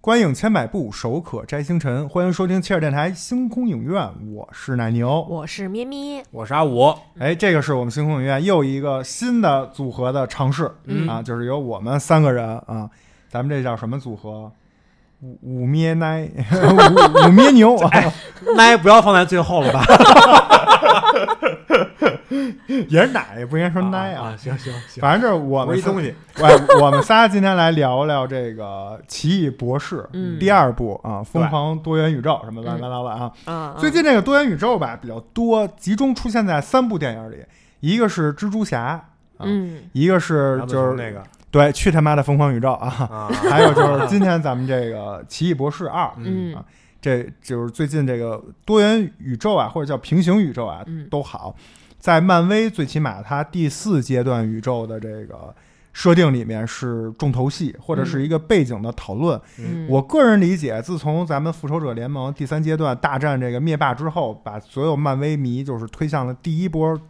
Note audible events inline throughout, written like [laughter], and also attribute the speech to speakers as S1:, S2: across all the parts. S1: 观影千百步，手可摘星辰。欢迎收听切尔电台星空影院，我是奶牛。
S2: 我是咩咩，
S3: 我是阿五，
S1: 哎，这个是我们星空影院又一个新的组合的尝试、
S2: 嗯
S1: 啊，就是由我们三个人啊，咱们这叫什么组合？五五咩奶， [laughs] 五五咩
S3: [laughs]
S1: 牛啊，
S3: 哎那也不要放在最后了吧？
S1: [laughs] 也是奶，不应该说奶
S3: 啊，行行行，
S1: 反正就是我们
S3: 一
S1: 仨
S3: 东西，
S1: [laughs] 哎，我们仨今天来聊聊这个《奇异博士》
S2: 嗯
S1: 第二部啊，《疯
S3: 对
S1: 狂多元宇宙》什么乱七八糟的啊。
S2: 啊，
S1: 最
S2: 嗯
S1: 近这个多元宇宙吧比较多，集中出现在三部电影里，一个是蜘蛛侠，啊
S2: 嗯
S1: 一个是就是
S3: 那个
S1: 对去他妈的疯狂宇宙
S2: [laughs]
S1: 啊，
S3: 啊，
S1: [laughs] 还有就是今天咱们这个《奇异博士二》，
S2: 嗯
S1: 啊这就是最近这个多元宇宙啊，或者叫平行宇宙啊，
S2: 嗯
S1: 都好，在漫威最起码它第四阶段宇宙的这个设定里面是重头戏，或者是一个背景的讨论。
S2: 嗯，
S1: 我个人理解，自从咱们复仇者联盟第三阶段大战这个灭霸之后，把所有漫威迷就是推向了第一波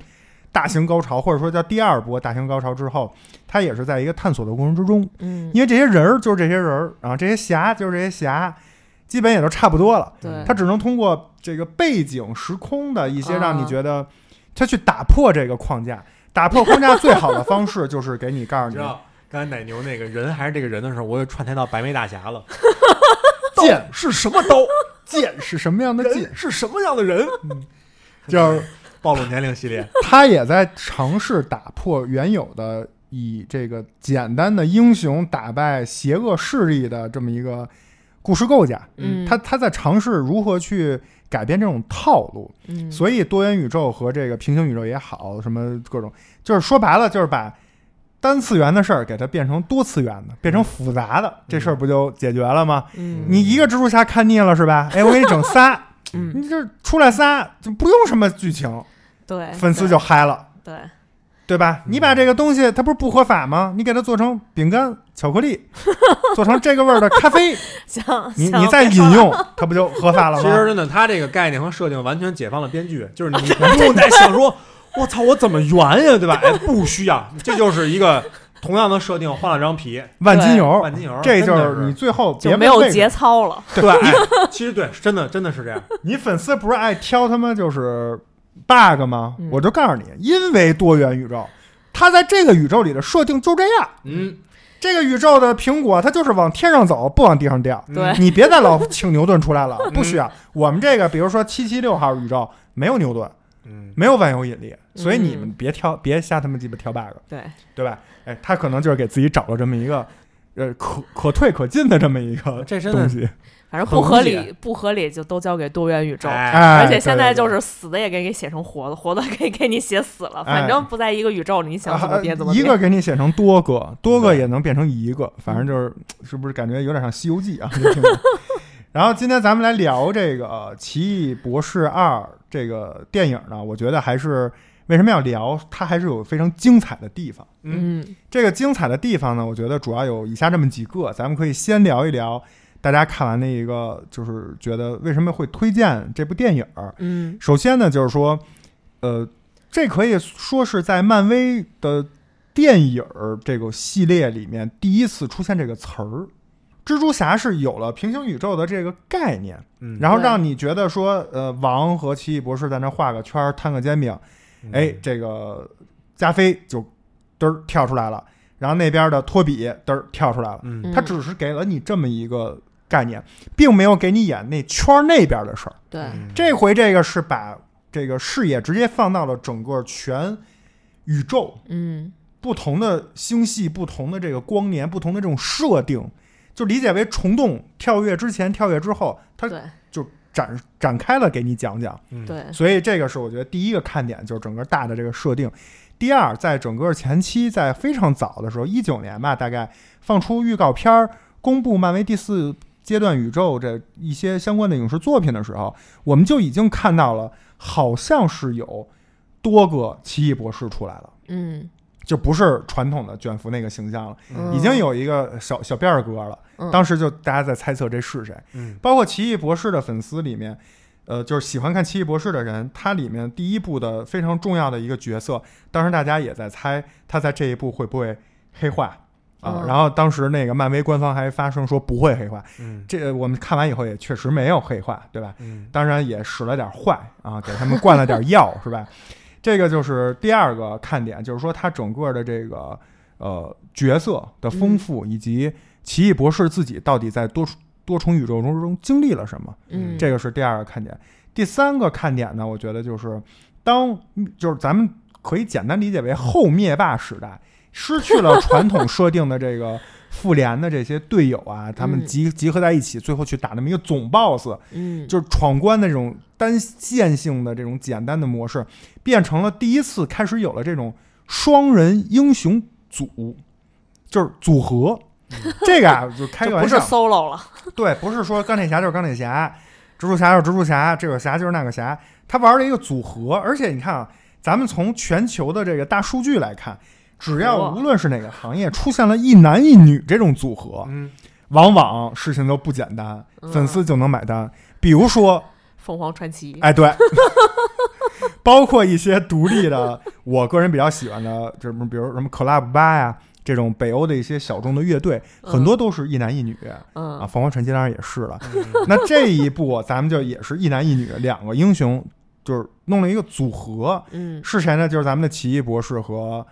S1: 大型高潮，或者说叫第二波大型高潮之后，它也是在一个探索的过程之中。
S2: 嗯
S1: 因为这些人儿就是这些人儿，然后这些侠就是这些侠，
S2: 嗯
S1: 基本也都差不多了。
S2: 对，
S1: 他只能通过这个背景时空的一些
S2: 啊
S1: 让你觉得，他去打破这个框架。打破框架最好的方式就是给你告诉你
S3: 你 [laughs] 知，道刚才奶牛那个人还是这个人的时候，我又串台到白眉大侠了。
S1: 剑是什么刀，剑是什么样的剑，
S3: 是什么样的人？
S1: 就是
S3: 嗯 [laughs] 暴露年龄系列，
S2: [laughs]
S1: 他也在尝试打破原有的以这个简单的英雄打败邪恶势力的这么一个故事构架。
S2: 嗯
S1: 他他在尝试如何去改变这种套路，
S2: 嗯
S1: 所以多元宇宙和这个平行宇宙也好，什么各种，就是说白了，就是把单次元的事儿给它变成多次元的，变成复杂的，这事儿不就解决了吗？
S2: 嗯
S1: 你一个蜘蛛侠看腻了是吧？哎，我给你整仨，
S2: 嗯
S1: 你就是出来仨，就不用什么剧
S2: [laughs]
S1: 情，
S2: 对，
S1: 粉丝
S2: 哎对
S1: 就嗨了。
S2: [laughs] 对，
S1: 对吧？
S3: 嗯
S1: 你把这个东西，它不是不合法吗？你给它做成饼干、巧克
S3: [laughs]
S1: 力，做成这个味儿的咖啡，
S2: 行，
S1: 你
S2: 行
S1: 你再饮用，它不就合法了吗？
S3: 其实真的，他这个概念和设定完全解放了编剧，就是你不用再想说，我操，我怎么圆呀，对吧？哎，不需要，这就是一个同样的设定，换了张皮，
S1: 万金油，
S3: 万金油，
S1: 哦这就
S3: 真的
S1: 是
S3: 是
S1: 你最后别
S2: 就
S1: 问
S2: 没有
S1: 为什
S2: 节
S1: 么
S2: 操了，
S3: 对，哎其实对，真的真的是这样，
S1: 你粉丝不是爱挑他妈就是 bug 吗？
S2: 嗯
S1: 我就告诉你，因为多元宇宙，它在这个宇宙里的设定就这样。
S3: 嗯，
S1: 这个宇宙的苹果，它就是往天上走，不往地上掉。
S2: 对嗯
S1: 你别再老请牛顿出来了，不需要。我们这个，比如说七七六号宇宙，没有牛顿，
S3: 嗯，
S1: 没有万有引力，所以
S2: 嗯
S1: 你们别挑，别瞎他妈鸡巴挑 bug，
S2: 对，
S1: 对吧？哎，他可能就是给自己找了这么一个，呃，可可退可进的这么一个
S3: 这真的
S1: 东西。
S2: 反正
S3: 很
S2: 不合
S3: 无解
S2: 理不合理就都交给多元宇宙。
S3: 哎
S1: 哎，
S2: 而且现在
S1: 对对对
S2: 就是死的也给你写成活的，活的给给你写死了，
S1: 哎
S2: 反正不在一个宇宙里，你想怎么
S1: 啊
S2: 编怎么嗯
S1: 一
S2: 编。
S1: 个给你写成多个，多个也能变成一个，反正就是是不是感觉有点像《西游记》啊？就听着 [laughs] 然后今天咱们来聊这个呃《奇异博士二》这个电影呢，我觉得还是为什么要聊，它还是有非常精彩的地方。
S2: 嗯
S1: 这个精彩的地方呢，我觉得主要有以下这么几个，咱们可以先聊一聊。大家看完的一个，就是觉得为什么会推荐这部电影儿？
S2: 嗯
S1: 首先呢，就是说，呃，这可以说是在漫威的电影儿这个系列里面第一次出现这个词儿。蜘蛛侠是有了平行宇宙的这个概念，
S3: 嗯
S1: 然后
S2: 对
S1: 让你觉得说，呃，王和奇异博士在那画个圈儿、摊个煎饼，
S2: 嗯
S3: 嗯
S1: 哎，这个加菲就嘚儿跳出来了，然后那边的托比嘚儿跳出来了。
S3: 嗯
S2: 嗯，
S1: 他只是给了你这么一个概念，并没有给你演那圈儿那边的事儿。
S2: 对，
S1: 嗯这回这个是把这个视野直接放到了整个全宇宙
S2: 嗯
S1: 不同的星系、不同的这个光年、不同的这种设定，就理解为虫洞跳跃之前、跳跃之后，它
S2: 对
S1: 展展开了给你讲讲。
S2: 对，嗯
S1: 所以这个是我觉得第一个看点，就是整个大的这个设定。第二，在整个前期，在非常早的时候，一九年吧，大概放出预告片儿，公布漫威第四阶段宇宙这一些相关的影视作品的时候，我们就已经看到了，好像是有多个奇异博士出来了，
S2: 嗯
S1: 就不是传统的卷福那个形象了，
S2: 嗯
S1: 已经有一个小小辫儿哥了。
S2: 嗯
S1: 当时就大家在猜测这是谁。
S3: 嗯
S1: 包括《奇异博士》的粉丝里面，呃，就是喜欢看《奇异博士》的人，他里面第一部的非常重要的一个角色，当时大家也在猜他在这一部会不会黑化，啊。
S2: 嗯
S1: 然后当时那个漫威官方还发声说不会黑化，
S3: 嗯
S1: 这个我们看完以后也确实没有黑化，对吧？
S3: 嗯
S1: 当然也使了点坏啊， [laughs] 给他们灌了点药，是吧？这个就是第二个看点，就是说它整个的这个呃角色的丰富，以及奇异博士自己到底在多多重宇宙中中经历了什么，
S2: 嗯，
S1: 这个是第二个看点。第三个看点呢，我觉得就是当就是咱们可以简单理解为后灭霸时代失去了传统设定的这个复联的这些队友啊，他们
S2: 嗯
S1: 集集合在一起，最后去打那么一个总 boss，
S2: 嗯，
S1: 就是闯关的这种单线性的这种简单的模式，变成了第一次开始有了这种双人英雄组，就是组合。这个啊，就开
S2: 嗯就
S1: 个
S2: 不
S1: 玩
S2: 是
S1: 笑，
S2: solo 了，
S1: 对，不是说钢铁侠就是钢铁侠，蜘蛛侠就是蜘蛛侠，这个侠就是那个侠，他玩了一个组合。而且你看啊，咱们从全球的这个大数据来看，只要
S2: 哇
S1: 无论是哪个行业出现了一男一女这种组合，
S3: 嗯，
S1: 往往事情都不简单，
S2: 嗯
S1: 粉丝就能买单。比如说
S2: 凤凰传奇，
S1: 哎，
S2: [laughs]
S1: 对，包括一些独立的，我个人比较喜欢的，就是比如什么 Club 八呀、这种北欧的一些小众的乐队，
S2: 嗯
S1: 很多都是一男一女、啊。
S2: 嗯
S1: 凤凰传奇当然也是了。那这一部咱们就也是一男一女两个英雄，就是弄了一个组合，
S2: 嗯
S1: 是谁呢？就是咱们的奇异博士和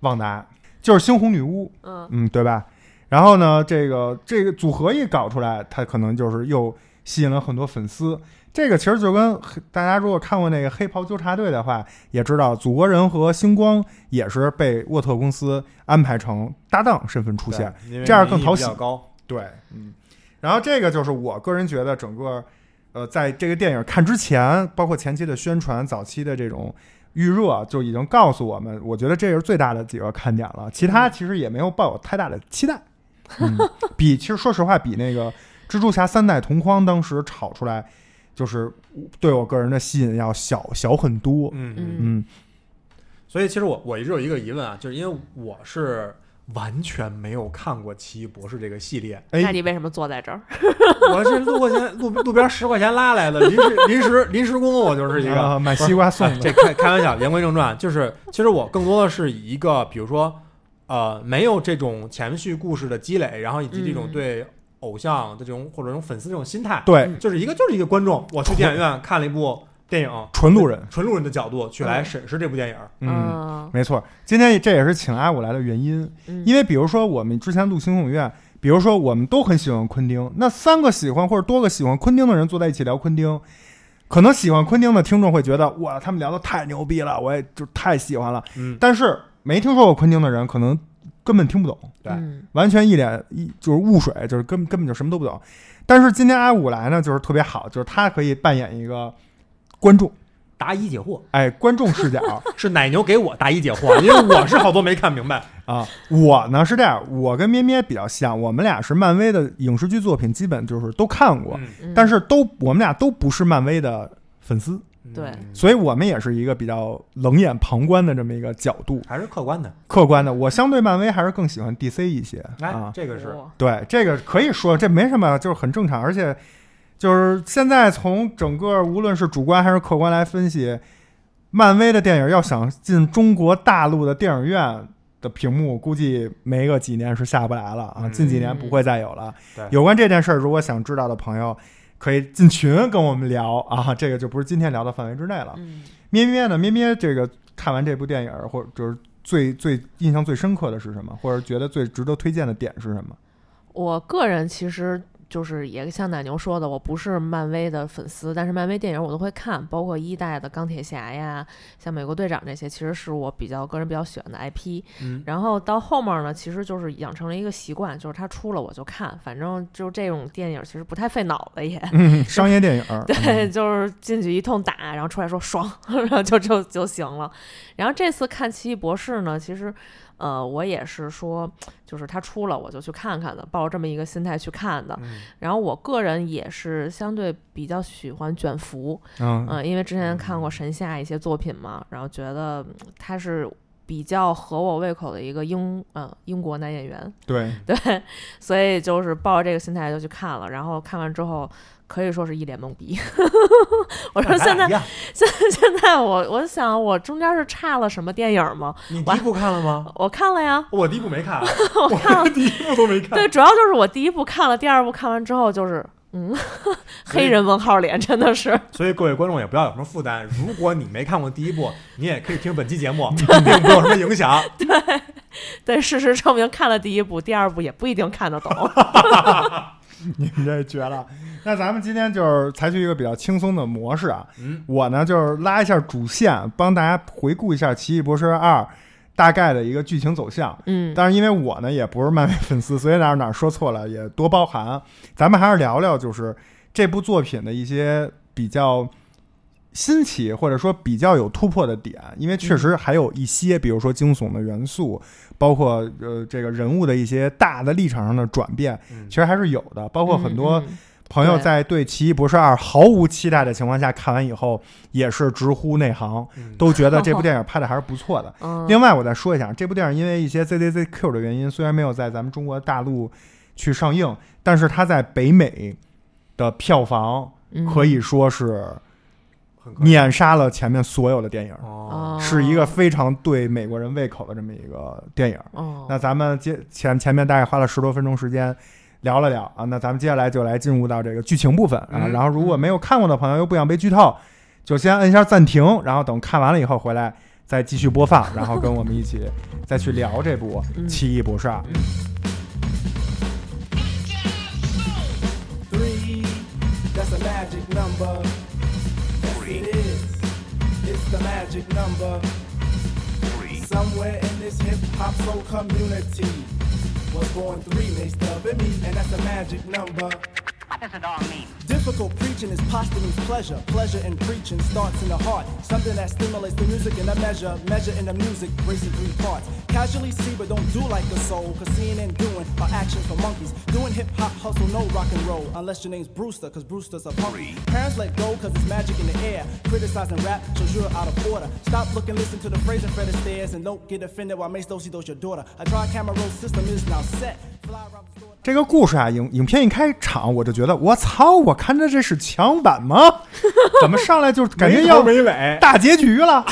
S1: 旺达，就是猩红女巫。
S2: 嗯
S1: 嗯，对吧？然后呢，这个这个组合一搞出来，它可能就是又吸引了很多粉丝。这个其实就跟黑大家如果看过那个《黑袍纠察队》的话，也知道祖国人和星光也是被沃特公司安排成搭档身份出现。
S3: 对，因为
S1: 这样
S3: 民
S1: 更
S3: 意
S1: 讨
S3: 比较
S1: 喜
S3: 高，
S1: 对，嗯。然后这个就是我个人觉得整个，呃，在这个电影看之前，包括前期的宣传、早期的这种预热，啊就已经告诉我们，我觉得这是最大的几个看点了。其他其实也没有抱有太大的期待。嗯，比其实说实话，比那个蜘蛛侠三代同框当时炒出来，就是对我个人的吸引要小小很多。
S3: 嗯
S2: 嗯
S1: 嗯
S3: 所以其实我我一直有一个疑问啊，就是因为我是完全没有看过《奇异博士》这个系列，
S1: 哎
S2: 那你为什么坐在这儿？
S3: 我是路过钱路路边十块钱拉来的，临时临时临时工，我就是一个。
S1: 啊买西瓜送
S3: 哎
S1: 的，
S3: 这开开玩笑，言归正传，就是其实我更多的是以一个，比如说，呃，没有这种前续故事的积累，然后以及这种
S2: 嗯
S3: 对偶像的这种或者这种粉丝这种心态，
S1: 对，
S3: 就是一个就是一个观众，我去电影院看了一部电影，
S1: 纯路人。
S3: 纯路人的角度去来审视这部电影。
S1: 嗯，
S2: 嗯
S1: 没错，今天这也是请阿五来的原因。
S2: 嗯，
S1: 因为比如说我们之前录《星孔院》，比如说我们都很喜欢昆汀，那三个喜欢或者多个喜欢昆汀的人坐在一起聊昆汀，可能喜欢昆汀的听众会觉得哇，他们聊的太牛逼了，我也就太喜欢了。
S3: 嗯，
S1: 但是没听说过昆汀的人，可能根本听不懂，
S3: 对
S2: 嗯
S1: 完全一脸一就是雾水，就是根根本就什么都不懂。但是今天阿五来呢，就是特别好，就是他可以扮演一个观众，
S3: 答疑解惑
S1: 哎，观众视角。
S3: 是奶牛给我答疑解惑，因为我是好多没看明白。
S1: 啊，我呢是这样，我跟咩咩比较像，我们俩是漫威的影视剧作品，基本就是都看过，
S3: 嗯
S2: 嗯
S1: 但是都我们俩都不是漫威的粉丝，
S2: 对
S3: 嗯
S1: 所以我们也是一个比较冷眼旁观的这么一个角度，
S3: 还是客观的。
S1: 客观的。我相对漫威还是更喜欢 DC 一些
S3: 哎
S1: 啊，。
S3: 这个是
S2: 哇
S1: 对，这个可以说这没什么，就是很正常，而且就是现在从整个无论是主观还是客观来分析，漫威的电影要想进中国大陆的电影院。的屏幕估计没个几年是下不来了啊，
S3: 嗯
S1: 近几年不会再有了。
S3: 对
S1: 有关这件事儿，如果想知道的朋友，可以进群跟我们聊啊，这个就不是今天聊的范围之内了。
S2: 嗯
S1: 咩咩呢？咩咩这个看完这部电影，或者就是最最印象最深刻的是什么，或者觉得最值得推荐的点是什么？
S2: 我个人其实就是也像奶牛说的，我不是漫威的粉丝，但是漫威电影我都会看，包括一代的钢铁侠呀，像美国队长这些，其实是我比较个人比较喜欢的 IP。
S3: 嗯
S2: 然后到后面呢，其实就是养成了一个习惯，就是它出了我就看，反正就这种电影其实不太费脑子也。
S1: 嗯，商业电影 [laughs] 儿，
S2: 对，就是进去一通打，然后出来说爽， [laughs] 然后就就就行了。然后这次看《奇异博士》呢，其实，呃，我也是说，就是它出了我就去看看的，抱着这么一个心态去看的。
S3: 嗯
S2: 然后我个人也是相对比较喜欢卷福，呃
S1: 嗯，
S2: 嗯、因为之前看过神夏一些作品嘛，然后觉得嗯它是比较合我胃口的一个英呃英国男演员，
S1: 对，
S2: [laughs] 对，所以就是抱着这个心态就去看了，然后看完之后可以说是一脸懵逼。 [laughs] 我说现在
S1: 哎
S3: 咱俩一样
S2: 现 [laughs] 现在我我想我中间是差了什么电影吗？
S3: 你第一部看了吗？
S2: 我看了呀， [laughs]
S3: 我第一部没看啊， [laughs] 我第一部都没看。
S2: 对，主要就是我第一部看了，第二部看完之后就是嗯， [laughs] 黑人问号脸真的是
S3: 所以各位观众也不要有什么负担，如果你没看过第一部，你也可以听本期节目，并没有什么影响。
S2: 对，事实证明看了第一部，第二部也不一定看得懂。
S1: [laughs] 你们这绝了。那咱们今天就是采取一个比较轻松的模式啊，
S3: 嗯，
S1: 我呢就是拉一下主线，帮大家回顾一下《奇异博士二》大概的一个剧情走向。
S2: 嗯，
S1: 但是因为我呢也不是漫威粉丝，所以哪儿哪儿说错了也多包涵。咱们还是聊聊就是这部作品的一些比较新奇或者说比较有突破的点，因为确实还有一些，比如说惊悚的元素，包括呃这个人物的一些大的立场上的转变，
S3: 嗯
S1: 其实还是有的。包括很多
S2: 嗯嗯
S1: 朋友
S2: 对
S1: 在对《奇异博士二》毫无期待的情况下看完以后，也是直呼内行， [laughs]
S3: 嗯
S1: 都觉得这部电影拍的还是不错的。
S2: 嗯
S1: 另外，我再说一下，这部电影因为一些 ZZZQ 的原因，虽然没有在咱们中国大陆去上映，但是它在北美的票房
S2: 嗯
S1: 可以说是
S3: 很可惜
S1: 碾杀了前面所有的电影，
S3: 哦，
S2: 哦
S1: 是一个非常对美国人胃口的这么一个电影。
S2: 哦，
S1: 那咱们接前前面大概花了十多分钟时间聊了聊啊，那咱们接下来就来进入到这个剧情部分啊。
S3: 嗯
S1: 然后如果没有看过的朋友又不想被剧透，就先摁一下暂停，然后等看完了以后回来再继续播放，然后跟我们一起再去聊这部《
S2: 嗯
S1: 奇异博士二》。
S4: Three, that's a magic number. Yes, it is. It's the magic number. Somewhere in this hip hop soul community was born three mixed up in me, and that's a magic number.
S5: What does it all mean?
S4: Difficult preaching is posthumous pleasure. Pleasure in preaching starts in the heart. Something that stimulates the music in a measure. Measure in the music breaks in three parts. Casually see, but don't do like a soul. Cause seeing and doing are actions for monkeys. Doing hip hop, hustle, no rock and roll. Unless your name's Brewster, cause Brewster's a punk. Parents let go cause it's magic in the air. Criticizing rap shows you're out of order. Stop looking, listen to the phrase and Fred Stairs. And don't get offended while Mace Dosey does your daughter. A dry camera roll system is now set. Fly around the store.
S1: 这个故事啊，影影片一开场我就觉得，我操！我看着这是强版
S3: [laughs]
S1: 吗？怎么上来就感觉要
S3: 没头
S2: [laughs]
S3: 没尾。
S1: 大结局了，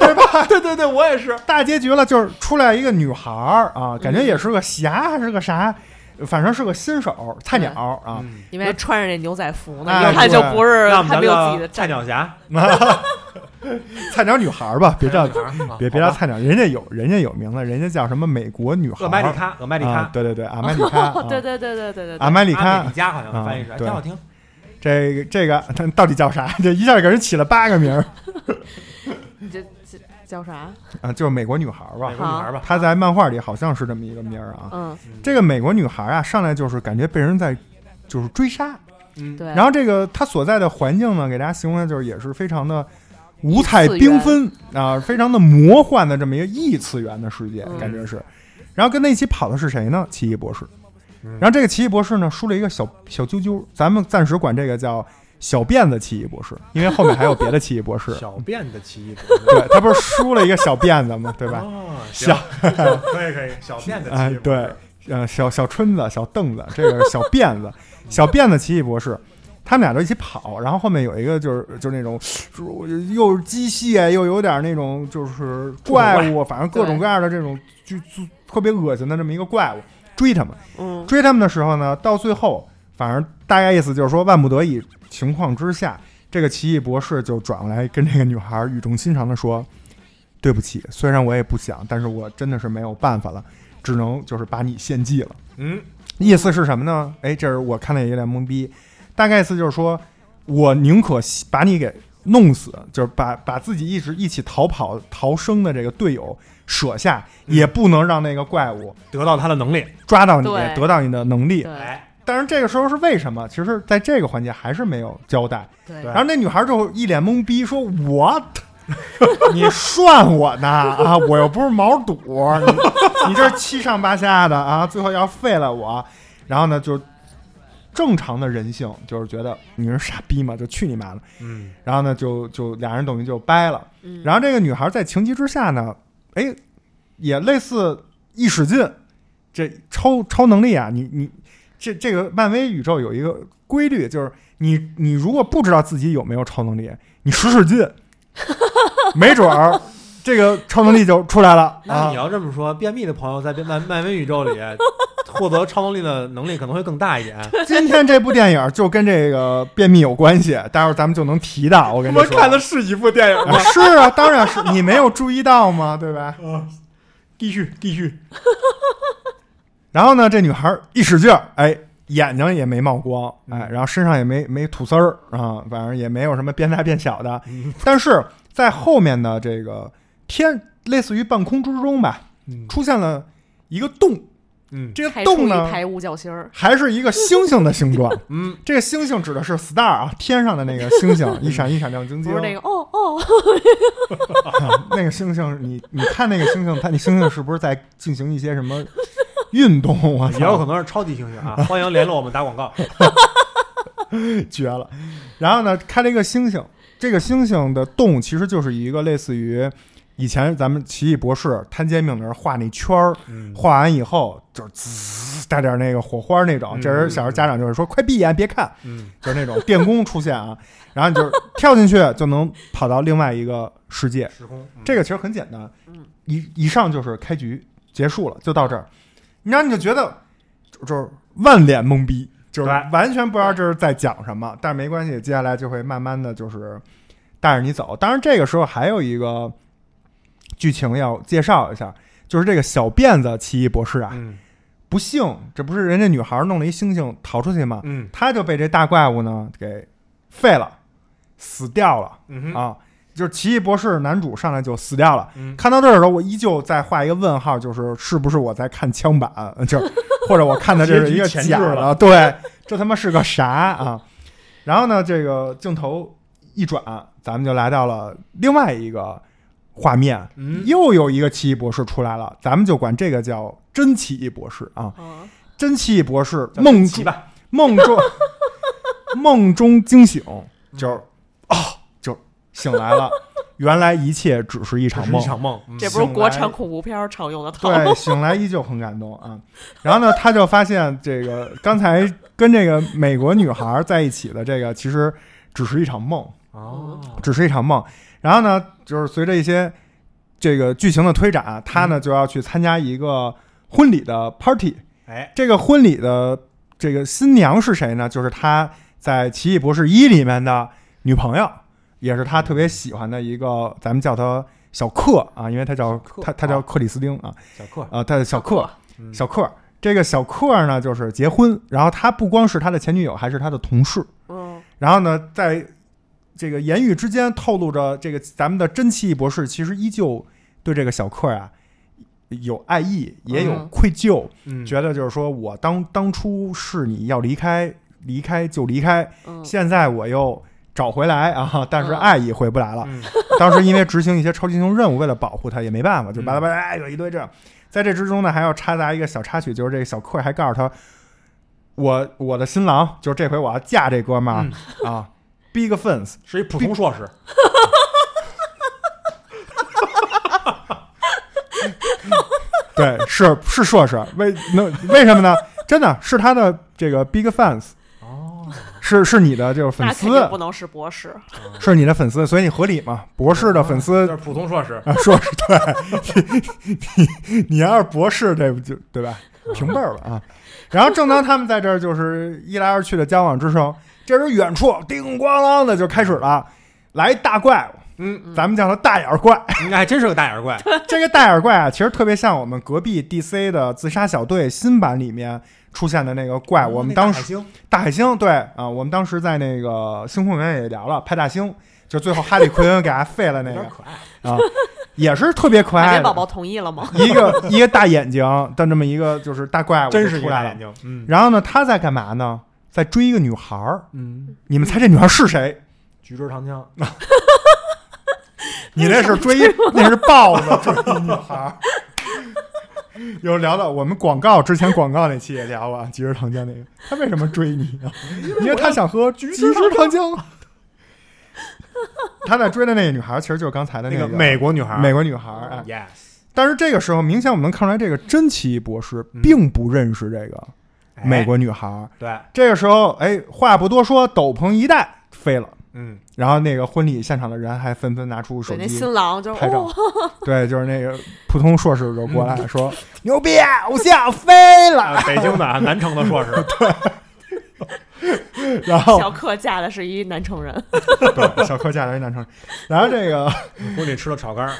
S1: 对吧？
S3: 对对对，我也是。
S1: 大结局了，就是出来一个女孩儿
S3: 嗯
S1: 啊，感觉也是个侠还是个啥，反正是个新手菜鸟
S3: 嗯
S1: 啊。
S2: 因为穿着那牛仔服呢，
S1: 哎
S2: 一看就
S1: 对
S2: 不是
S3: 那我们
S2: 还
S3: 咱
S2: 没有自己
S3: 叫
S2: 的战
S3: 菜鸟侠，
S1: 菜鸟女孩儿吧，别叫
S3: 嗯菜鸟女孩儿
S1: 别别
S3: 好
S1: 叫
S3: 吧
S1: 菜鸟，人家有人家有名字，人家叫什么美国女孩儿，
S3: 厄麦里卡，厄麦里
S1: 啊
S3: 卡，，
S1: 对对对，
S3: [laughs]
S1: 阿麦里卡，
S2: 哦
S1: 啊，
S2: 对对对对对对对，
S1: 阿麦里
S3: 阿
S1: 卡
S3: 美利，加好像
S1: 啊
S3: 翻译出来，
S1: 对
S3: 挺好听。
S1: 这个这个 [laughs] 他到底叫啥？这一下给人起了八个名儿 [laughs]
S2: 你这这叫啥？
S1: 啊，就是美国女孩儿吧
S3: 美。国女孩吧，。
S1: 她在漫画里好像是这么一个名儿啊。
S2: 嗯，
S1: 这个美国女孩儿啊，上来就是感觉被人在就是追杀，
S2: 对。
S1: 嗯然后这个它所在的环境呢，给大家形容一下，就是也是非常的五彩缤纷啊、非常的魔幻的这么一个异次元的世界，
S2: 嗯
S1: 感觉是。然后跟他一起跑的是谁呢？奇异博士。然后这个奇异博士呢，梳了一个小小揪揪，咱们暂时管这个叫小辫子奇异博士，因为后面还有别的奇异博士
S3: [laughs] 小便的奇异博
S1: [laughs]
S3: 士。
S1: 对他不是梳了一个小辫子吗？对吧？
S3: 哦，行
S1: 小
S3: [laughs] 可以可以， [laughs] 小便的
S1: 哎
S3: 奇异，博
S1: 对
S3: 士。，
S1: 呃，小小春子、小凳子，这个是小辫子，小辫子奇异博士，他们俩就一起跑，然后后面有一个就是就是那种就是又是机械又有点那种就是怪物，反正各种各样的这种就就特别恶心的这么一个怪物追他们，
S2: 嗯
S1: 追他们的时候呢，到最后反正大概意思就是说万不得已情况之下，这个奇异博士就转过来跟这个女孩语重心长的说：“对不起，虽然我也不想，但是我真的是没有办法了，只能就是把你献祭了。”
S3: 嗯，
S1: 意思是什么呢？哎，这是我看了也有点懵逼，大概意思就是说，我宁可牺把你给弄死，就是把把自己一直一起逃跑逃生的这个队友舍下，也不能让那个怪物
S3: 得到他的能力。
S1: 抓到你，
S2: 对
S1: 得到你的能力。
S2: 对
S3: 哎，
S1: 但是这个时候是为什么？其实，在这个环节还是没有交代。
S2: 对
S3: 对
S1: 然后那女孩就一脸懵逼，说：“我， [laughs] 你涮我呢啊！我又不是毛肚，你你 [laughs] 这七上八下的啊！最后要废了我。”然后呢，就正常的人性就是觉得你是傻逼嘛，就去你妈的！
S3: 嗯，
S1: 然后呢，就就俩人等于就掰了。
S2: 嗯
S1: 然后这个女孩在情急之下呢，哎，也类似一使劲，这超超能力啊，你你这这个漫威宇宙有一个规律，就是你你如果不知道自己有没有超能力，你使使劲，没准儿这个超能力就出来了
S3: [laughs] 那
S1: 啊
S3: 你。要这么说，便秘的朋友在漫漫威宇宙里 [laughs] 获得超能力的能力可能会更大一点。
S1: 今天这部电影就跟这个便秘有关系，待会儿咱们就能提到。我跟
S3: 他
S1: 你
S3: 妈
S1: 说，
S3: 看的是一部电影
S1: 啊
S3: 吗？
S1: 是啊，当然是你没有注意到吗？对吧？
S3: 继续继续，
S1: 然后呢，这女孩一使劲儿，哎，眼睛也没冒光，哎，然后身上也没没吐丝儿啊，反正也没有什么变大变小的。 [laughs] 但是在后面的这个天，类似于半空之中吧，
S3: 嗯
S1: 出现了一个洞，
S3: 嗯
S1: 这个
S2: 排出
S1: 洞
S2: 一
S1: 呢
S2: 排五角星儿，
S1: 还是一个星星的形状。
S3: 嗯，
S1: 这个星星指的是 star 啊，天上的那个星星，一闪一闪亮晶
S2: 不
S1: 晶。
S2: 是那个哦哦，
S1: 啊那个星星，你你看那个星星，它那星星是不是在进行一些什么运动啊？
S3: 也有可能是超级猩猩
S1: [laughs]
S3: 啊！欢迎联络我们打广告。
S1: 绝了。然后呢，开了一个星星，这个星星的洞其实就是一个类似于以前咱们奇异博士摊煎饼的时候画那圈儿，
S3: 嗯
S1: 画完以后就是滋带点那个火花那种。
S3: 嗯
S1: 这人小时候家长就是说，快闭眼别看，
S3: 嗯
S1: 就是那种电工出现啊，然后你就是跳进去就能跑到另外一个世界。
S3: 时空
S1: 这
S3: 个
S1: 个其实很简单
S2: 嗯，
S1: 以以上就是开局结束了，就到这儿，你让你就觉得就就是万脸懵逼，就是
S3: 对
S1: 完全不知道这是在讲什么，但是没关系，接下来就会慢慢的就是带着你走。当然这个时候还有一个剧情要介绍一下，就是这个小辫子奇异博士啊，
S3: 嗯
S1: 不幸这不是人家女孩弄了一星星逃出去吗？
S3: 嗯
S1: 他就被这大怪物呢给废了，死掉了。
S3: 嗯哼
S1: 啊，就是奇异博士男主上来就死掉了。
S3: 嗯
S1: 看到这儿的时候，我依旧在画一个问号，就是是不是我在看枪版，就是或者我看的这是一个
S3: 结局
S1: 假
S3: 前置
S1: 的，
S3: 了
S1: 对，这他妈是个啥啊？然后呢，这个镜头一转，咱们就来到了另外一个画面，
S3: 嗯
S1: 又有一个奇异博士出来了，咱们就管这个叫真奇异博士啊，
S2: 嗯，
S1: 真奇异博士
S3: 叫
S1: 梦
S3: 奇
S1: 中
S3: 吧，
S1: 梦中梦中惊醒，
S3: 嗯
S1: 就是啊、就醒来了。原来一切只是一
S3: 这
S1: 场
S3: 是
S1: 梦
S3: 一，场梦。
S2: [laughs]
S3: 嗯
S2: 这不是
S1: 醒
S2: 国
S1: 来
S2: 产恐怖片儿常用 [laughs] 的套路。
S1: 对，醒来依旧很感动啊。然后呢，他就发现这个刚才跟这个美国女孩在一起的这个，其实只是一场梦，
S3: 哦，
S1: 只是一场梦。然后呢，就是随着一些这个剧情的推展，他呢就要去参加一个婚礼的 party。
S3: 哎，
S1: 这个婚礼的这个新娘是谁呢？就是他在《奇异博士一》里面的女朋友，也是他特别喜欢的一个，咱们叫他小克啊，因为他叫
S3: 克
S1: 他他叫克里斯汀啊，
S3: 小克，
S1: 呃，他的小克
S3: 嗯
S1: 小克。这个小克呢，就是结婚，然后他不光是他的前女友，还是他的同事。
S2: 嗯，
S1: 然后呢，在这个言语之间透露着这个咱们的真奇异博士其实依旧对这个小克啊有爱意，也有
S2: 嗯
S1: 愧疚，
S3: 嗯
S1: 觉得就是说我当当初是你要离开，离开就离开，
S2: 嗯
S1: 现在我又找回来啊，但是
S2: 嗯
S1: 爱意回不来了。
S3: 嗯
S1: [laughs] 当时因为执行一些超级英雄任务，为了保护他也没办法，
S3: 嗯
S1: 就巴拉巴拉哎有一堆这。在这之中呢，还要插杂一个小插曲，就是这个小克还告诉他，我我的新郎就是这回我要嫁这哥们儿、
S3: 嗯
S1: 啊，Big Fence
S3: 是一普通硕士，
S1: 对，是是硕士，为那为什么呢？真的是他的这个 big fans
S3: 哦，
S1: 是是你的就是粉
S2: 那肯定
S1: 丝
S2: 不，能是博士，
S1: 是你的粉丝，所以你合理嘛？博士的粉丝
S3: 哦就是普通硕士，
S1: 啊，硕士对，你你你要是博士，这不就对吧？平辈儿了啊。然后正当他们在这儿就是一来二去的交往之时，这时候远处叮咣啷的就开始了，来一大怪物，
S3: 嗯，
S1: 咱们叫它大眼儿怪。 [laughs]
S3: 应该还真是个大眼怪，
S1: 这个大眼怪啊，其实特别像我们隔壁 DC 的自杀小队新版里面出现的那个
S3: 嗯
S1: 怪。我们当时
S3: 时
S1: 大海星，对啊，我们当时在那个星空园也聊了派大星，就最后哈利奎恩给他废了那
S3: 有
S1: 个
S3: 点可爱，
S1: 啊，也是特别可
S2: 海
S1: 爱
S2: 绵
S1: 的
S2: 宝。宝同意了吗？
S1: 一个一个大眼睛的这么一个就是大怪物就
S3: 真是一
S1: 出
S3: 个
S1: 来
S3: 大
S1: 了
S3: 眼。睛，嗯
S1: 然后呢，他在干嘛呢？在追一个女孩儿。
S3: 嗯，
S1: 你们猜这女孩是谁？
S3: 橘汁糖浆，
S1: 你那是追，那是豹子 [laughs] 追一女孩儿。有聊到我们广告之前广告那期也聊了，橘汁糖浆那个，他为什么追你啊？因为他想喝橘汁糖 [laughs] 浆。他在追的那个女孩儿，其实就是刚才的
S3: 那
S1: 个
S3: 个美国女孩，
S1: 美国女孩儿啊。
S3: ，yes，
S1: 但是这个时候，明显我们能看出来，这个珍奇博士
S3: 嗯
S1: 并不认识这个
S3: 哎
S1: 美国女孩儿。
S3: 对，
S1: 这个时候，哎，话不多说，斗篷一戴飞了。
S3: 嗯，
S1: 然后那个婚礼现场的人还纷纷拿 [laughs] 出手
S2: 对，那
S1: 机
S2: 新郎就是
S1: 拍照
S2: 哦，。
S1: [laughs] 对，就是那个普通硕士就过来说：“牛逼，偶像飞了
S3: 啊北京的啊，南城的
S1: [laughs]
S3: 硕士，！”
S1: 然后
S2: 小克嫁的是一南城人，
S1: 对小柯嫁了一南城 [laughs] 人，然后这个，
S3: 婚礼吃了炒肝儿，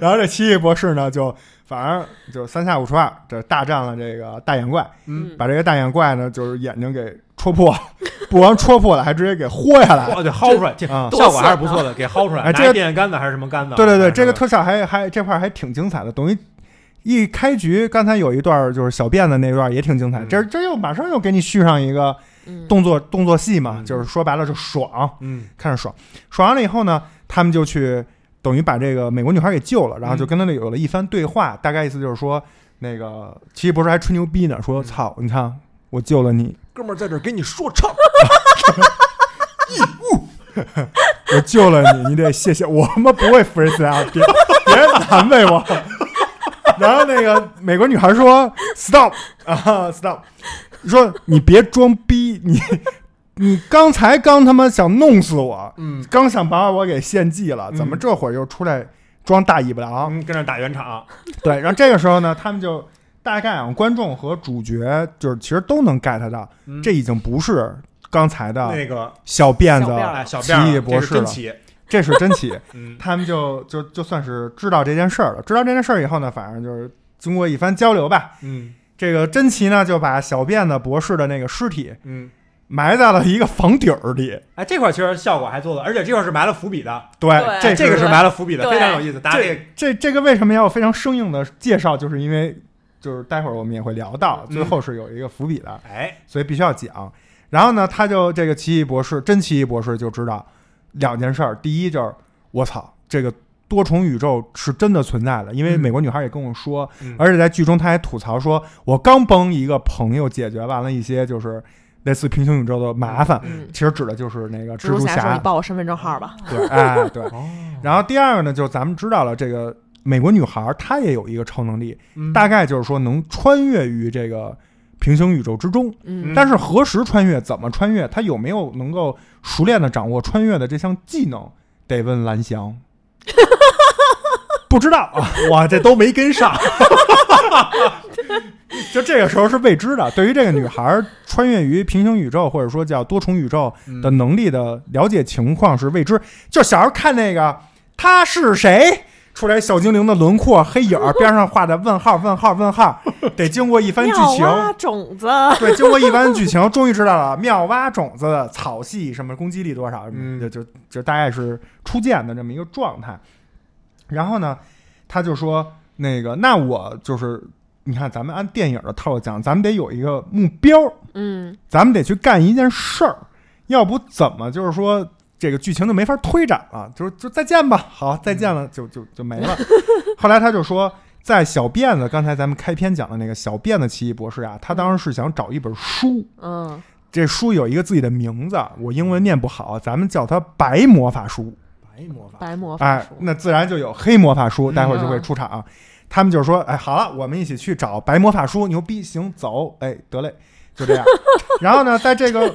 S1: 然后这奇异博士呢，就反正就三下五除二，这大战了这个大眼怪。
S3: 嗯
S1: 把这个大眼怪呢，就是眼睛给戳破，不光戳破了，还直接给豁下来。
S3: 哦，对，薅出来，这
S1: 啊
S3: 效果还是不错的，给薅出来，
S1: 哎这
S3: 拿
S1: 个
S3: 电线杆子还是什么杆子？啊
S1: 对对
S3: 还
S1: 对，
S3: 是
S1: 这个特效还还这块儿还挺精彩的，等于一开局，刚才有一段儿就是小辫子那段儿也挺精彩，
S3: 嗯
S1: 这这又马上又给你续上一个
S2: 嗯，
S1: 动作动作戏嘛，
S3: 嗯
S1: 就是说白了就爽，
S3: 嗯
S1: 看着爽，爽完了以后呢，他们就去等于把这个美国女孩给救了，然后就跟她有了一番对话，大概意思就是说，那个奇异博士还吹牛逼呢，说
S3: 嗯
S1: 操，你看我救了你，
S3: 哥们儿在这儿给你说唱，
S1: 我救了你，你得谢谢我。他妈不会 freestyle，别别难为我。然后那个美国女孩说 stop 啊 stop，说你别装逼，你你刚才刚他妈想弄死我，
S3: 嗯
S1: 刚想把我给献祭了，怎么
S3: 嗯
S1: 这会儿又出来装大尾巴狼？
S3: 嗯，跟这儿打圆场，
S1: 对，然后这个时候呢，他们就大概啊，观众和主角就是其实都能 get 到，
S3: 嗯
S1: 这已经不是刚才的
S3: 那个
S1: 小辫
S2: 小辫儿
S1: 子，
S3: 哎小
S1: 奇
S3: 辫
S1: 异
S3: 儿
S1: 啊博
S3: 这
S1: 士
S3: 是真
S1: 了
S3: 奇，
S1: 这是真奇。
S3: 嗯
S1: 他们就就就算是知道这件事儿了。知道这件事儿以后呢，反正就是经过一番交流吧，
S3: 嗯
S1: 这个珍奇呢就把小辫子博士的那个尸体
S3: 嗯，
S1: 埋在了一个房顶儿里。
S3: 哎，这块儿其实效果还做的，而且这块儿是埋了伏笔的，
S2: 对
S1: 这
S3: 这个
S1: 是
S3: 是埋了伏笔的，
S2: 对
S3: 非常有意思，大家可以
S1: 这这这个为什么要非常生硬的介绍，就是因为就是待会儿我们也会聊到，
S3: 嗯
S1: 最后是有一个伏笔的，
S3: 哎，
S1: 所以必须要讲。然后呢，他就这个奇异博士，真奇异博士就知道两件事儿。第一就是我操，这个多重宇宙是真的存在的，因为
S3: 嗯
S1: 美国女孩也跟我说，
S3: 嗯
S1: 而且在剧中他还吐槽说，我刚帮一个朋友解决完了一些就是类似平行宇宙的麻烦，
S2: 嗯，
S1: 其实指的就是那个蜘
S2: 蜘蛛侠说
S1: 侠
S2: 你。报我身份证号吧，
S1: 对，哎对。
S3: 哦，
S1: 然后第二个呢，就是咱们知道了这个美国女孩她也有一个超能力，
S3: 嗯
S1: 大概就是说能穿越于这个平行宇宙之中。
S2: 嗯
S3: 嗯
S1: 但是何时穿越，怎么穿越，她有没有能够熟练的掌握穿越的这项技能，得问蓝
S3: [laughs]
S1: 翔。不知道啊，
S3: 我这都没跟上，
S1: [laughs] 就这个时候是未知的。对于这个女孩儿穿越于平行宇宙或者说叫多重宇宙的能力的了解情况是未知。就小时候看那个他是谁，出来小精灵的轮廓黑影
S3: [laughs]
S1: 儿边上画的问号问号问号，得经过一番剧情
S2: 妙。
S3: 啊
S2: 蛙啊
S1: [laughs]
S2: 种子，
S1: 对，经过一番剧情，终于知道了妙蛙种子的草系什么攻击力多少，
S3: 嗯
S1: 就就就大概是初见的这么一个状态。然后呢，他就说那个，那我就是你看，咱们按电影的套路讲，咱们得有一个目标，
S2: 嗯，
S1: 咱们得去干一件事儿，要不怎么就是说这个剧情就没法推展了？就是就再见吧，好，再见了，就就就没了。 [laughs] 后来他就说，在小辫子，刚才咱们开篇讲的那个小辫子奇异博士啊，他当时是想找一本书，
S2: 嗯，
S1: 这书有一个自己的名字，我英文念不好，咱们叫它白魔法书。
S3: 白魔法，
S2: 白魔法
S1: 哎
S2: 术，，
S1: 那自然就有黑魔法书，待会儿就会
S2: 嗯
S1: 出场啊、他们就说：“哎，好了，我们一起去找白魔法书，牛逼，行，走，哎，得嘞，就这样。”然后呢，在这个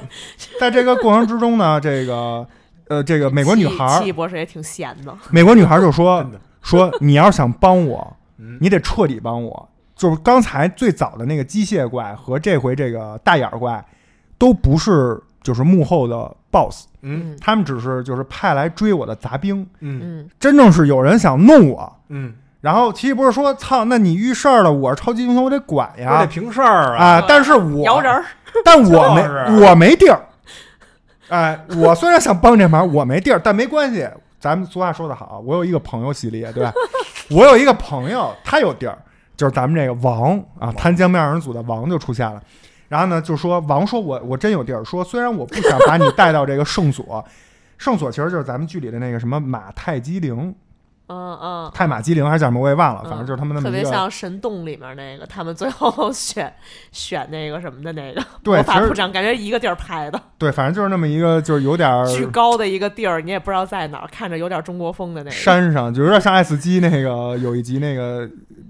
S1: 在这个过程之中呢，这个呃，这个美国女孩
S2: 奇异
S1: 儿，
S2: 博士也挺闲的，
S1: 美国女孩儿就说
S3: 真的，
S1: 说你要是想帮我，
S3: 嗯，
S1: 你得彻底帮我。就是刚才最早的那个机械怪和这回这个大眼儿怪，都不是就是幕后的 boss，
S3: 嗯
S1: 他们只是就是派来追我的杂兵，
S3: 嗯
S2: 嗯
S1: 真正是有人想弄我。
S3: 嗯，
S1: 然后奇异博士说：“操，那你遇事儿了，我是超级英雄，我得管
S3: 我得
S1: 呀
S3: 平事儿啊，
S1: 啊！
S2: 对
S1: 但是
S2: 嗯，
S1: 我
S2: 摇人儿，
S1: [laughs] 但我没、
S3: 就是
S1: 我没地儿，哎，我虽然想帮这忙，我没地儿，但没关系。咱们俗话说得好，我有一个朋友系列，对吧？ [laughs] 我有一个朋友，他有地儿，就是咱们这个王啊，贪江面二人组的王就出现了。然后呢，就说王说我我真有地儿，说虽然我不想把你带到这个圣所，圣所其实就是咱们剧里的那个什么马太基灵，
S2: 嗯嗯，
S1: 泰马机灵还是叫什么我也忘了，
S2: 嗯
S1: 啊反正就是他们那
S2: 特
S1: 么一
S2: 别
S1: 个
S2: 像《神洞》里面那个，他们最后 [laughs] 选选那个什么的那个
S1: [laughs] 对
S2: 魔
S1: 其
S2: 法
S1: 实
S2: 部长，感觉一个地儿拍的，
S1: 对，反正就是那么一个就是有点儿
S2: 巨高的一个地儿，你也不知道在哪儿，看着有点中国风的那个
S1: 山上，就有点像爱斯基那个有一集那个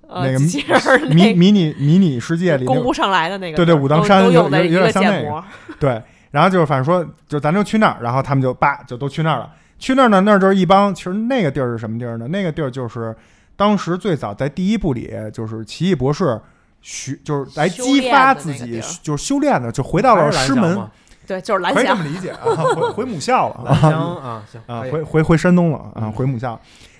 S2: 呃
S1: 那个
S2: 机器人儿
S1: 迷
S2: [laughs] 那个
S1: 迷你迷你世界里那
S2: 攻
S1: 个
S2: 不上来的那个
S1: 对
S2: 地儿，
S1: 对武当
S2: 都
S1: 山
S2: 都
S1: 有
S2: 有的
S1: 有
S2: 一
S1: 有点像那
S2: 建
S1: 个
S2: 模，
S1: 对，然后就是反正说，就咱就去那儿，然后他们就叭就都去那儿了。去那儿呢，那儿就是一帮，其实那个地儿是什么地儿呢？那个地儿就是当时最早在第一部里，就是奇异博士学，就是来
S2: 修
S1: 激
S2: 炼
S1: 发
S2: 的
S1: 自
S2: 那个地
S1: 己
S2: 儿，
S1: 就是修炼的，就回到了师门，
S2: 对，就是蓝
S1: 可以这
S2: 翔
S1: 么理
S2: [laughs]
S1: 解啊，回回母校了
S3: 蓝
S1: 啊
S3: 翔啊，行
S1: 啊，
S3: 可以
S1: 回回回山东了啊，
S3: 嗯
S1: 回母校。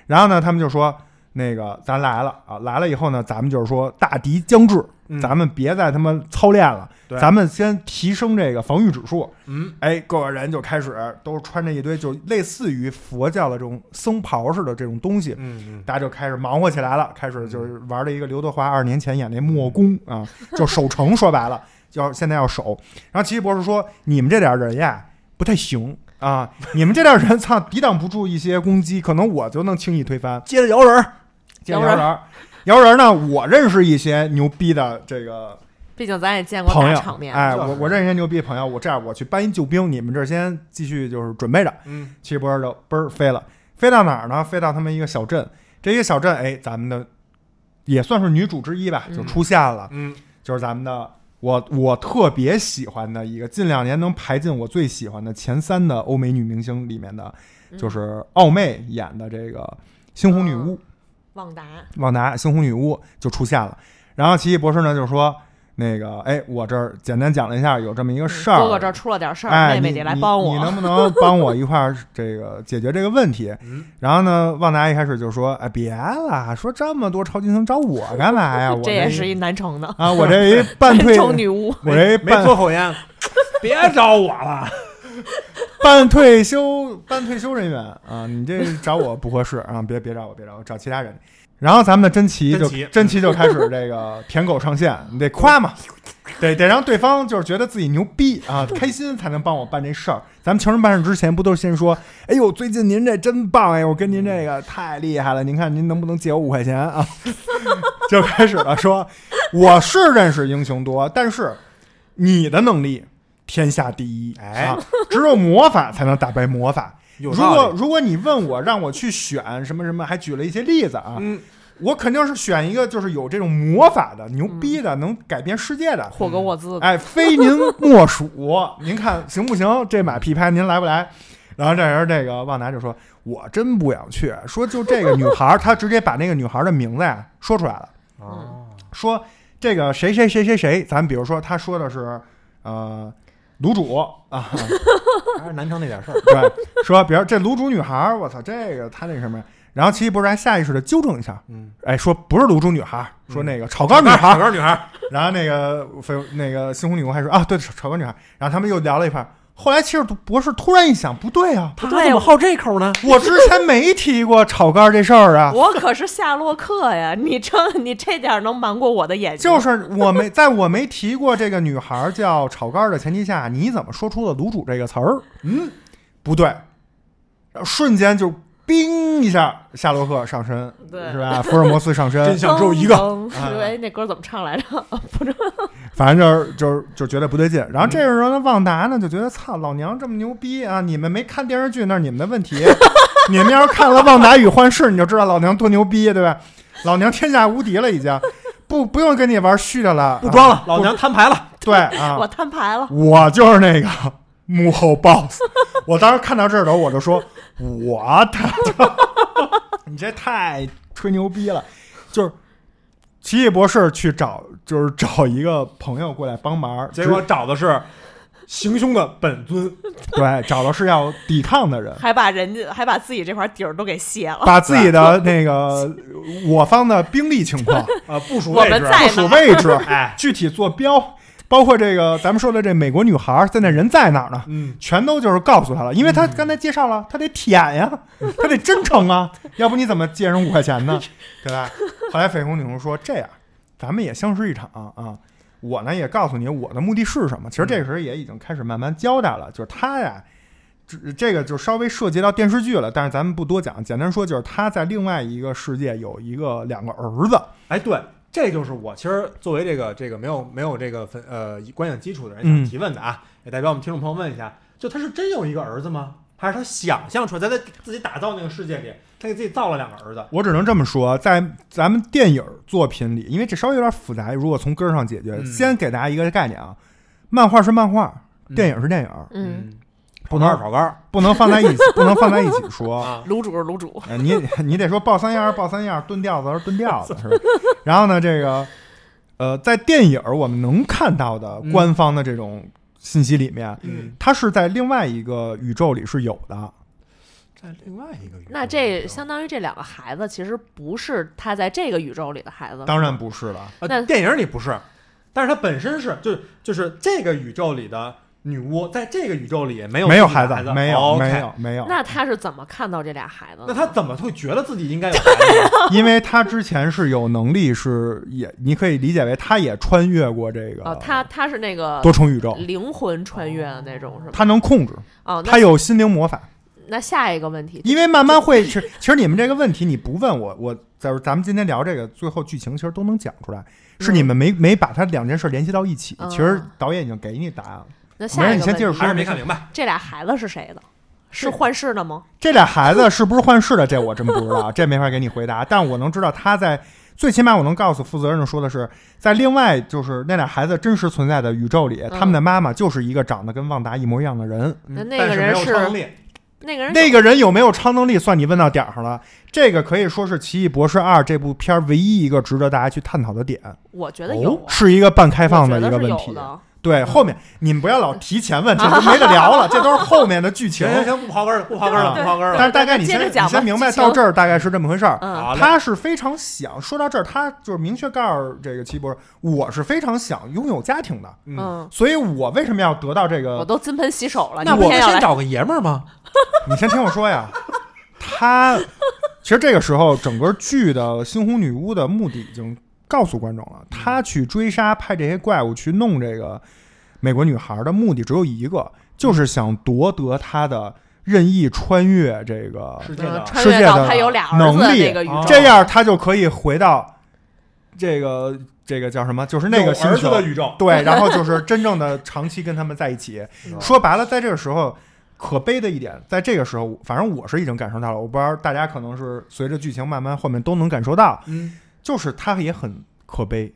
S1: 然后呢，他们就说那个咱来了啊，来了以后呢，咱们就是说大敌将至，
S3: 嗯
S1: 咱们别再他妈操练了，
S3: 对
S1: 咱们先提升这个防御指数。
S3: 嗯
S1: 哎，各个人就开始都穿着一堆就类似于佛教的这种僧袍似的这种东西，
S3: 嗯嗯，
S1: 大家就开始忙活起来了，开始就是玩了一个刘德华二年前演那墨攻啊，就守城，说白了要现在要守。然后奇异博士说：“你们这点人呀，不太行啊，你们这点人操抵挡不住一些攻击，可能我就能轻易推翻。”
S3: 接着摇人儿，
S1: 接着摇人儿，摇人儿呢，我认识一些牛逼的这个
S2: 毕竟咱也见过
S1: 朋
S2: 大
S1: 友
S2: 场，面，
S1: 哎，
S3: 就是
S1: 我我认识一些牛逼的朋友，我这样我去搬一救兵，你们这儿先继续就是准备着。
S3: 嗯
S1: 七波就嘣儿飞了，飞到哪儿呢？飞到他们一个小镇，这一个小镇，哎，咱们的也算是女主之一吧，
S2: 嗯
S1: 就出现了，
S3: 嗯
S1: 就是咱们的我我特别喜欢的一个，近两年能排进我最喜欢的前三的欧美女明星里面的，
S2: 嗯哦
S1: 就是奥妹演的这个猩红女巫，
S2: 旺达，
S1: 旺达猩红女巫就出现了。然后奇异博士呢就说。那个，哎，我这儿简单讲了一下，有这么一个事儿，
S2: 哥哥这儿出了点事儿，
S1: 哎，
S2: 妹妹
S1: 你
S2: 得来
S1: 你
S2: 帮
S1: 你
S2: 我，
S1: 能不能帮我一块儿这个解决这个问题？
S3: 嗯
S1: 然后呢，旺达一开始就说：“哎，别了，说这么多超级英雄找我干嘛
S2: [laughs]
S1: 呀？我
S2: 这也是
S1: 一
S2: 一南城
S1: [laughs]
S2: 的
S1: 啊，我这一半
S2: 南 [laughs]
S1: 退，
S2: 城
S1: 我
S2: 女巫，
S1: 这一
S3: 没没
S1: 半
S3: 做口 [laughs] 烟，别找我了，
S1: 半退休半退休人员啊，你这找我不合适啊，别别找我，别找我，找其他人。”然后咱们的珍奇就
S3: 珍奇
S1: 珍奇就开始这个 [laughs] 舔狗上线，你得夸嘛，得得让对方就是觉得自己牛逼啊，开心才能帮我办这事儿。咱们求人办事之前不都是先说，哎呦，最近您这真棒哎，我跟您这个太厉害了，您看您能不能借我五块钱啊？ [laughs] 就开始了说，我是认识英雄多，但是你的能力天下第一，
S3: 哎
S1: 啊，只有魔法才能打败魔法。
S3: [laughs] 有
S1: 如
S3: 道理
S1: 果如果你问我让我去选什么什么，还举了一些例子啊，
S3: 嗯
S1: 我肯定是选一个就是有这种魔法的、牛逼
S3: 嗯
S1: 的、能改变世界的。
S2: 霍格沃兹的，
S1: 哎，非您莫属。您看行不行？这马屁拍您来不来？然后这人这个旺达就说：“我真不想去。”说就这个女孩儿，他直接把那个女孩儿的名字呀说出来了，
S3: 哦
S1: 说这个谁谁谁谁谁，咱比如说他说的是呃卤煮啊，
S3: 还是南城那点事儿，
S1: 对，说比如这卤煮女孩儿，我操，这个她那什么。然后奇异博士还下意识的纠正一下，
S3: 嗯，
S1: 哎，说不是卤煮女孩儿，说那个炒
S3: 我
S1: 肝女孩儿，
S3: 女孩，
S1: 然后那个飞那个猩红女巫还说啊，对，炒个女孩。然后他们又聊了一块儿。后来其实博士突然一想，不对啊，
S3: 她
S2: 对
S3: 怎么好这口呢？
S1: 我之前没提过炒肝这事儿
S2: [laughs]
S1: 啊，
S2: 我可是夏洛克呀，你这你这点儿能瞒过我的眼睛？
S1: 就是我没在我没提过这个女孩叫炒肝的前提下，你怎么说出了卤煮这个词儿？嗯，不对，然后瞬间就冰一下，夏洛克上身，
S2: 对
S1: 是吧？福尔摩斯上身
S3: 真，相只有一个，
S2: 噔。
S1: 啊
S2: 噔哎，那歌怎么唱来着？
S1: 反正就是就是就觉得不对劲。
S3: 嗯
S1: 然后这时候呢，旺达呢就觉得操，老娘这么牛逼啊！你们没看电视剧那是你们的问题，你们要是看了《旺达与幻视》，你就知道老娘多牛逼，对吧？老娘天下无敌了，已经不不用跟你玩虚的了，
S3: 不装
S1: 啊
S3: 了，老娘摊牌了，
S1: 不对
S3: [laughs]
S1: 啊，
S2: [laughs] 我摊牌了，
S1: 我就是那个 [laughs] 幕后 boss。我当时看到这儿的时候，我就说：“我他妈，你这太吹牛逼了！”就是奇异博士去找，就是找一个朋友过来帮忙，
S3: 结果找的是行凶的本尊，
S1: 对找的是要抵抗的人，
S2: 还把人家还把自己这块底儿都给卸了。
S1: 把自己的那个 [laughs] 我方的兵力情
S3: [laughs]
S1: 况、
S3: 呃，部署
S2: 我
S3: 位
S2: 们
S3: 置，
S2: 在
S1: 部署位置、
S3: 哎，
S1: 具体坐标，包括这个咱们说的这美国女孩现在人在哪儿呢？
S3: 嗯，
S1: 全都就是告诉他了，因为他刚才介绍了，他得舔呀，他得真诚啊，要不你怎么借人五块钱呢？对吧？后来绯红女巫说：“这样，咱们也相识一场啊，我呢也告诉你我的目的是什么。”其实这个时候也已经开始慢慢交代了，就是他呀，这这个就稍微涉及到电视剧了，但是咱们不多讲。简单说，就是他在另外一个世界有一个两个儿子，
S3: 哎，对，这就是我其实作为这个这个没有没有这个分呃观影基础的人想
S1: 嗯
S3: 提问的啊，也代表我们听众朋友问一下，就他是真有一个儿子吗？还是他想象出来，在他自己打造那个世界里，他给自己造了两个儿子？
S1: 我只能这么说，在咱们电影作品里，因为这稍微有点复杂，如果从根儿上解决，
S3: 嗯
S1: 先给大家一个概念啊，漫画是漫画，电影是电影，
S2: 嗯，，
S3: 跑杆儿跑杆儿
S1: 不能放在
S3: [laughs]
S1: 一起，不能放在一起说。
S3: 啊，
S2: 卤煮是卤煮，
S1: 呃你你得说抱三样儿抱三样儿，蹲调子是蹲调子，
S3: [laughs]
S1: 是吧？然后呢，这个呃，在电影儿我们能看到的
S3: 嗯
S1: 官方的这种信息里面，
S3: 嗯，
S1: 它是在另外一个宇宙里是有的。
S3: 在另外一个宇宙
S2: 那这相当于这两个孩子其实不是他在这个宇宙里的孩子，
S1: 当然不是了，
S3: 呃
S2: 那
S3: 电影里不是，但是他本身是，就是就是这个宇宙里的女巫，在这个宇宙里也没有
S1: 没有
S3: 自己的
S1: 孩
S3: 子哦
S1: 子，，没有，
S3: OK
S1: 没。有，没有。
S2: 那他是怎么看到这俩孩子的呢？
S3: 那他怎么会觉得自己应该有孩
S2: [laughs]
S3: 子呢？
S1: 因为他之前是有能力，是也你可以理解为他也穿越过这个
S2: 哦，他他是那个
S1: 多重宇宙，
S2: 灵魂穿越的那种是吗？
S1: 他能控制，
S2: 哦，那
S1: 他有心灵
S2: [laughs]
S1: 魔法。
S2: 那下一个问题，
S1: 因为慢慢会是，其实你们这个问题你不问我，我在咱们今天聊这个最后剧情，其实都能讲出来，是你们没没把它两件事联系到一起。
S2: 嗯
S1: 其实导演已经给你答案了。
S2: 那
S1: 没
S2: 下
S1: 事
S2: 一
S1: 你
S2: 个
S1: 先
S2: 问
S1: 接着
S2: 题
S1: 说
S3: 还是没看明白？
S2: 这俩孩子是谁的？是幻视的吗？
S1: 这俩孩子是不是幻视的？这我真不知道，这没法给你回答。但我能知道他在，最起码我能告诉负责任的说的是，在另外就是那俩孩子真实存在的宇宙里，他
S2: 嗯
S1: 们的妈妈就是一个长得跟旺达一模一样的人。
S2: 那
S3: 嗯
S2: 那
S3: 但
S2: 个
S3: 是
S2: 人
S3: 没有
S2: 是
S3: 超能力，
S2: 那个人
S1: 那个人有没有超能力，算你问到点儿上了。这个可以说是《奇异博士二》这部片儿唯一一个值得大家去探讨的点，
S2: 我觉得有啊，
S1: 是一个半哦开
S2: 开
S1: 放的一个问题。对，后
S2: 嗯
S1: 面你们不要老提前问，这
S2: [laughs]
S1: 都没得聊了，这都是后面的剧情
S3: 行。行行，不刨根儿了，不刨根儿了，不刨根儿了。
S1: 但是大概你
S2: 接
S1: 先
S2: 着
S1: 你
S2: 讲吧
S1: 先明白
S2: 剧情
S1: 到这儿大概是这么回事儿。
S2: 嗯，
S3: 好嘞，
S1: 他是非常想说到这儿，他就是明确告诉这个齐博士，我是非常想拥有家庭的，
S3: 嗯，
S2: 嗯，
S1: 所以我为什么要得到这
S2: 我
S1: 个？
S2: 都金盆洗手了，
S3: 呃那
S2: 你偏
S3: 我们
S2: 要
S3: 先
S2: 来，
S3: 找个爷们儿吗？
S1: 你先听我说呀。他其实这个时候，整个剧的猩红女巫的目的已经告诉观众
S3: 嗯
S1: 了，他去追杀派这些怪物去弄这个美国女孩的目的只有一个，
S3: 嗯
S1: 就是想夺得她的任意穿越这个
S3: 世界
S2: 嗯，
S3: 的
S2: 穿
S1: 世
S2: 越
S1: 界
S2: 到
S1: 的
S2: 他有俩儿子
S1: 能
S2: 的
S1: 力
S2: 那个宇
S3: 啊
S2: 宙，
S1: 这样他就可以回到这个这个叫什么？就是那
S3: 有
S1: 个星
S3: 儿子
S1: 球
S3: 的宇宙，
S1: 对，然后就是真正的长期跟他们在一
S3: [laughs]
S1: 起。说白了，在这个时候，可悲的一点，在这个时候，反正我是已经感受到了，我不知道大家可能是随着剧情慢慢后面都能感受到，
S3: 嗯
S1: 就是他也很可悲，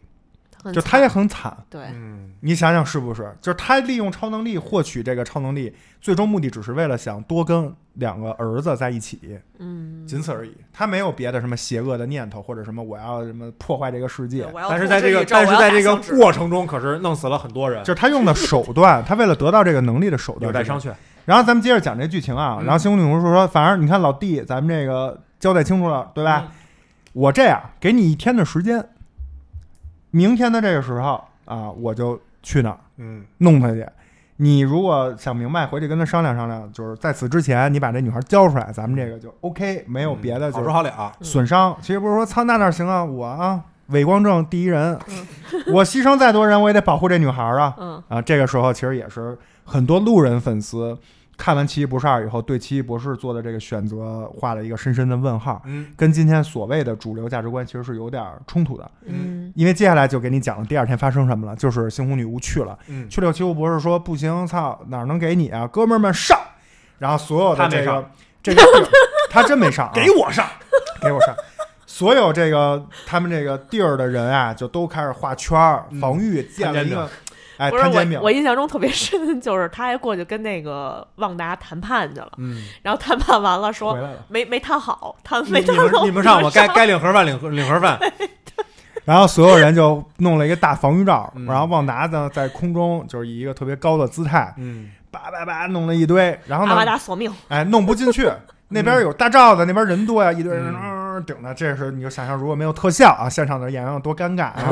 S2: 很
S1: 就他也很惨。
S2: 对，
S3: 嗯，
S1: 你想想是不是？就是他利用超能力获取这个超能力，最终目的只是为了想多跟两个儿子在一起，
S2: 嗯，
S1: 仅此而已。他没有别的什么邪恶的念头，或者什么我要什么破坏这个世界
S2: 对。我要
S3: 但是
S2: 统
S3: 在
S2: 治
S3: 这个
S2: 宇宙
S3: 但是
S2: 我要
S3: 在
S2: 打
S3: 这个
S2: 响指
S3: 过程中，可是弄死了很多人
S1: 就，是他用的手段，他为了得到这个能力的手段
S3: 有
S1: 是
S3: 待
S1: 什么
S3: 商榷。
S1: 然后咱们接着讲这剧情啊，
S3: 嗯
S1: 然后星空女巫说说，反正你看老弟，咱们这个交代清楚了，对
S3: 嗯
S1: 吧？我这样给你一天的时间，明天的这个时候啊，我就去那儿
S3: 嗯，
S1: 弄他去。你如果想明白，回去跟他商量商量，就是在此之前，你把这女孩交出来，咱们这个就 OK，没
S3: 没
S1: 有别的，
S3: 嗯好
S1: 就
S3: 说
S1: 是
S3: 好了。啊
S1: 损伤。其实不是说操那哪行啊，我啊伪光正第一人
S2: 嗯，
S1: [laughs] 我牺牲再多人，我也得保护这女孩啊。
S2: 嗯，
S1: 啊，这个时候其实也是很多路人粉丝看完《奇异博士二》以后，对《奇异博士》做的这个选择画了一个深深的问号，
S3: 嗯
S1: 跟今天所谓的主流价值观其实是有点儿冲突的。
S2: 嗯，
S1: 因为接下来就给你讲了第二天发生什么了，就是猩红女巫去了，
S3: 嗯，
S1: 去了。奇异博士说：“不行，操，哪能给你啊，哥们儿们上！”然后所有的
S3: 他没
S1: 这个
S3: 上
S1: 这个他真没上、啊，
S3: [laughs] 给我上，
S1: 给我上。所有这个他们这个地儿的人啊，就都开始画圈儿
S3: 嗯
S1: 防御，建了一个哎
S2: 不是
S1: 摊煎饼
S2: 我，我。印象中特别深，就是他还过去跟那个旺达谈判去了，
S3: 嗯，
S2: 然后谈判完了说
S1: 回来了。
S2: 没没谈好，谈
S3: 你
S2: 没
S3: 你
S2: 谈
S3: 们
S2: 好，
S3: 你们上，我该该领盒饭领盒领盒饭。
S1: 然后所有人就弄了一个大防御罩，
S3: 嗯
S1: 然后旺达呢在空中就是以一个特别高的姿态，
S3: 嗯，
S1: 叭叭叭弄了一堆，然后
S2: 阿瓦
S1: 呢，
S2: 达索命，
S1: 哎，弄不进去。那边有大罩子，那边人多呀，一堆人嗯顶着。这时候你就想象，如果没有特效啊，现场的演员有多尴尬啊！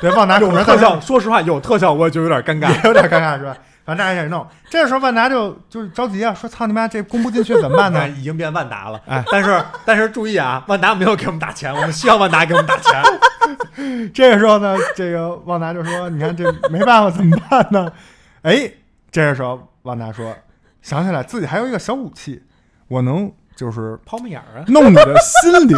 S1: 对，旺达可
S3: 有
S1: 能
S3: 特
S1: 在那
S3: 效，说实话有特效，我也就有点尴
S1: [laughs]
S3: 尬。
S1: 也有点尴尬是吧？反正大家也弄。这时候万达就就是着急啊，说操你妈，这攻不进去怎么办
S3: [laughs] 那
S1: 呢？
S3: 已经变万达了，
S1: 哎，
S3: 但是但是注意啊，万达没有给我们打钱，我们希望万达给我们打钱。
S1: 这个时候呢，这个旺 [laughs] 达就说：“你看这没办法，怎么办呢？”哎，这个时候旺达说：“想起来自己还有一个小武器，我能就是
S3: [laughs] 抛媚眼儿啊，
S1: 弄你的心灵，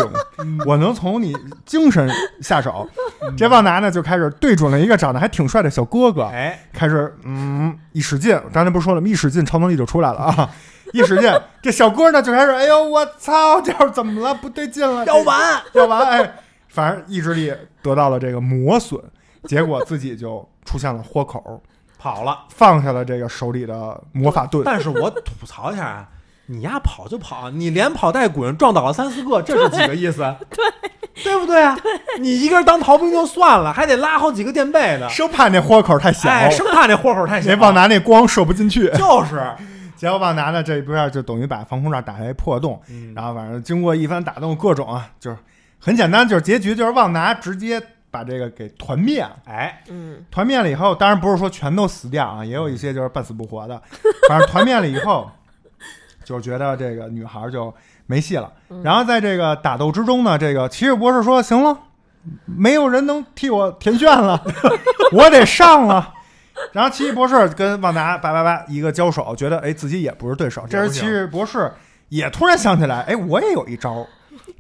S1: 我能从你精神下手。这旺达呢就开始对准了一个长得还挺帅的小哥哥，
S3: 哎，
S1: 开始嗯一使劲，刚才不是说了吗？一使劲超能力就出来了啊！ [laughs] 一使劲，这小哥呢就开始哎呦我操，这是怎么了？不对劲了，
S3: 要完，
S1: 要完哎，反正意志力得到了这个磨损，结果自己就出现了豁口，
S3: 跑了。
S1: 放下了这个手里的魔法
S2: [laughs]
S1: 盾。
S3: 但是我吐槽一下啊，你丫跑就跑，你连跑带滚撞倒了三四个，这是几个
S2: [laughs]
S3: 意思？对，对不对啊？你一个人当逃兵就算了，还得拉好几个垫背的，
S1: 生怕那豁口太小，
S3: 哎，生怕那豁口太小。
S1: 那旺达那光射不进去。
S3: [laughs] 就是，
S1: 结果旺达呢这一边就等于把防空罩打下一破洞，然后反正经过一番打斗，各种啊，就是很简单，就是结局就是旺达直接把这个给团灭了。
S3: 哎，
S2: 嗯，
S1: 团灭了以后，当然不是说全都死掉啊，也有一些就是半死不活的。反正团灭了以后，就觉得这个女孩就没戏了。然后在这个打斗之中呢，这个骑士博士说：“行了，没有人能替我填炫了， [laughs] 我得上了。”然后奇异博士跟旺达叭叭叭一个交手，觉得哎自己也不是对手。这时
S3: 也不行
S1: 奇异博士也突然想起来，哎，我也有一招。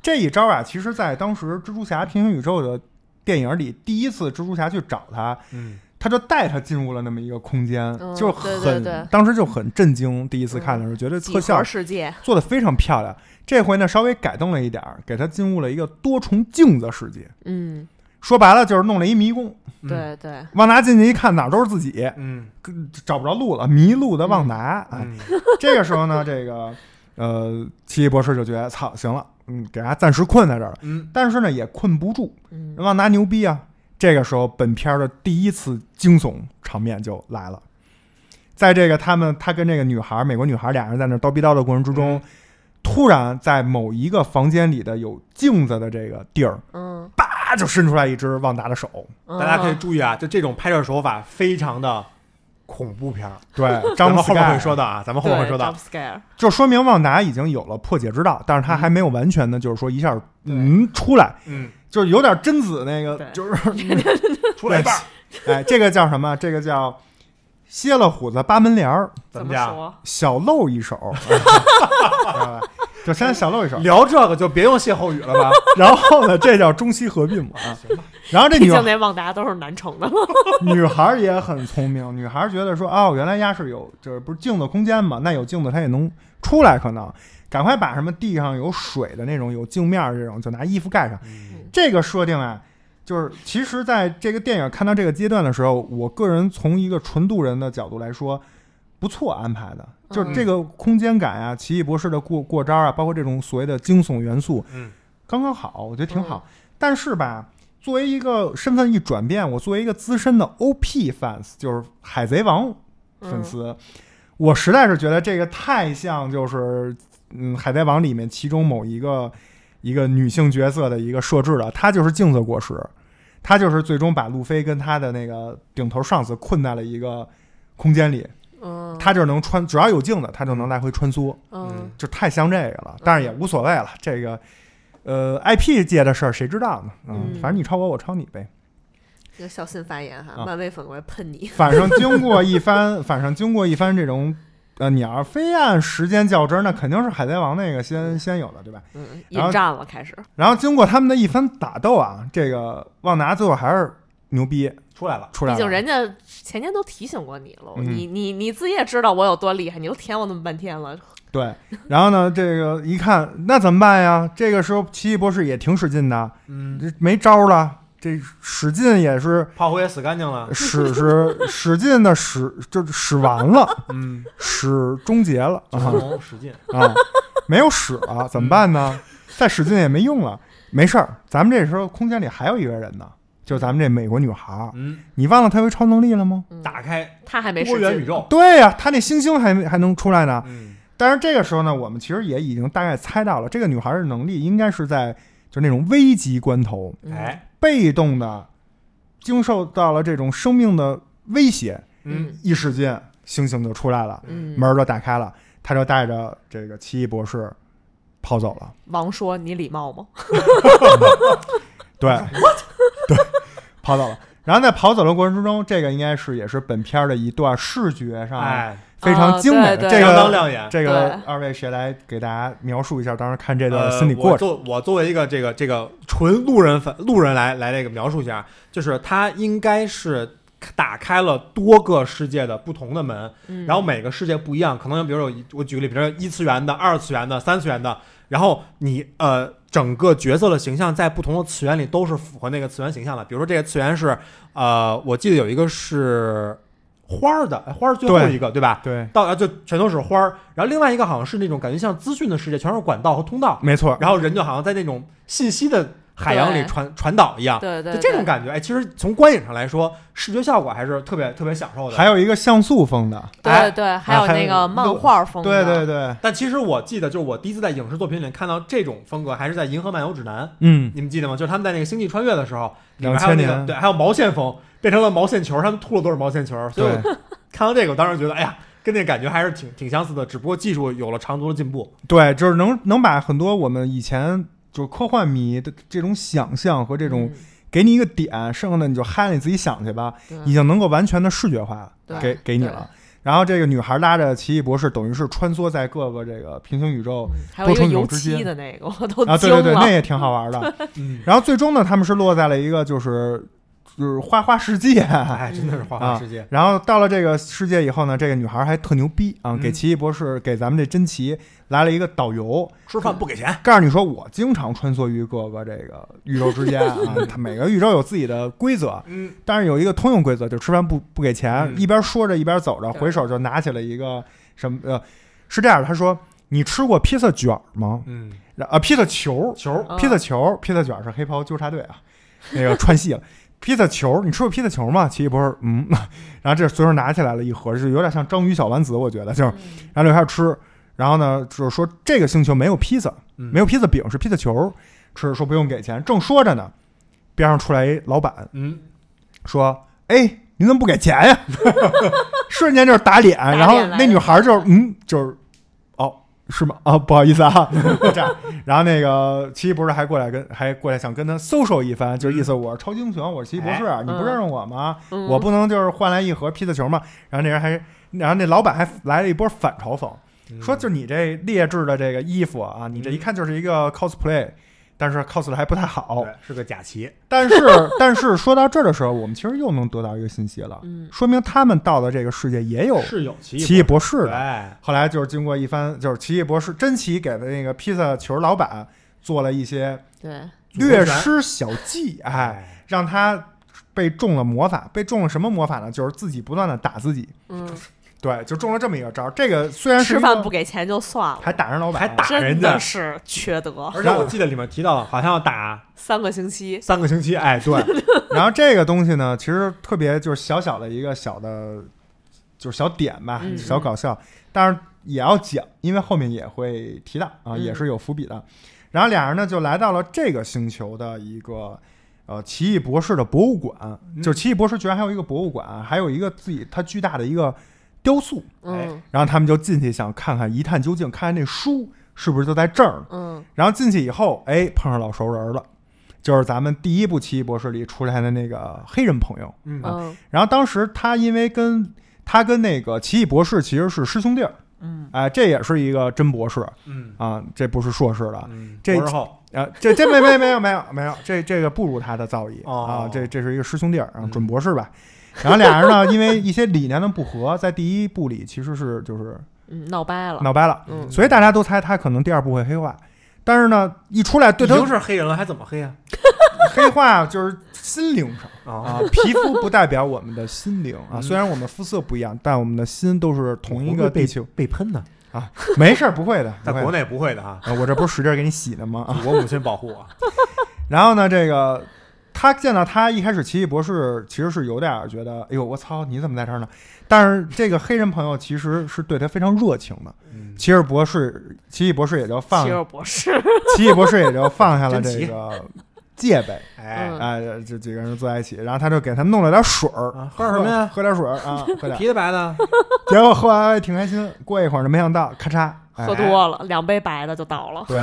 S1: 这一招啊，其实在当时蜘蛛侠平行宇宙的电影里，第一次蜘蛛侠去找他，
S3: 嗯，
S1: 他就带他进入了那么一个空间，
S2: 嗯
S1: 就是很
S2: 对对对嗯
S1: 当时就很震惊。第一次看的时候，觉得特
S2: 几
S1: 效
S2: 何世界，
S1: 做的非常漂亮。这回呢，稍微改动了一点儿，给他进入了一个多重镜子世界。
S2: 嗯，
S1: 说白了就是弄了一迷宫，
S3: 嗯，
S2: 对对，
S1: 旺达进去一看哪儿都是自己，
S3: 嗯，
S1: 跟找不着路了，迷路的旺达。哎，
S3: 嗯，
S1: 这个时候呢，这个呃，奇异博士就觉得操，行了，嗯，给他暂时困在这儿了，
S3: 嗯，
S1: 但是呢也困不住，
S2: 嗯，
S1: 旺达牛逼啊！这个时候，本片儿的第一次惊悚场面就来了。在这个他们他跟这个女孩儿，美国女孩儿俩人在那儿叨逼叨的过程之
S3: 嗯
S1: 中，突然在某一个房间里的有镜子的这个地儿，
S2: 嗯，
S1: 啪就伸出来一只旺达的手。
S2: 大
S3: 大家可以注意啊，就这种拍摄手法非常的恐怖片儿。 [laughs]
S1: 对，
S3: 咱
S1: 张
S3: 们后面
S1: Sky
S3: 会说到啊，咱们后面会说到
S2: jump。scare，
S1: 就说明旺达已经有了破解之道，但是他还没有完全的，就是说一下嗯出来，
S2: [laughs]
S3: 嗯，
S1: 就是有点贞子那个
S2: 对，
S1: 就是
S3: 出来一半儿，
S1: 哎，这个叫什么？这个叫歇了虎子扒门帘儿。
S3: 怎
S2: 怎
S3: 么
S2: 么
S3: 讲？
S2: 说？
S1: 小露一手，啊就先小露一
S3: [laughs]
S1: 手，
S3: 聊这个就别用歇后语了吧？
S1: 然后呢，这叫中西合并嘛。啊然后这
S2: 毕
S1: 女
S2: 竟那旺达都是南城的了，
S1: [laughs] 女孩儿也很聪明，女孩儿觉得说，哦，原来鸭是有，就是不是镜子空间嘛？那有镜子它也能出来，可能赶快把什么地上有水的那种有镜面儿这种，就拿衣服盖上。这个设定啊，就是其实在这个电影看到这个阶段的时候，我个人从一个纯度人的角度来说，不错安排的，就是这个空间感啊，奇异博士的过过招啊，包括这种所谓的惊悚元素，
S3: 嗯，
S1: 刚刚好，我觉得挺好。但是吧，作为一个身份一转变，我作为一个资深的 OP fans，就是海贼王粉丝，我实在是觉得这个太像就是嗯《海贼王》里面其中某一个一个女性角色的一个设置了，她就是镜子果实，她就是最终把路飞跟她的那个顶头上司困在了一个空间里，
S2: 嗯
S1: 她就是能穿，只要有镜子，她就能来回穿梭。
S2: 嗯，
S1: 就太像这个了，但是也无所谓了。这个，呃，IP 界的事儿谁知道呢？嗯，
S2: 嗯
S1: 反正你抄我，我抄你呗。
S2: 要小心发言哈，
S1: 啊
S2: 漫威粉会喷你。
S1: 反正经过一
S2: [laughs]
S1: 番，反正经过一番这种，呃，你要是非按时间较真儿，那肯定是海贼王那个先先有的，对吧？
S2: 嗯，引
S1: 然后
S2: 战了，开始。
S1: 然后经过他们的一番打斗啊，这个旺达最后还是牛逼
S3: 出来了。
S1: 出来
S2: 毕
S1: 了。
S2: 竟人家前年都提醒过你了，
S1: 嗯
S2: 你你你自己也知道我有多厉害，你都舔我那么半天了。
S1: 对，然后呢，这个一看，那怎么办呀？这个时候奇异博士也挺使劲的，
S3: 嗯，
S1: 这没招儿了，这使劲也是。
S3: 炮灰也死干净了。
S1: 使使使劲的使，就是使完了，
S3: 嗯，
S1: 使终结了 [laughs] 啊
S3: 从使劲。
S1: 啊，没有使了，怎么办呢？再使劲也没用了。没事儿，咱们这时候空间里还有一个人呢，就是咱们这美国女孩儿。
S3: 嗯，
S1: 你忘了她有一超能力了吗？
S3: 打开
S2: 他还没
S3: 多
S2: 使
S3: 元宇
S2: 劲，
S3: 宙。
S1: 对呀、她那星星还没还能出来呢。
S3: 嗯，
S1: 但是这个时候呢，我们其实也已经大概猜到了，这个女孩儿的能力应该是在就是那种危急关头，
S2: 嗯，
S3: 哎，
S1: 被动的经受到了这种生命的威胁，
S3: 嗯，
S1: 一使劲，星星就出来了。
S2: 嗯，
S1: 门儿就打开了，他就带着这个奇异博士跑走了。
S2: 王说你礼貌吗？
S1: [laughs] 对，对，跑走了。然后在跑走的过程之中，这个应该是也是本片儿的一段视觉上
S3: 哎，
S1: 非常精美的，
S2: 哦对
S1: 这
S2: 对
S3: 相当
S1: 个
S3: 亮眼。
S1: 这个
S2: 对
S1: 二位谁来给大家描述一下当时看这段
S3: 呃
S1: 的心理过程？
S3: 我作我作为一个这个这个纯路人粉路人来来这个描述一下，就是他应该是打开了多个世界的不同的门，
S2: 嗯，
S3: 然后每个世界不一样，可能比如说有我举个例，比如说一次元的、二次元的、三次元的，然后你呃整个角色的形象在不同的次元里都是符合那个次元形象的。比如说这个次元是呃，我记得有一个是花儿的，哎花儿是最后
S1: 对
S3: 一个对吧？
S1: 对，
S3: 到啊就全都是花儿，然后另外一个好像是那种感觉像资讯的世界，全是管道和通道，
S1: 没错，
S3: 然后人就好像在那种信息的海洋里
S2: 对
S3: 传传导一
S1: 啊
S3: 样。
S2: 对对
S3: 就
S2: 对
S3: 这种感觉，哎，其实从观影上来说，视觉效果还是特别特别享受的。
S1: 还有一个像素风的，
S2: 对对，还有
S1: 哎啊还有
S2: 那个漫画风
S1: 对
S2: 的，
S1: 对对，
S3: 但其实我记得，就是我第一次在影视作品里看到这种风格，还是在《银河漫游指南》，
S1: 嗯，
S3: 你们记得吗？就是他们在那个星际穿越的时候，里面
S1: 两
S3: 还有
S1: 千
S3: 那个
S1: 年，
S3: 对，还有毛线风变成了毛线球，他们吐了都是毛线球。所以我
S1: 对
S3: [laughs] 看到这个，我当时觉得，哎呀，跟那感觉还是挺挺相似的，只不过技术有了长足的进步。
S1: 对，就是能能把很多我们以前就是科幻迷的这种想象和这
S2: 这
S1: 种给你一个点，剩下的你就嗨了，你自己想去吧，已经能够完全的视觉化
S2: 嗯对
S1: 给给你了。然后这个女孩拉着奇异博士，等于是穿梭在各个这个平行宇宙
S2: 嗯还有
S1: 多
S2: 一个
S1: 重宇宙
S2: 油
S1: 之
S2: 漆
S1: 间
S2: 的那个，我都
S1: 啊，对
S2: 惊了。
S1: 对对，那也挺好玩
S2: [laughs]
S1: 的。
S3: 嗯，
S1: 然后最终呢，他们是落在了一个就是就是花花世界， [laughs]
S3: 哎，真的是花花世界。
S1: 然后到了这个世界以后呢，这个女孩还特牛逼啊，
S3: 嗯
S1: 给奇异博士给咱们这珍奇来了一个导游，
S3: 吃饭不给钱，
S1: 告诉你说我经常穿梭于各个这个宇宙之间
S2: [laughs]
S1: 啊，它每个宇宙有自己的规则，
S3: 嗯，
S1: 但是有一个通用规则，就吃饭不不给钱。
S3: 嗯
S1: 一边说着一边走着，
S2: 对
S1: 回手就拿起了一个什么呃，是这样，他说你吃过披萨卷吗？
S3: 嗯，
S1: 然啊，披萨球，
S3: 球，
S2: 嗯
S1: 披萨球，披萨卷是黑袍纠察队啊，那个串戏了。披萨球，你吃过披萨球吗？奇异博士，嗯， [laughs] 然后这随手拿起来了一盒，就有点像章鱼小丸子，我觉得就是，
S2: 嗯
S1: 然后就开始吃，然后呢，就是说这个星球没有披萨，
S3: 嗯
S1: 没有披萨饼，是披萨球，吃说不用给钱，正说着呢，边上出来一老板，
S3: 嗯，
S1: 说：“哎，你怎么不给钱呀、 [laughs] 瞬间就是打脸，
S2: 脸
S1: 然后那
S2: 来了
S1: 女孩就是嗯，就是哦，是吗？啊，不好意思啊， [laughs] 就这样。然后那个奇异博士还过来跟还过来想跟他 social 一番，就是意思我是超级英雄，我是奇异博士，你不
S2: 嗯
S1: 认识我吗？
S2: 嗯
S1: 我不能就是换来一盒披萨球吗？然后那人还，然后那老板还来了一波反嘲讽，说就你这劣质的这个衣服啊，你这一看就是一个 cosplay，但是 cos 的还不太好。
S3: 对是个假棋，
S1: 但是， [laughs] 但是说到这儿的时候，我们其实又能得到一个信息了，
S2: 嗯
S1: 说明他们到了这个世界也有
S3: 是有棋，
S1: 奇异博士的。哎
S3: 对，
S1: 后来就是经过一番，就是奇异博士珍奇给的那个披萨球老板做了一些
S2: 对，
S1: 略施小计，哎，
S3: 哎，
S1: 让他被中了魔法。被中了什么魔法呢？就是自己不断的打自己。
S2: 嗯，
S1: 对，就中了这么一个招儿。这个虽然是
S2: 吃
S1: 一个
S2: 饭不给钱就算了，
S1: 还打人老哎板，
S3: 还打人
S2: 真
S3: 家
S2: 的，是缺德，
S3: 而且我记得里面提到好像要打
S2: 三个星期。
S3: 三个星期，哎，对，
S2: [laughs]
S1: 然后这个东西呢，其实特别就是小小的一个小的，就是小点吧，
S2: 嗯
S1: 小搞笑，但是也要讲，因为后面也会提到啊，
S2: 嗯
S1: 也是有伏笔的。然后俩人呢就来到了这个星球的一个呃奇异博士的博物馆，
S3: 嗯
S1: 就是奇异博士居然还有一个博物馆，还有一个自己他巨大的一个雕塑。
S2: 嗯
S1: 然后他们就进去想看看一探究竟，看看那书是不是就在这儿呢。
S2: 嗯，
S1: 然后进去以后，哎，碰上老熟人了，就是咱们第一部《奇异博士》里出来的那个黑人朋友。
S3: [laughs] 嗯
S2: 嗯
S1: 然后当时他因为跟他跟那个奇异博士其实是师兄弟儿，
S2: 嗯，
S1: 哎，这也是一个真博士
S3: 嗯
S1: 啊，这不是硕士了。
S3: 嗯，
S1: 这
S3: 博士后，
S1: 啊，这这没没没有没有没有，这这个不如他的造诣、
S3: 哦
S1: 啊，这这是一个师兄弟儿啊
S3: 嗯，
S1: 准博士吧。然后俩人呢， [laughs] 因为一些理念的不合，在第一部里其实是就是
S2: 嗯，闹掰了。
S1: 闹掰了，
S2: 嗯
S1: 所以大家都猜他可能第二部会黑化。但是呢，一出来对
S3: 已
S1: 他
S3: 经是黑人了，还怎么黑啊？
S1: 黑化就是心灵上 [laughs]
S3: 啊
S1: 啊，皮肤不代表我们的心灵啊。
S3: 嗯
S1: 虽然我们肤色不一样，但我们的心都是同一个地球。
S3: 被喷的，
S1: 嗯啊没事儿，不会的，
S3: 在
S1: 不会
S3: 国
S1: 的
S3: 内不会的哈，
S1: 啊，我这不是使劲儿给你洗呢吗？啊，
S3: 祖国母亲保护我。
S1: 然后呢，这个他见到他一开始，奇异博士其实是有点儿觉得，哎呦，我操，你怎么在这儿呢？但是这个黑人朋友其实是对他非常热情的。
S3: 嗯
S1: 奇尔博士，奇异博士也就放
S2: 奇，尔博士，
S1: [laughs] 奇异博士也就放 [laughs] 下了
S3: 真
S1: 这
S3: 奇
S1: 个戒备。
S3: 哎
S2: 嗯，
S1: 哎，这几个人坐在一起，然后他就给他弄了点水儿、
S3: 啊喝什么呀
S1: 喝点水儿啊，喝点。
S3: 皮的白的，
S1: 结果喝完还挺开心。过一会儿呢，没想到咔嚓哎
S2: 喝多了，两杯白的就倒了。
S1: 对，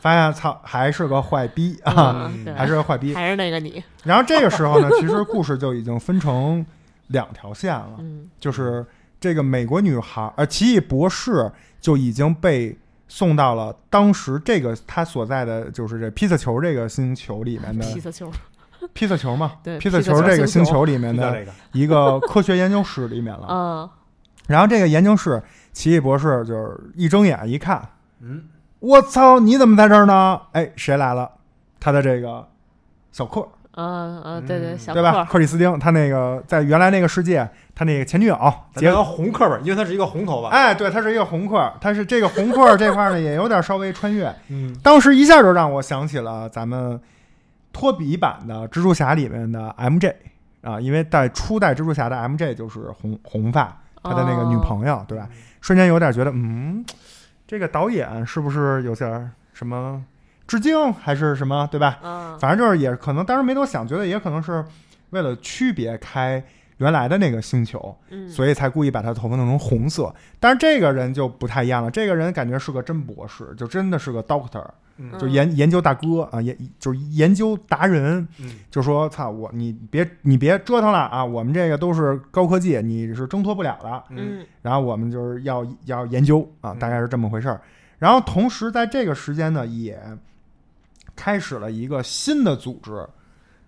S1: 发现操还是个坏逼啊，
S2: 嗯，对，
S1: 还是个坏逼。
S2: 还是那个你，
S1: 然后这个时候呢，其实故事就已经分成两条线了，
S2: 嗯
S1: 就是这个美国女孩，呃，奇异博士就已经被送到了当时这个他所在的就是这披萨球这个星球里面的
S2: 披萨球，
S1: 披萨球嘛，
S2: 对
S1: 披萨
S2: 披萨球
S1: 这个
S2: 星
S1: 星
S2: 球
S1: 球里面
S3: 遇到
S1: 的
S3: 这个，
S1: 一个科学研究室里
S2: [laughs]
S1: 面了。
S2: 嗯，
S1: 然后这个研究室，奇异博士就是一睁眼一看，
S3: 嗯，
S1: 我操，你怎么在这儿呢？哎，谁来了？他的这个小克，
S2: 嗯嗯，对对，
S3: 嗯
S2: 小
S1: 对
S2: 克
S1: 吧？
S2: 儿，
S1: 克里斯汀，他那个在原来那个世界，他那个前女友
S3: 结
S1: 结，
S3: 合红课本，因为它是一个红头发，
S1: 哎，对，他是一个红块儿，他是这个红块儿这块儿呢也有点稍微穿越。
S3: 嗯，
S1: 当时一下就让我想起了咱们托比版的蜘蛛侠里面的 MJ 啊，因为在初代蜘蛛侠的 MJ 就是红红发，他的那个女
S2: 哦
S1: 朋友，对吧？瞬间有点觉得，嗯，这个导演是不是有点儿什么致敬还是什么，对吧？
S2: 嗯，
S1: 反正就是也可能当时没多想，觉得也可能是为了区别开原来的那个星球，
S2: 嗯，
S1: 所以才故意把他头发弄成红色。但是这个人就不太一样了，这个人感觉是个真博士，就真的是个 doctor，
S3: 嗯
S1: 就研研究大哥啊，研就是研究达人。
S3: 嗯，
S1: 就说操我你别你别折腾了啊，我们这个都是高科技，你是挣脱不了的。
S2: 嗯，
S1: 然后我们就是要要研究啊，
S3: 嗯
S1: 大概是这么回事儿。然后同时在这个时间呢，也开始了一个新的组织，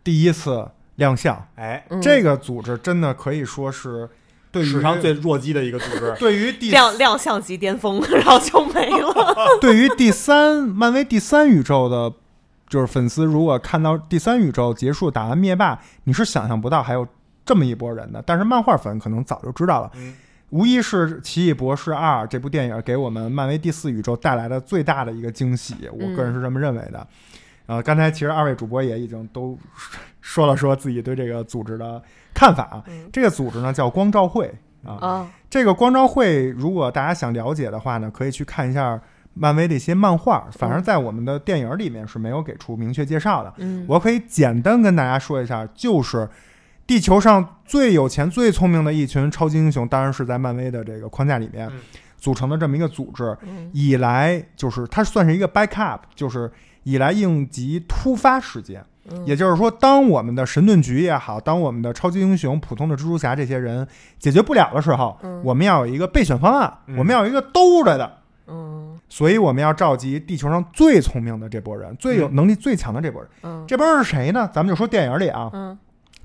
S1: 第一次亮相。
S3: 哎，
S2: 嗯
S1: 这个组织真的可以说是对于
S3: 史上最弱鸡的一个组织，
S1: 对于第
S2: 亮亮相级巅峰， [laughs] 然后就没
S1: [laughs]
S2: 了。
S1: 对于第三漫威第三宇宙的，就是粉丝如果看到第三宇宙结束打完灭霸，你是想象不到还有这么一波人的。但是漫画粉可能早就知道了，
S3: 嗯
S1: 无疑是《奇异博士二》这部电影给我们漫威第四宇宙带来的最大的一个惊喜，我个人是这么认为的。呃，刚才其实二位主播也已经都说了说自己对这个组织的看法啊。
S2: 嗯
S1: 这个组织呢叫光照会啊，
S2: 啊，
S1: 这个光照会，如果大家想了解的话呢，可以去看一下漫威的一些漫画，反而在我们的电影里面是没有给出明确介绍的。
S2: 嗯，
S1: 我可以简单跟大家说一下，就是地球上最有钱、最聪明的一群超级英雄，当然是在漫威的这个框架里面
S3: 嗯
S1: 组成的这么一个组织。
S2: 嗯
S1: 以来就是它算是一个 backup，就是以来应急突发事件。
S2: 嗯
S1: 也就是说，当我们的神盾局也好，当我们的超级英雄、普通的蜘蛛侠这些人解决不了的时候，
S2: 嗯
S1: 我们要有一个备选方案，
S3: 嗯
S1: 我们要有一个兜着的，
S2: 嗯
S1: 所以我们要召集地球上最聪明的这波人，最有
S3: 嗯
S1: 能力最强的这波人。
S2: 嗯
S1: 这波人是谁呢？咱们就说电影里啊，
S2: 嗯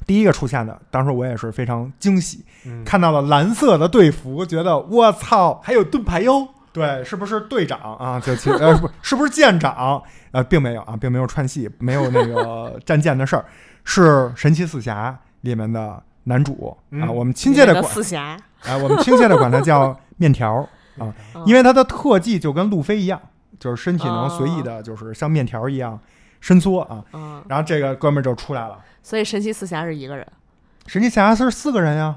S1: 第一个出现的，当时我也是非常惊喜，
S3: 嗯，
S1: 看到了蓝色的队服，觉得我操，
S3: 还有盾牌哟，
S1: 对，是不是队长啊？就其呃，不， [laughs] 是不是舰长？呃，并没有啊，并没有串戏，没有那
S3: [laughs]
S1: 个战舰的事儿，是神奇四侠里面的男主啊。
S3: 嗯
S1: 我们亲切的
S2: 里面
S1: 管
S2: 四侠，
S1: 啊，我们亲切的管他叫面
S2: [laughs]
S1: 条啊，
S2: 嗯哦
S1: 因为他的特技就跟路飞一样，就是身体能随意的，就是像面条一样伸缩啊。
S2: 嗯，
S1: 然后这个哥们儿就出来了，
S2: 所以神奇四侠是一个人。
S1: 神奇四侠是四个人呀，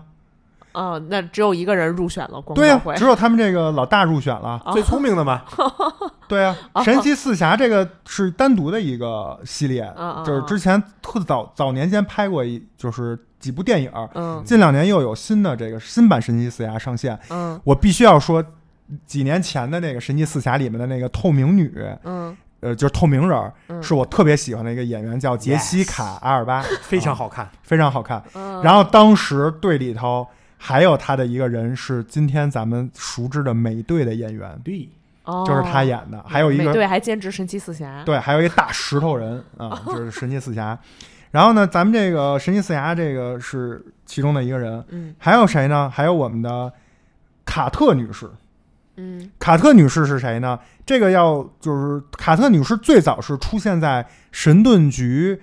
S2: 哦，那只有一个人入选了光
S1: 对
S2: 照
S1: 呀
S2: 会，，
S1: 只有他们这个老大入选了。
S2: 啊
S3: 最聪明的嘛，
S1: 对啊，
S2: 哦
S1: 神奇四侠这个是单独的一个系列
S2: 啊啊，
S1: 就是之前特早早年间拍过一就是几部电影，
S2: 嗯
S1: 近两年又有新的这个新版神奇四侠上线。
S2: 嗯
S1: 我必须要说，几年前的那个神奇四侠里面的那个透明女，
S2: 嗯
S1: 呃，就是透明人儿，
S2: 嗯
S1: 是我特别喜欢的一个演员，叫杰西卡阿尔巴，
S3: 非常
S1: 啊
S3: 好看，
S1: 非常好看。
S2: 嗯，
S1: 然后当时队里头还有他的一个人是今天咱们熟知的美队的演员，
S3: 对，
S2: 后
S1: 就是他演的，还有一个
S2: 哦对，还兼职神奇四侠，
S1: 对，还有一大石头人啊，就是神奇四侠。然后呢，咱们这个神奇四侠这个是其中的一个人，
S2: 嗯
S1: 还有谁呢？还有我们的卡特女士。
S2: 嗯
S1: 卡特女士是谁呢？这个要就是卡特女士最早是出现在神盾局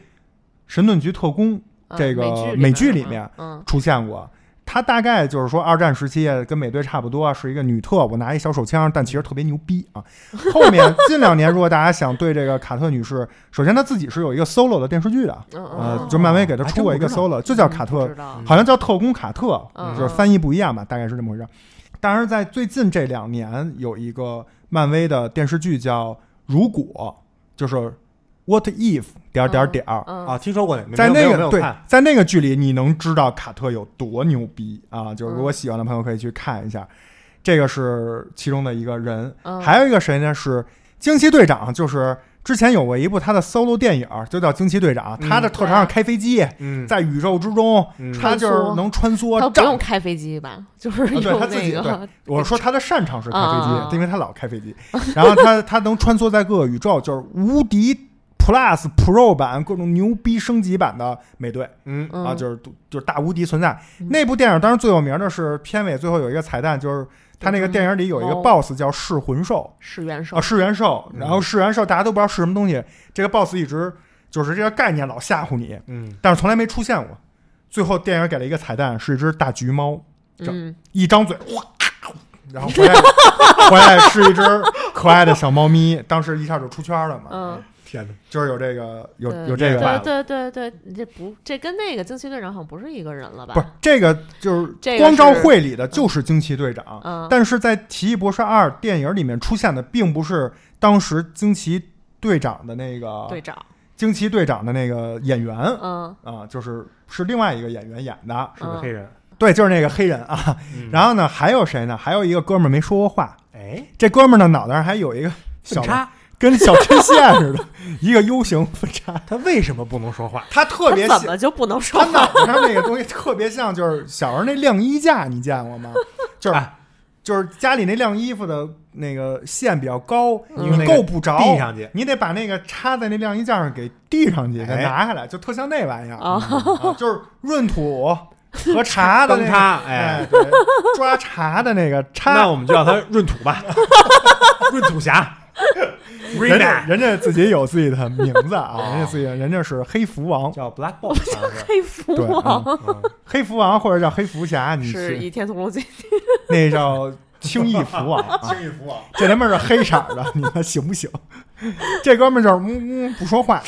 S1: 神盾局特工
S2: 嗯
S1: 这个
S2: 美
S1: 美
S2: 剧
S1: 剧里
S2: 里面
S1: 面
S2: 嗯
S1: 出现过。她大概就是说，二战时期啊跟美队差不多，是一个女特，我拿一小手枪，但其实特别牛逼啊。后面 [laughs] 近两年，如果大家想对这个卡特女士，首先她自己是有一个 solo 的电视剧的，
S2: 嗯嗯
S1: 呃，
S3: 哦
S2: 嗯
S1: 就漫威给她
S3: 还
S1: 出
S3: 真
S1: 过
S3: 啊不
S1: 一个
S3: 知道
S1: solo，就叫
S2: 嗯
S1: 卡
S2: 不
S1: 特
S2: 知道
S1: 好像叫特工卡特，
S2: 嗯
S1: 就是翻译不一样吧，大概是这么回事。当然，在最近这两年有一个漫威的电视剧叫《如果》，就是 What if 点儿点儿点儿。
S2: 嗯
S3: 啊，听说过那没
S1: 在
S3: 有没
S1: 那
S3: 有
S1: 个
S3: 没有
S1: 对
S3: 看，，
S1: 在那个剧里，你能知道卡特有多牛逼啊！就是如果喜欢的朋友可以去看一下。这个是其中的一个人。
S2: 嗯，
S1: 还有一个谁呢？是惊奇队长，就是之前有过一部他的 solo 电影，就叫《惊奇队长》，
S3: 嗯
S1: 他的特长是开飞机，
S3: 嗯，
S1: 在宇宙之中，
S3: 嗯
S1: 他就是能穿梭。
S2: 他不
S1: 战
S2: 用开飞机吧？就是
S1: 啊
S2: 用
S1: 对他自己
S2: 那个
S1: 对，我说他的擅长是开飞
S2: 啊啊啊
S1: 机，因为他老开飞机。然后他他能穿梭在各个宇宙，就是无敌 Plus Pro 版各种牛逼升级版的美队
S3: 嗯
S2: 嗯
S1: 啊，就是就是大无敌存在
S2: 嗯。
S1: 那部电影当然最有名的是片尾最后有一个彩蛋，就是他那个电影里有一个
S2: 猫
S1: BOSS 叫噬魂兽，
S2: 是元首
S1: 啊，，噬元兽，
S3: 嗯
S1: 然后噬元兽大家都不知道是什么东西，这个 BOSS 一直就是这个概念老吓唬你，
S3: 嗯
S1: 但是从来没出现过。最后电影给了一个彩蛋，是一只大橘猫，这
S2: 嗯，
S1: 一张嘴，哇，然后回来回来是一只可爱的小猫咪，当时一下就出圈了嘛，
S2: 嗯，
S3: 天哪，
S1: 就是有这个啊有
S2: 对
S1: 有这
S3: 明白了
S1: 个，
S2: 对对对对，这不这跟那个惊奇队长好像不是一个人了吧？
S1: 不是这个就是
S2: 这个
S1: 光照
S2: 是
S1: 会里的就是惊奇队长，
S2: 嗯，
S1: 但是在《奇异博士二》电影里面出现的并不是当时惊奇队长的那个
S2: 队长，
S1: 惊奇队长的那个演员啊、
S2: 嗯
S1: 就是是另外一个演员演的，
S3: 是个黑人。
S1: 对，就是那个黑人啊。然后呢，还有谁呢？还有一个哥们儿没说过话，
S3: 嗯哎，
S1: 这哥们儿呢脑袋上还有一个小
S3: 小叉
S1: 跟小针线似的 [laughs] 一个 U 型分叉，
S3: 他为什么不能说话？
S1: 他特别
S2: 他怎
S1: 像，
S2: 么就不能说
S1: 他
S2: 话？
S1: 脑袋上那个东西特别像，就是小时候那晾衣架，你见
S3: [laughs]
S1: 过吗？就是。
S3: 哎
S1: 就是家里那晾衣服的那个线比较高，
S2: 嗯
S1: 你够不着，
S3: 递上去
S1: 你得把那个插在那晾衣架上给递上去，
S3: 哎哦
S1: 再拿下来，就特像那玩意儿，
S2: 啊
S1: 啊就是闰土和茶的
S3: 当
S1: 那个，
S3: 叉， [laughs] 哎，
S1: 对，抓茶的那个
S3: [laughs] 那
S1: 叉，
S3: 我们就叫他闰土 [laughs] 吧，闰土侠
S1: 人家
S3: ，Rina
S1: 人家自己有自己的名字啊，
S3: [laughs]
S1: 人家自己人家是黑蝠王，
S3: 叫 Black Bolt，好像是
S2: 佩服
S1: 对，
S2: 啊！
S1: 嗯黑蝠王或者叫黑蝠侠，你
S2: 是《倚天屠龙记》
S1: 那叫轻易蝠王
S3: [laughs]
S1: 啊，
S3: 易服啊，
S1: 这他妈是黑色儿的， [laughs] 你们行不行？这哥们儿就是嗯嗯不说话，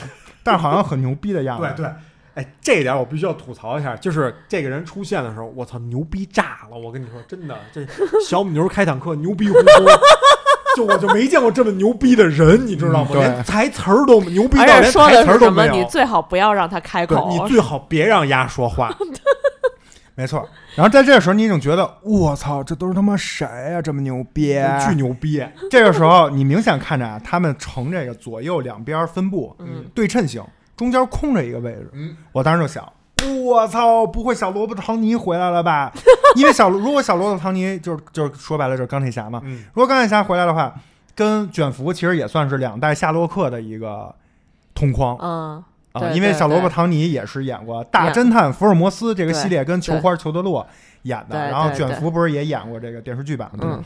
S1: 但是好像很牛逼的样子。
S3: 对对。哎，这一点我必须要吐槽一下，就是这个人出现的时候，我操，牛逼炸了！我跟你说，真的，这小母牛开坦克，牛逼呼呼。就我就没见过这么牛逼的人，你知道吗？
S1: 嗯对
S3: 连台词儿都牛逼到
S2: 而
S3: 连
S2: 且说
S3: 台
S2: 的
S3: 词儿
S2: 是
S3: 都
S2: 什
S3: 没
S2: 么？
S3: 有。
S2: 你最好不要让他开
S3: 对
S2: 口。
S3: 你最好别让丫说 [laughs] 话。
S1: 没错。然后在这个时候，你已经觉得我操，这都是他妈谁呀、这么牛逼！
S3: 巨牛逼！
S2: [laughs]
S1: 这个时候，你明显看着啊，他们呈这个左右两边分布，
S2: 嗯，
S1: 对称型，中间空着一个位置。
S3: 嗯，
S1: 我当时就想，我操，不会小罗伯特·唐尼回来了
S2: [laughs]
S1: 吧？因为小如果小罗伯特·唐尼就是就是说白了就是钢铁侠嘛，
S3: 嗯，
S1: 如果钢铁侠回来的话，跟卷福其实也算是两代夏洛克的一个同框
S2: 嗯，
S1: 啊、
S2: 对
S1: 因为
S2: 对
S1: 小罗伯
S2: 对
S1: ·唐尼也是演过《大侦探福尔摩斯》这个系列，跟
S2: 对
S1: 球花裘德洛演的，
S2: 对
S1: 然后
S2: 对
S1: 卷
S2: 对
S1: 福不是也演过这个电视剧版的？
S2: 嗯。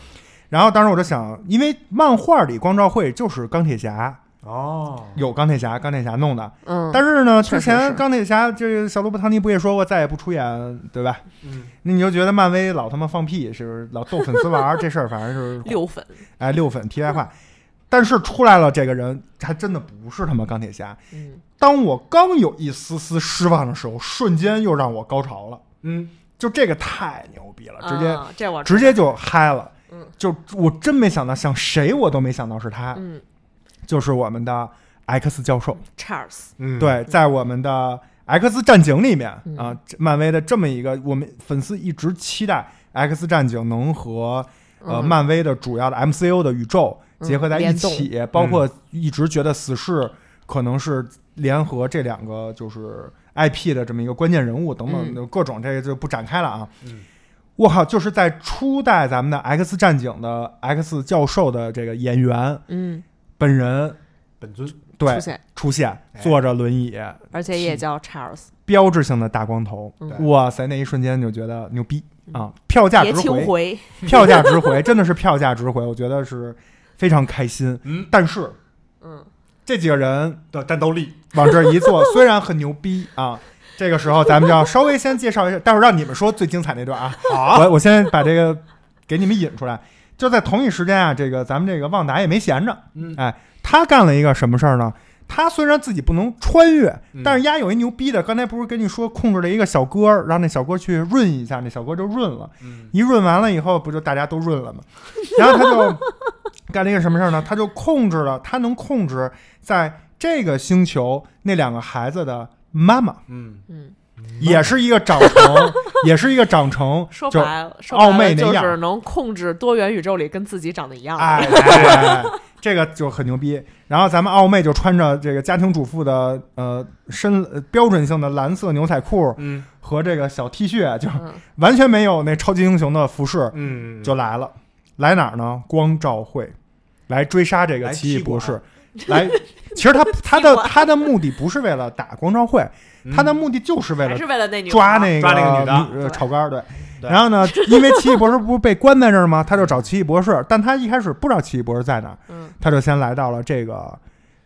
S1: 然后当时我就想，因为漫画里光照会就是钢铁侠，
S3: 哦，
S1: 有钢铁侠，钢铁侠弄的。
S2: 嗯，
S1: 但是呢，之
S2: 确实
S1: 前
S2: 是
S1: 钢铁侠这个小罗伯·唐尼不也说过再也不出演，对吧？
S3: 嗯，
S1: 那你就觉得漫威老他妈放屁，是不是老逗粉丝玩儿这事儿，反正就是
S2: [laughs] 六粉，
S1: 哎，六粉题外话。但是出来了，这个人还真的不是他妈钢铁侠。
S2: 嗯，
S1: 当我刚有一丝丝失望的时候，瞬间又让我高潮了。
S3: 嗯，
S1: 就这个太牛逼了，直接、
S2: 啊这我
S1: 直接就嗨了。
S2: 嗯，
S1: 就我真没想到，像谁我都没想到是他，
S2: 嗯
S1: 就是我们的 X 教授。
S2: ，Charles，
S3: 嗯，
S1: 对，在我们的 X 战警里面
S2: 嗯
S1: 啊，这漫威的这么一个，我们粉丝一直期待 X 战警能和呃
S2: 嗯
S1: 漫威的主要的 MCU 的宇宙
S2: 嗯
S1: 结合在一
S2: 联动
S1: 起，包
S3: 嗯
S1: 括一直觉得死侍可能是联合这两个就是 IP 的这么一个关键人物等
S2: 嗯
S1: 等各种，这个就不展开了啊。
S3: 嗯
S1: 我靠，就是在初代咱们的 X 战警的 X 教授的这个演员
S2: 嗯，
S1: 本人
S3: 本尊
S1: 对
S2: 出现，
S1: 出现，坐着轮椅，
S3: 哎
S2: 而且也叫 Charles，
S1: 标志性的大光头，
S2: 嗯
S1: 哇塞！那一瞬间就觉得牛逼啊！票价
S2: 别
S1: 值
S2: 轻
S1: 回，
S2: 回，
S1: 票价值回， [laughs] 真的是票价值回，我觉得是非常开心。
S3: 嗯，
S1: 但是
S2: 嗯，
S1: 这几个人
S3: 的战斗力，
S1: [laughs] 往这儿一坐，虽然很牛逼啊，这个时候咱们就要稍微先介绍一下，待会儿让你们说最精彩那段啊。
S3: 好
S1: 我我先把这个给你们引出来。就在同一时间啊，这个咱们这个旺达也没闲着，
S3: 嗯
S1: 哎，他干了一个什么事儿呢？他虽然自己不能穿越，
S3: 嗯
S1: 但是丫有一牛逼的，刚才不是跟你说控制了一个小哥儿，让那小哥去润一下，那小哥就润了，
S3: 嗯
S1: 一润完了以后，不就大家都润了吗？然后他
S2: [laughs]
S1: 就干了一个什么事儿呢？他就控制了，他能控制在这个星球那两个孩子的妈妈，
S3: 嗯
S2: 嗯，
S1: 也是一个长 [laughs] 成，也是一个长成，
S2: 说
S1: 就
S2: 白了，说白了
S1: 奥妹那
S2: 就
S1: 样
S2: 是能控制多元宇宙里跟自己长得一样。
S1: 哎哎哎，这个就很牛逼。然后咱们奥妹就穿着这个家庭主妇的呃深呃标准性的蓝色牛仔裤
S3: 嗯
S1: 和这个小 T 恤，就
S2: 嗯，
S1: 完全没有那超级英雄的服饰，
S3: 嗯，
S1: 就来了。来哪儿呢？光照会来追杀这个
S3: 来
S1: 奇异
S3: 踢
S1: 博
S3: 馆 [laughs]
S1: 士。来，其实他他的
S2: 踢馆
S1: 他的目的不是为了打光照会，
S3: 嗯
S1: 他的目的就是为
S2: 还
S1: 了
S2: 是为了那女
S1: 抓
S2: 孩儿
S1: 那
S3: 抓那个女
S1: 女
S3: 的
S1: 呃
S2: 对
S1: 炒肝儿，对。
S3: 对
S1: 然后呢，因为奇异博士不是被关在这儿吗？他就找奇异博士，但他一开始不知道奇异博士在哪儿，
S2: 嗯，
S1: 他就先来到了这个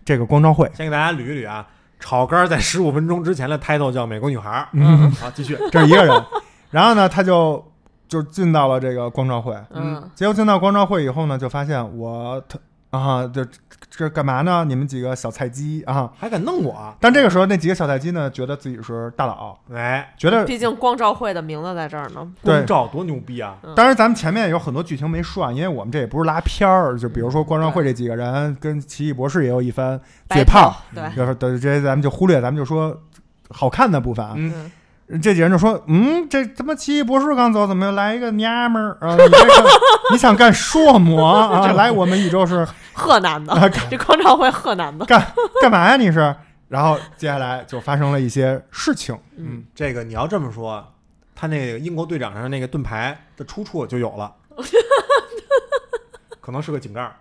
S1: 这个光照会。
S3: 先给大家捋一捋啊，炒肝儿在十五分钟之前的 title 叫《美国女孩》儿
S1: 嗯，
S3: 好，继续，
S1: 这是一个人。然后呢，他就就进到了这个光
S2: [laughs]
S1: 照会。
S2: 嗯
S1: 结果进到光照会以后呢，就发现我他啊，这这干嘛呢？你们几个小菜鸡啊！
S3: 还敢弄我？
S1: 但这个时候，那几个小菜鸡呢，觉得自己是大佬，
S3: 哎，
S1: 觉得
S2: 毕竟光照会的名字在这儿呢。
S1: 对嗯
S3: 光照多牛逼啊！
S1: 当然，咱们前面有很多剧情没说啊，因为我们这也不是拉片儿，就比如说光照会这几个人跟奇异博士也有一番嘴炮，嗯
S2: 白头，
S1: 就是等这些咱们就忽略，咱们就说好看的部分啊。
S3: 嗯
S2: 对，嗯，
S1: 这几人就说：“嗯，这他妈奇异博士刚走，怎么又来一个娘们儿啊？你这个 [laughs] 你想干硕魔啊？来我们宇宙是
S2: 河南
S1: [laughs]
S2: 的，
S1: 啊干
S2: 这光照会河南的，
S1: 干 [laughs] 嘛呀？你是？”然后接下来就发生了一些事情，
S3: 嗯，这个你要这么说，他那个英国队长上那个盾牌的出处就有
S1: [laughs]
S3: 了，可能是个井盖儿。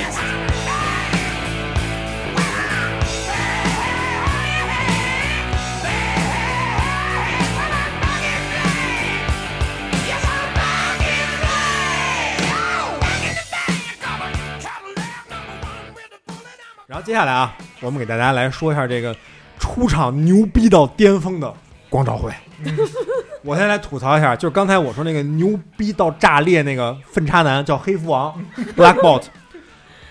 S5: Yes, I'm back. Yes,
S3: 然后接下来啊，我们给大家来说一下这个出场牛逼到巅峰的光照会。我先来吐槽一下，就是刚才我说那个牛逼到炸裂那个粪渣男叫黑蝠王 （Black Bolt），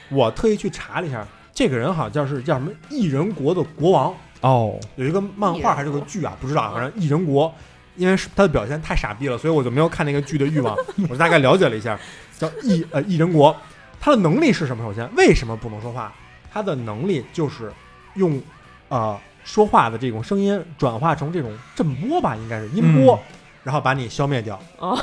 S3: 我特意去查了一下，这个人好像是叫什么异人国的国王，
S1: 哦，
S3: 有一个漫画还是个剧啊，不知道，反正异人国，因为是他的表现太傻逼了，所以我就没有看那个剧的欲望，我就大概了解了一下，叫异呃异人国，他的能力是什么？首先，为什么不能说话？他的能力就是用呃说话的这种声音转化成这种震波吧，应该是音波，然后把你消灭掉。
S2: 哦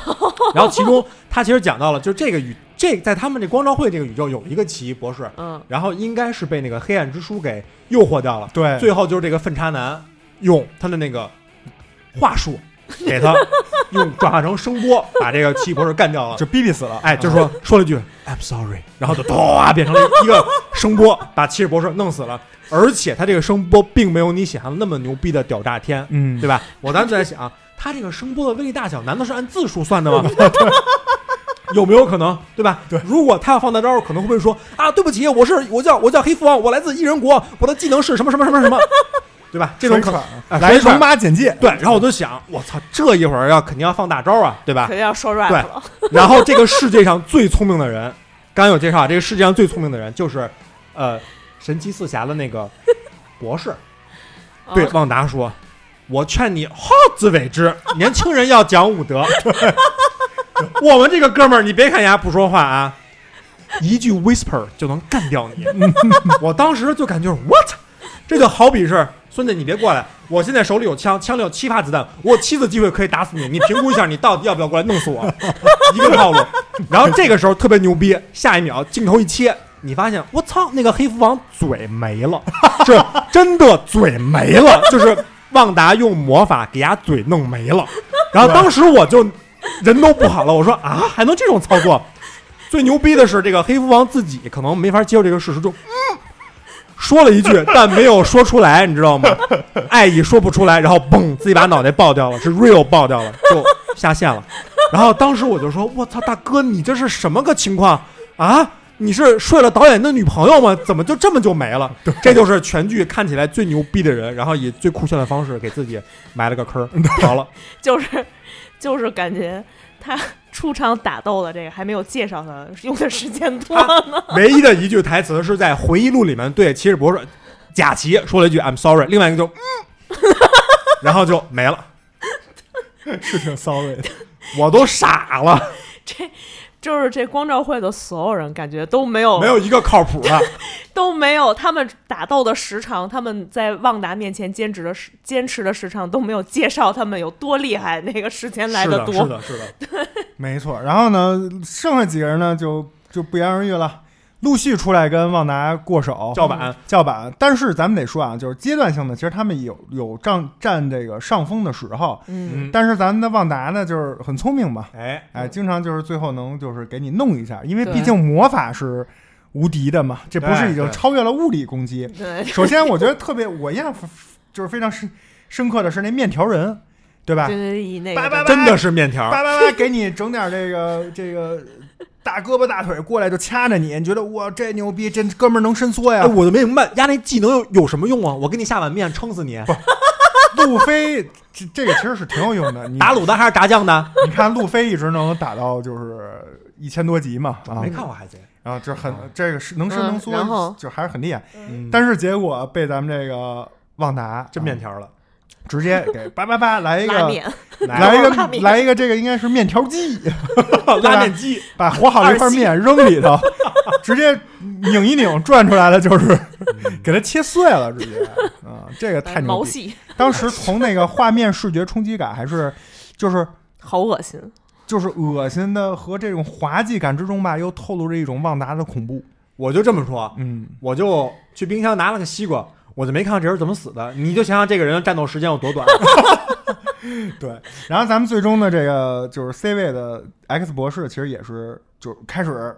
S3: 然后其中他其实讲到了，就是这个宇这在他们这光照会这个宇宙有一个奇异博士，
S2: 嗯，
S3: 然后应该是被那个黑暗之书给诱惑掉了。
S1: 对，
S3: 最后就是这个粪渣男用他的那个话术给他用转化成声波把这个奇异博士干掉了。
S1: 就逼逼死了。啊
S3: 哎，就
S1: [laughs]
S3: 说说了一句 "I'm sorry"，然后就哗变成了一个声波，把奇异博士弄死了。而且他这个声波并没有你想象的那么牛逼的屌炸天，
S1: 嗯，
S3: 对吧？我当时就在想，他这个声波的威力大小难道是按字数算的吗？ [laughs] 有没有可能，对吧？对，如果他要放大招，可能会不会说啊，对不起，我是我叫我叫黑蝠王，我来自异人国，我的技能是什么什么什么什么，对吧？这种可能
S1: 能
S3: 哎
S1: 来
S3: 水
S1: 龙
S3: 喘
S1: 妈简介，
S3: 对。然后我就想，我操，这一会儿要肯定要放大招啊，对吧
S2: 肯？定要说 rap
S3: 对
S2: 了， [laughs]
S3: 然后这个世界上最聪明的人，刚刚有介绍啊，这个世界上最聪明的人就是，呃，神奇四侠的那个博士，
S2: 嗯
S3: 对旺达说：“我劝你好自为之，年轻人要讲武德。 [laughs] 我们这个哥们儿，你别看人家不说话啊，一句 whisper 就能干掉你。我当时就感觉 what，这就好比是孙子，你别过来，我现在手里有枪，枪里有七发子弹，我有七次机会可以打死你，你评估一下，你到底要不要过来弄死我？ [laughs] 一个套路。然后这个时候特别牛逼，下一秒镜头一切。”你发现我操，那个黑蝠王嘴没了，是真的嘴没了，就是旺达用魔法给伢嘴弄没了。然后当时我就人都不好了，我说啊，还能这种操作？最牛逼的是，这个黑蝠王自己可能没法接受这个事实，就嗯，说了一句， [laughs] 但没有说出来，你知道吗？爱意说不出来，然后嘣，自己把脑袋爆掉了，是 real 爆掉了，就下线了。然后当时我就说：“我操，大哥，你这是什么个情况啊？你是睡了导演的女朋友吗？怎么就这么就没了？”这就是全剧看起来最牛逼的人，然后以最酷炫的方式给自己埋了个坑儿，好了。
S2: 就是就是感觉他出场打斗的这个还没有介绍他用的时间多呢。
S3: [laughs] 唯一的一句台词是在回忆录里面对骑士博士贾奇说了一句 “I'm sorry”，另外一个就嗯， [laughs] 然后就没了，
S1: 是挺骚味的。
S3: [laughs] 我都傻了，
S2: 这就是这光照会的所有人感觉都没有
S3: 没有一个靠谱的。
S2: 都没有他们打斗的时长，他们在旺达面前坚持的时坚持的时长都没有介绍他们有多厉害，那个时 [laughs] 间来
S3: 是
S2: 得
S3: 的，
S2: 多。
S3: 是的，是的，
S1: 没错，然后呢，剩下几个人呢就就不言而喻了，陆续出来跟旺达过手
S3: 叫板
S1: 叫板。但是咱们得说啊，就是阶段性的，其实他们有有占占这个上风的时候，
S2: 嗯，
S3: 嗯，
S1: 但是咱们的旺达呢就是很聪明嘛， [laughs]
S3: 哎，
S1: 哎，经常就是最后能就是给你弄一下，因为
S2: 对
S1: 毕竟魔法是无敌的嘛，这不是
S3: 对
S1: 已经
S3: 对
S1: 超越了物理攻击。
S2: 对，
S1: [laughs] 首先，我觉得特别我印象就是非常深深刻的是那面条人，对吧？
S2: 就是以那
S1: 拜
S2: 个
S1: 拜
S3: 真的是面
S1: [laughs]
S3: 条，
S1: 叭叭叭，给你整点这个这个大胳膊大腿过来就掐着你，你觉得哇这牛逼，这哥们儿能伸缩呀
S3: 哎，？我就没明白，压那技能有有什么用啊？我给你下碗面撑死你，
S1: 路飞这这个其实是挺有用的，你啊
S3: 打卤的还是炸酱的？
S1: 你看路飞一直能打到就是一千多级嘛啊
S3: 没，看过海贼，
S1: 然后这很这个是能伸
S2: 嗯
S1: 能缩
S2: 然后，
S1: 就还是很厉害。
S3: 嗯
S1: 但是结果被咱们这个旺达
S3: 真面条了，
S1: 啊直接给叭叭叭来一
S2: 拉
S1: 个
S2: 面，
S1: 来一
S2: 拉
S1: 个
S2: 面
S1: 来一个这个应该是面条机，
S3: 拉面机，
S1: 把和好的一块面扔里头，直接拧一拧，转出来了就是给它切碎了，直接啊，这个太牛
S2: 毛
S1: 逼！
S2: 细，
S1: 当时从那个画面视觉冲击感还是就是。
S2: 好恶心。
S1: 就是恶心的和这种滑稽感之中吧，又透露着一种旺达的恐怖。
S3: 我就这么说，
S1: 嗯，
S3: 我就去冰箱拿了个西瓜，我就没看看这人怎么死的。你就想想这个人战斗时间有多短，
S1: [laughs] 对。然后咱们最终的这个就是 C 位的 X 博士，其实也是就是开始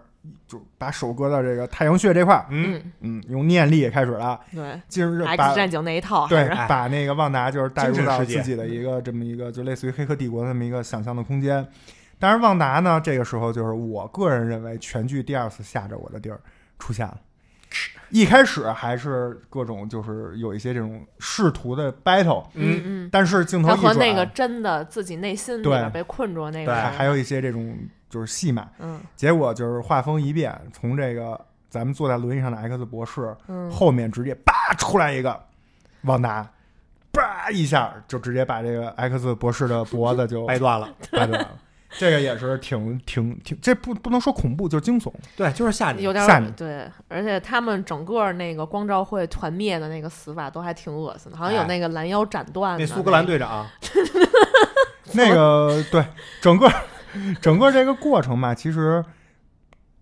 S1: 就把手搁到这个太阳穴这块儿，
S2: 嗯，
S1: 嗯，用念力开始了，
S2: 对
S1: 进入把
S2: ，X 战警那一套，
S1: 对
S2: 还是，
S1: 把那个旺达就是带入
S3: 精神
S1: 到
S3: 世界
S1: 自己的一个这么一个就类似于《黑客帝国》的这么一个想象的空间。当然，旺达呢，这个时候就是我个人认为全剧第二次吓着我的地儿出现了。一开始还是各种就是有一些这种试图的 battle，
S2: 嗯嗯，
S1: 但是镜头
S2: 他
S1: 一
S2: 和
S1: 转，
S2: 那个真的自己内心里边
S1: 对
S2: 被困住那个
S3: 对
S2: 人，
S1: 还还有一些这种就是戏码。
S2: 嗯
S1: 结果就是画风一变，从这个咱们坐在轮椅上的 X 博士
S2: 嗯，
S1: 后面直接叭出来一个旺达，叭一下就直接把这个 X 博士的脖子就
S3: 掰
S1: 掰
S3: 断了。
S1: 断了。这个也是挺挺挺，这不不能说恐怖，就是惊悚。
S3: 对，就是吓你
S2: 有。点
S1: 吓
S2: 儿
S1: 你
S2: 对，而且他们整个那个光照会团灭的那个死法都还挺恶心的，好像有
S3: 哎
S2: 那个拦腰斩断的
S3: 那苏格兰
S2: 那
S3: 队长，啊
S1: 那个对，整个整个这个过程嘛，其实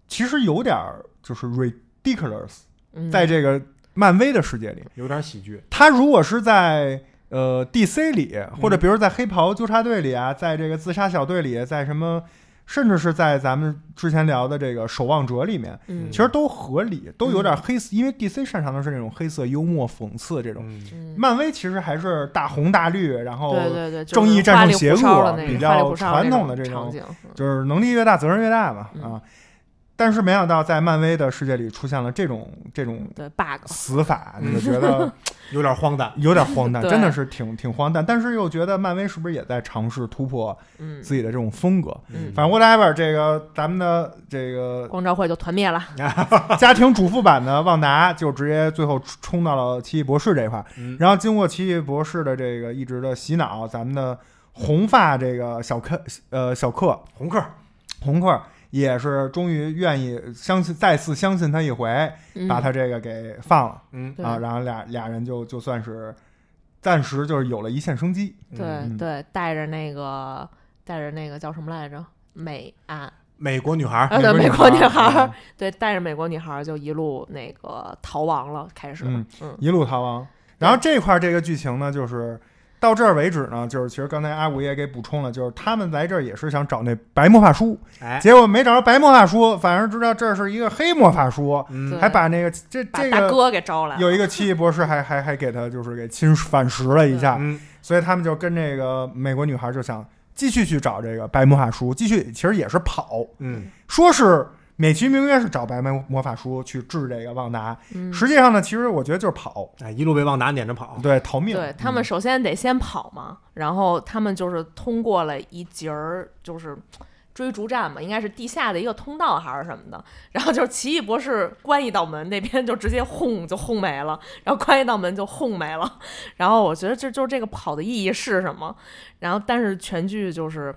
S1: 其实有点儿就是 ridiculous，
S2: 嗯
S1: 在这个漫威的世界里，
S3: 有点喜剧。
S1: 他如果是在呃 DC 里，
S2: 嗯
S1: 或者比如在黑袍纠察队里啊，在这个自杀小队里，在什么，甚至是在咱们之前聊的这个守望者里面，
S2: 嗯
S1: 其实都合理，都有点黑色，因为 DC 擅长的是那种黑色幽默、讽刺这种。
S3: 嗯，
S2: 嗯
S1: 漫威其实还是大红大绿，然后
S2: 对对对，就
S1: 正
S2: 是
S1: 义战
S2: 花
S1: 胜
S2: 里胡
S1: 邪
S2: 哨
S1: 恶
S2: 的那
S1: 比
S2: 个花里
S1: 较
S2: 胡哨
S1: 传
S2: 那
S1: 统的这
S2: 场
S1: 种
S2: 景，嗯
S1: 就是能力越大，责任越大嘛、
S2: 嗯
S1: 啊。但是没想到，在漫威的世界里出现了这种这种
S2: 对 bug，
S1: 死法，你就觉得
S3: 有点荒诞。
S1: 有点荒
S2: [laughs]
S1: 诞，
S2: 对
S1: 真的是挺挺荒诞，但是又觉得漫威是不是也在尝试突破
S2: 嗯，
S1: 自己的这种风格？
S2: 嗯
S1: 反正 whatever，这个咱们的这个
S2: 光照会就团灭了，
S1: 家庭主妇版的旺达就直接最后冲到了奇异博士这一块儿，
S3: 嗯
S1: 然后经过奇异博士的这个一直的洗脑，咱们的红发这个小克呃小克
S3: 红客
S1: 红克也是终于愿意相信再次相信他一回，
S2: 嗯
S1: 把他这个给放了、
S3: 嗯
S2: 对
S1: 啊，然后俩俩人就就算是暂时就是有了一线生机。
S2: 对
S1: 嗯
S2: 对，带着那个带着那个叫什么来着？美啊，
S3: 美国女孩，
S2: 啊对，美
S1: 国
S2: 国
S1: 女
S2: 女
S1: 孩
S2: 孩
S1: 儿
S2: 儿，对，带着美国女孩儿就一路那个逃亡了，开始，
S1: 嗯
S2: 嗯，
S1: 一路逃亡。然后这块儿这个剧情呢，就是到这儿为止呢，就是其实刚才阿五也给补充了，就是他们来这儿也是想找那白魔法书，
S3: 哎，
S1: 结果没找着白魔法书，反而知道这是一个黑魔法书，
S2: 对
S3: 嗯，
S1: 还把那个这
S2: 把
S1: 这
S2: 大
S1: 个
S2: 哥给招来了，
S1: 有一个奇异博士还还还给他就是给侵反噬了一下，
S3: 嗯，
S1: 所以他们就跟这个美国女孩就想继续去找这个白魔法书，继续其实也是跑，
S3: 嗯，
S1: 说是美其名曰是找白魔魔法书去治这个旺达，
S2: 嗯
S1: 实际上呢，其实我觉得就是跑，
S3: 哎，一路被旺达撵着跑，
S1: 对，逃命，嗯
S2: 对他们首先得先跑嘛，然后他们就是通过了一节儿，就是追逐战嘛，应该是地下的一个通道还是什么的。然后就是奇异博士关一道门，那边就直接轰就轰没了，然后关一道门就轰没了。然后我觉得这就是这个跑的意义是什么？然后但是全剧就是。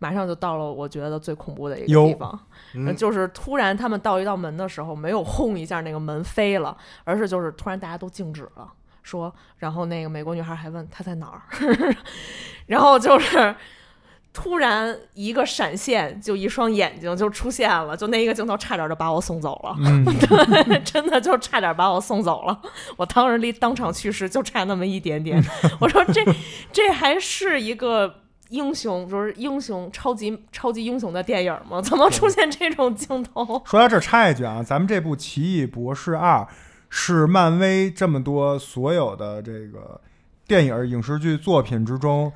S2: 马上就到了，我觉得最恐怖的一个
S1: 有
S2: 地方，呃
S3: 嗯
S2: 就是突然他们到一道门的时候，没有轰一下那个门飞了，而是就是突然大家都静止了，说，然后那个美国女孩还问她在哪儿， [laughs] 然后就是突然一个闪现，就一双眼睛就出现了，就那一个镜头差点就把我送走了， [laughs]
S1: 嗯，
S2: 真的就差点把我送走了，我当时离当场去世就差那么一点 [laughs] 点，我说这这还是一个。英雄就是英雄，超级超级英雄的电影吗？怎么出现这种镜头？ [laughs]
S1: 说到这儿插一句啊，咱们这部《奇异博士二》是漫威这么多所有的这个电影、影视剧作品之中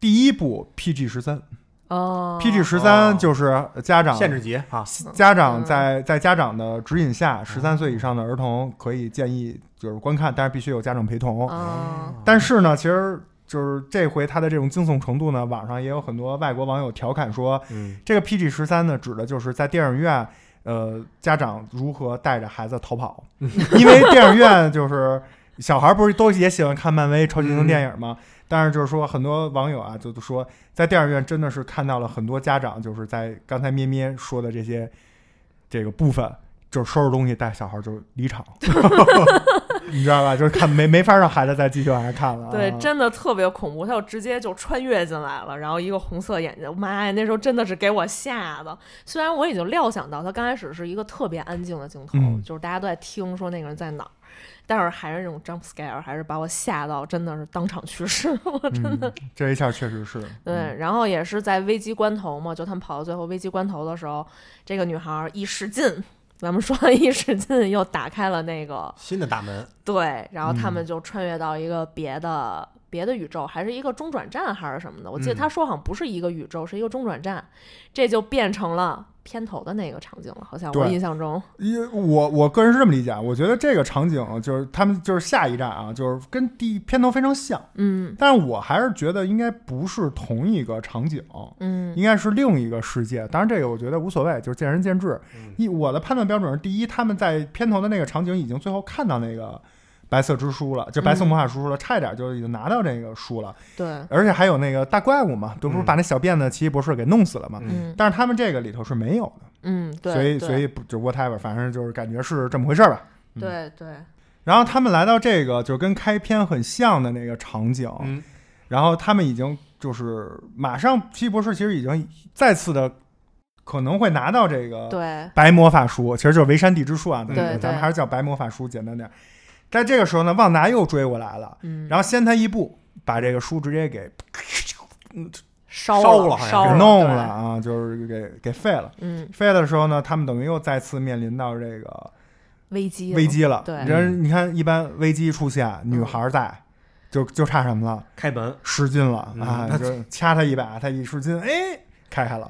S1: 第一部 PG 十三、
S2: 哦
S1: p g 十三就是家长
S3: 限制级啊，
S1: 家长
S2: 嗯
S1: 在在家长的指引下，
S3: 嗯
S1: 十三岁以上的儿童可以建议就是观看，但是必须有家长陪同。
S2: 嗯，
S1: 但是呢，其实就是这回它的这种惊悚程度呢，网上也有很多外国网友调侃说，
S3: 嗯，
S1: 这个 PG 十三呢，指的就是在电影院，呃，家长如何带着孩子逃跑， [laughs] 因为电影院就是小孩不是都也喜欢看漫威超级英雄电影吗？但是就是说，很多网友啊，就就说在电影院真的是看到了很多家长，就是在刚才咩咩说的这些这个部分，就是收拾东西带小孩就离场，你知道吧？就是看没没法让孩子再继续往下看了啊、
S2: 对，真的特别恐怖，他就直接就穿越进来了，然后一个红色眼睛，妈呀，那时候真的是给我吓的。虽然我已经料想到他刚开始是一个特别安静的镜头，
S1: 嗯
S2: 就是大家都在听说那个人在哪儿，但是还是那种 jump scare，还是把我吓到，真的是当场去世。
S1: 嗯，这一下确实是，
S2: 对，然后也是在危机关头嘛，就他们跑到最后危机关头的时候，这个女孩儿一使劲， [laughs] 咱们说一使劲又打开了那个
S3: 新的大门，
S2: 对，然后他
S1: 嗯
S2: 们就穿越到一个别的、别的宇宙，还是一个中转站还是什么的。我
S1: 嗯
S2: 记得他说好像不是一个宇宙，是一个中转站，这就变成了片头的那个场景了，好像我
S1: 对
S2: 印象中。
S1: 因为我我个人是这么理解，啊我觉得这个场景就是他们就是下一站啊，就是跟第一片头非常像，
S2: 嗯
S1: 但是我还是觉得应该不是同一个场景，
S2: 嗯
S1: 应该是另一个世界。当然这个我觉得无所谓，就是见仁见智
S3: 嗯。
S1: 一我的判断标准是：第一，他们在片头的那个场景已经最后看到那个白色之书了，就白
S2: 嗯
S1: 色魔法书了，差一点就已经拿到这个书了，
S2: 对，
S1: 而且还有那个大怪物嘛，这不是
S3: 嗯
S1: 把那小辫子奇异博士给弄死了嘛？
S3: 嗯
S2: 嗯
S1: 但是他们这个里头是没有的。
S2: 嗯，对，
S1: 所以
S2: 对
S1: 所以不就 whatever，反正就是感觉是这么回事儿吧。嗯
S2: 对对，
S1: 然后他们来到这个就跟开篇很像的那个场景，
S3: 嗯
S1: 然后他们已经就是马上奇异博士其实已经再次的可能会拿到这个
S2: 对
S1: 白魔法书，其实就是维山地之术啊，
S3: 对
S1: 咱们
S2: 对
S1: 咱们还是叫白魔法书简单点儿。在这个时候呢，旺达又追过来了，
S2: 嗯，
S1: 然后先他一步把这个书直接给
S2: 烧
S3: 烧了
S2: 了
S3: 好像
S2: 烧
S1: 给弄
S2: 哦对
S1: 了啊，就是给给废了。
S2: 嗯，
S1: 废的时候呢，他们等于又再次面临到这个
S2: 危机了
S1: 危，机了。
S2: 对嗯
S1: 人你看，一般危机出现，女孩在，就就差什么了，
S3: 开门，
S1: 使劲了
S3: 嗯
S1: 啊，
S3: 那
S1: 就掐他一把，他一使劲，哎，开开了，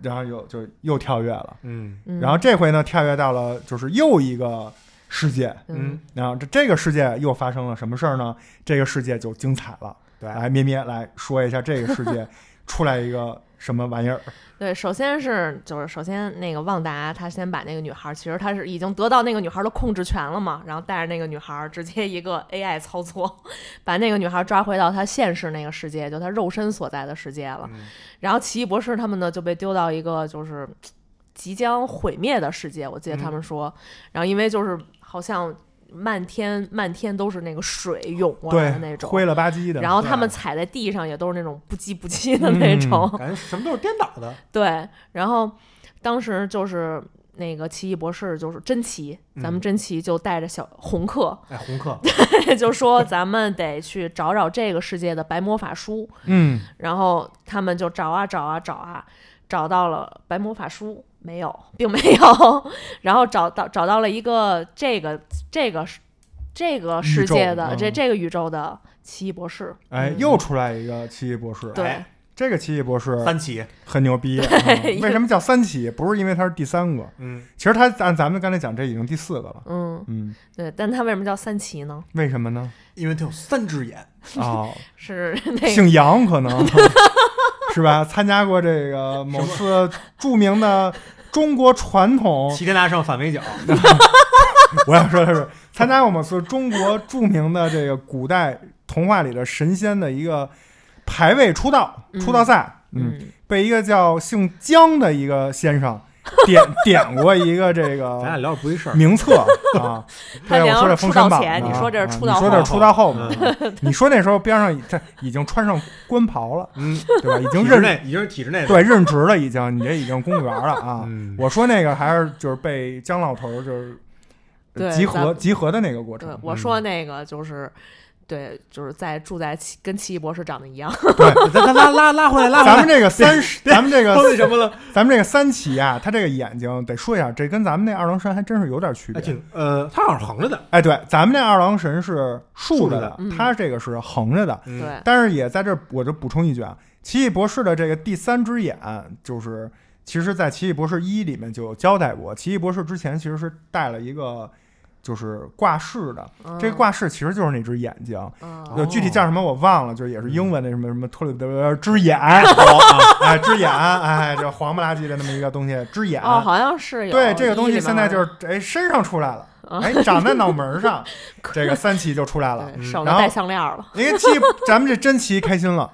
S1: 然后又就又跳跃了，
S3: 嗯
S2: 嗯
S1: 然后这回呢，跳跃到了就是又一个世界。
S2: 嗯
S1: 然后这这个世界又发生了什么事儿呢？这个世界就精彩了。
S3: 对
S1: 来咩咩来说一下这个世
S2: [laughs]
S1: 界出来一个什么玩意儿？
S2: 对，首先是就是首先那个旺达，他先把那个女孩儿，其实他是已经得到那个女孩儿的控制权了嘛，然后带着那个女孩儿直接一个 AI 操作， [laughs] 把那个女孩儿抓回到她现实那个世界，就她肉身所在的世界了。
S3: 嗯
S2: 然后奇异博士他们呢就被丢到一个就是即将毁灭的世界，我记得他们
S1: 嗯
S2: 说，然后因为就是好像漫天漫天都是那个水涌过来的那
S1: 对，
S2: 种。
S1: 灰了吧唧的。嗯
S2: 然后
S3: 对
S2: 他们踩在地上也都是那种不叽不叽的那种，
S3: 感觉什么都是颠倒的，
S2: 对，然后当时就是那个奇异博士就是珍奇，
S3: 嗯
S2: 咱们珍奇就带着小红客， [laughs]
S3: 哎，红客，
S2: 就
S1: [laughs]
S2: 说咱们得去找找这个世界的白魔法书。
S1: 嗯，
S2: 然后他们就找啊找啊找啊，找到了白魔法书没有，并没有， [laughs] 然后找到找到了一个这个这个世这个世界的
S1: 宇宙
S2: 这
S1: 嗯
S2: 这个宇宙的奇异博士，
S1: 哎，又出来一个奇异博士。
S2: 对、
S3: 哎
S1: 这个奇异博士
S3: 三起，
S1: 很牛逼、啊
S2: [laughs]
S1: 为什么叫三奇？不是因为他是第三个，
S3: 嗯，
S1: 其实他按咱们刚才讲，这已经第四个了。
S2: 嗯，
S1: 嗯，
S2: 对，但他为什么叫三奇呢？
S1: 为什么呢？
S3: 因为他有三只眼，
S1: 哦，
S2: 是 [laughs] 那个
S1: 姓杨可能是吧？参加过这个某次著名的中国传统，
S3: 齐天大圣反围剿，
S1: 哦 [laughs] 我要说的是参加过某次中国著名的这个古代童话里的神仙的一个排位出道
S2: 嗯
S1: 出道赛，嗯，
S2: 嗯，
S1: 被一个叫姓姜的一个先生点点过一个这
S3: 咱俩
S1: 个
S3: 聊点不对事儿。
S1: 名
S2: [laughs]
S1: 册啊。
S2: 他
S1: 对，我
S2: 聊
S1: 说这
S2: 出
S1: 封
S2: 道
S1: 神榜
S2: 前
S1: 呢
S2: 你说这是
S1: 啊
S2: 出道
S1: 你说
S2: 后
S1: 这是出道后嘛
S3: 嗯？
S1: 你说那时候边上已这已经穿上官袍了，
S3: 嗯，
S1: 对吧？已经
S3: 体制
S1: 认
S3: 内已经是体制内的，
S1: 对，任职了已经，你这已经公务员了啊。
S3: 嗯
S1: 我说那个还是就是被姜老头儿就是
S2: 对
S1: 集
S2: 咱
S1: 合
S2: 们
S1: 集合的那个过
S2: 对
S1: 程，，
S2: 我说那个就是。对，就是在住在奇跟奇异博士长得一样，
S3: [laughs] 咱咱拉拉拉回来，拉
S1: 咱们
S3: 回来。
S1: 这个三十，咱们这
S3: [laughs] 说那
S1: 个
S3: 什么了？
S1: 咱们这个三奇啊，他这个眼睛得说一下，这跟咱们那二郎神还真是有点区
S3: 哎，
S1: 别。
S3: 挺呃，他好像横着的，
S1: 哎，对，咱们那二郎神是竖着
S3: 竖着的
S1: 的
S2: 嗯，
S1: 他这个是横着的。
S2: [laughs]
S3: 嗯
S2: 对，
S1: 但是也在这儿，我就补充一句啊，奇异博士的这个第三只眼，就是其实，在《奇异博士一》里面就有交代过，奇异博士之前其实是戴了一个就是挂饰的，这个挂饰其实就是那只眼睛，
S2: 嗯，
S1: 就
S2: 嗯，
S1: 具体叫什么我忘了，就是也是英文那什么什么托里德之眼，
S2: 哦
S1: 哎，之眼，哎，这黄不拉几的那么一个东西，之眼。
S2: 哦，好像是有
S1: 对这个东
S2: 一
S1: 西，
S2: 里面
S1: 现
S2: 哦
S1: 在
S2: 好像
S1: 就是哎身上出来了，哎长在脑门
S2: [laughs]
S1: 上，这个三奇就出来了。
S2: 对省
S1: 嗯然
S2: 得
S1: 后
S2: 戴项链了。
S1: 因为奇，咱们这真奇开心了，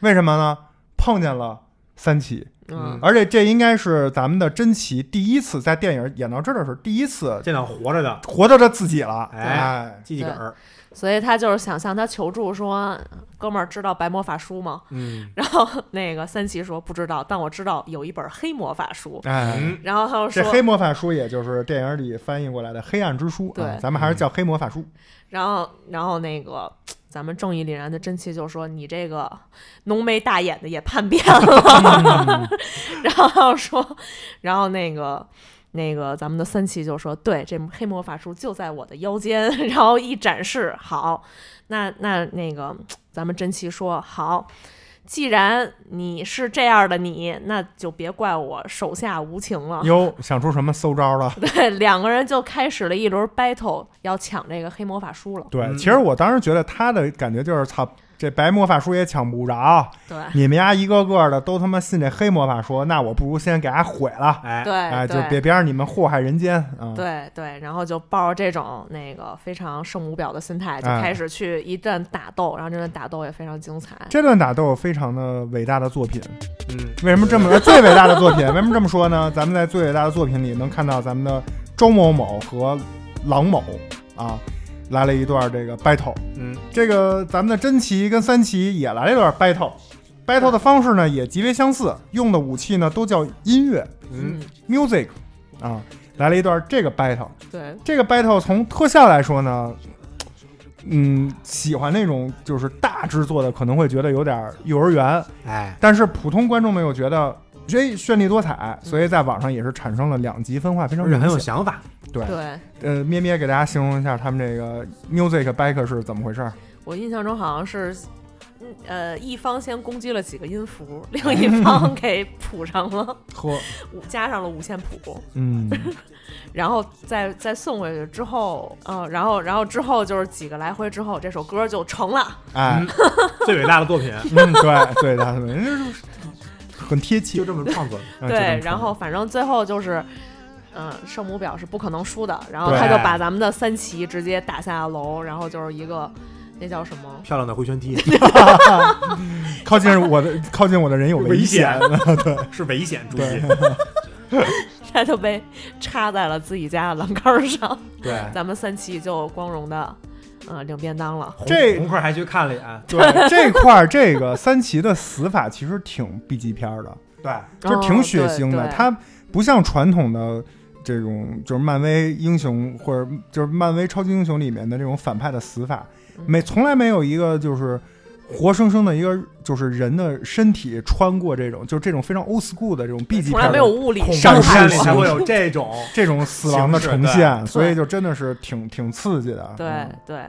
S1: 为什么呢？碰见了三奇，
S2: 嗯，
S1: 而且这应该是咱们的真奇第一次在电影演到这儿的时候，第一次
S3: 见到活着的
S1: 活到他自己了。
S3: 哎
S1: 哎，
S3: 鸡鸡梗儿，
S2: 所以他就是想向他求助，说：“哥们儿，知道白魔法书吗
S3: 嗯？”
S2: 然后那个三奇说：“不知道，但我知道有一本黑魔法书。
S1: 哎，”
S3: 嗯，
S2: 然后他就
S1: 这
S2: 说
S1: 黑，魔法书也就是电影里翻译过来的《黑暗之书》，
S2: 对
S1: 啊咱们还是叫黑魔法书。
S2: 然后，然后那个咱们正义凛然的真气就说：“你这个浓眉大眼的也叛变了。” [laughs] 然后他就说，然后那个。那个咱们的三奇就说：“对，这黑魔法书就在我的腰间。” [laughs] 然后一展示，好，那那那个咱们真奇说：“好，既然你是这样的你，那就别怪我手下无情了。”
S1: 哟，想出什么馊招了？
S2: [laughs] 对，两个人就开始了一轮 battle，要抢这个黑魔法书了。
S1: 对，
S3: 嗯
S1: 其实我当时觉得他的感觉就是操。这白魔法书也抢不着，啊
S2: 对，
S1: 你们家一个个的都他妈信这黑魔法书，那我不如先给它毁了，
S3: 哎，
S2: 对，
S1: 哎，就
S2: 对
S1: 别别让你们祸害人间啊！
S2: 对对，然后就抱着这种那个非常圣母婊的心态，就
S1: 哎
S2: 开始去一阵打斗，然后这段打斗也非常精彩。
S1: 这段打斗非常的伟大的作品，
S3: 嗯，
S1: 为什么这么最伟大的作品？为什么这么说呢？咱们在最伟大的作品里能看到咱们的周某某和郎某啊，来了一段这个 battle。
S3: 嗯，
S1: 这个咱们的真奇跟三奇也来了一段 battle。battle 的方式呢也极为相似，用的武器呢都叫音乐
S3: 嗯，
S1: music 啊，来了一段这个 battle。
S2: 对，
S1: 这个 battle 从特效来说呢，嗯，喜欢那种就是大制作的，可能会觉得有点幼儿园，
S3: 哎，
S1: 但是普通观众们又觉得。哎，绚丽多彩，所以在网上也是产生了两极分化，非常
S3: 而且很有
S1: 明显
S3: 想法，
S2: 对
S1: 呃，咩咩给大家形容一下他们这个 music back 是怎么回事儿？
S2: 我印象中好像是。嗯呃，一方先攻击了几个音符，另一
S1: [laughs]
S2: 方给谱上了
S1: 呵，
S2: 五，加上了五线谱，
S1: 嗯，
S3: [laughs]
S2: 然后再再送回去之后，嗯、然后然后之后就是几个来回之后，这首歌就成了。
S1: 哎，
S3: 嗯最伟大的作
S1: [laughs]
S3: 品，
S1: 嗯，对对，他们就是很贴切
S3: 就，这么创作的，
S1: 嗯就这
S2: 对
S1: 么，
S2: 然
S1: 说
S2: 后反正最后就是，嗯、圣母婊是不可能输的。然后
S1: 对
S2: 他就把咱们的三旗直接打下楼，然后就是一个那叫什么？ [laughs]
S3: 漂亮的回旋
S1: [laughs]
S3: 踢
S1: 靠近我的靠近我的人有
S3: 危
S1: 险啊
S3: 险，是危险，注意，
S2: 他就被插在了自己家的栏杆儿上，
S3: 对，
S1: 哎 [laughs]
S2: 咱们三旗就光荣的，呃，领便当了。
S3: 红
S1: 这
S3: 红客还去看了一眼，
S1: 对这块儿，这个三奇的死法其实挺 B 级片儿的，
S3: [laughs] 对，
S1: 就是挺血腥的。
S2: 嗯哦哦对对
S1: 它不像传统的这种就是漫威英雄或者就是漫威超级英雄里面的这种反派的死法，
S2: 嗯
S1: 没从来没有一个就是活生生的一个就是人的身体穿过这种就是这种非常 old school 的这种 B 级
S2: 从
S1: 片儿
S2: 来
S1: 的
S2: 没有物理
S3: 恐
S2: 伤
S3: 怖
S2: 害
S3: 片里
S1: 上
S2: 过。
S1: 海
S3: 才会有这
S1: [laughs]
S3: 种，
S1: 这种死亡的呈
S3: 形式
S1: 现，所以就真的是挺挺刺激的。
S2: 对
S1: 嗯
S2: 对，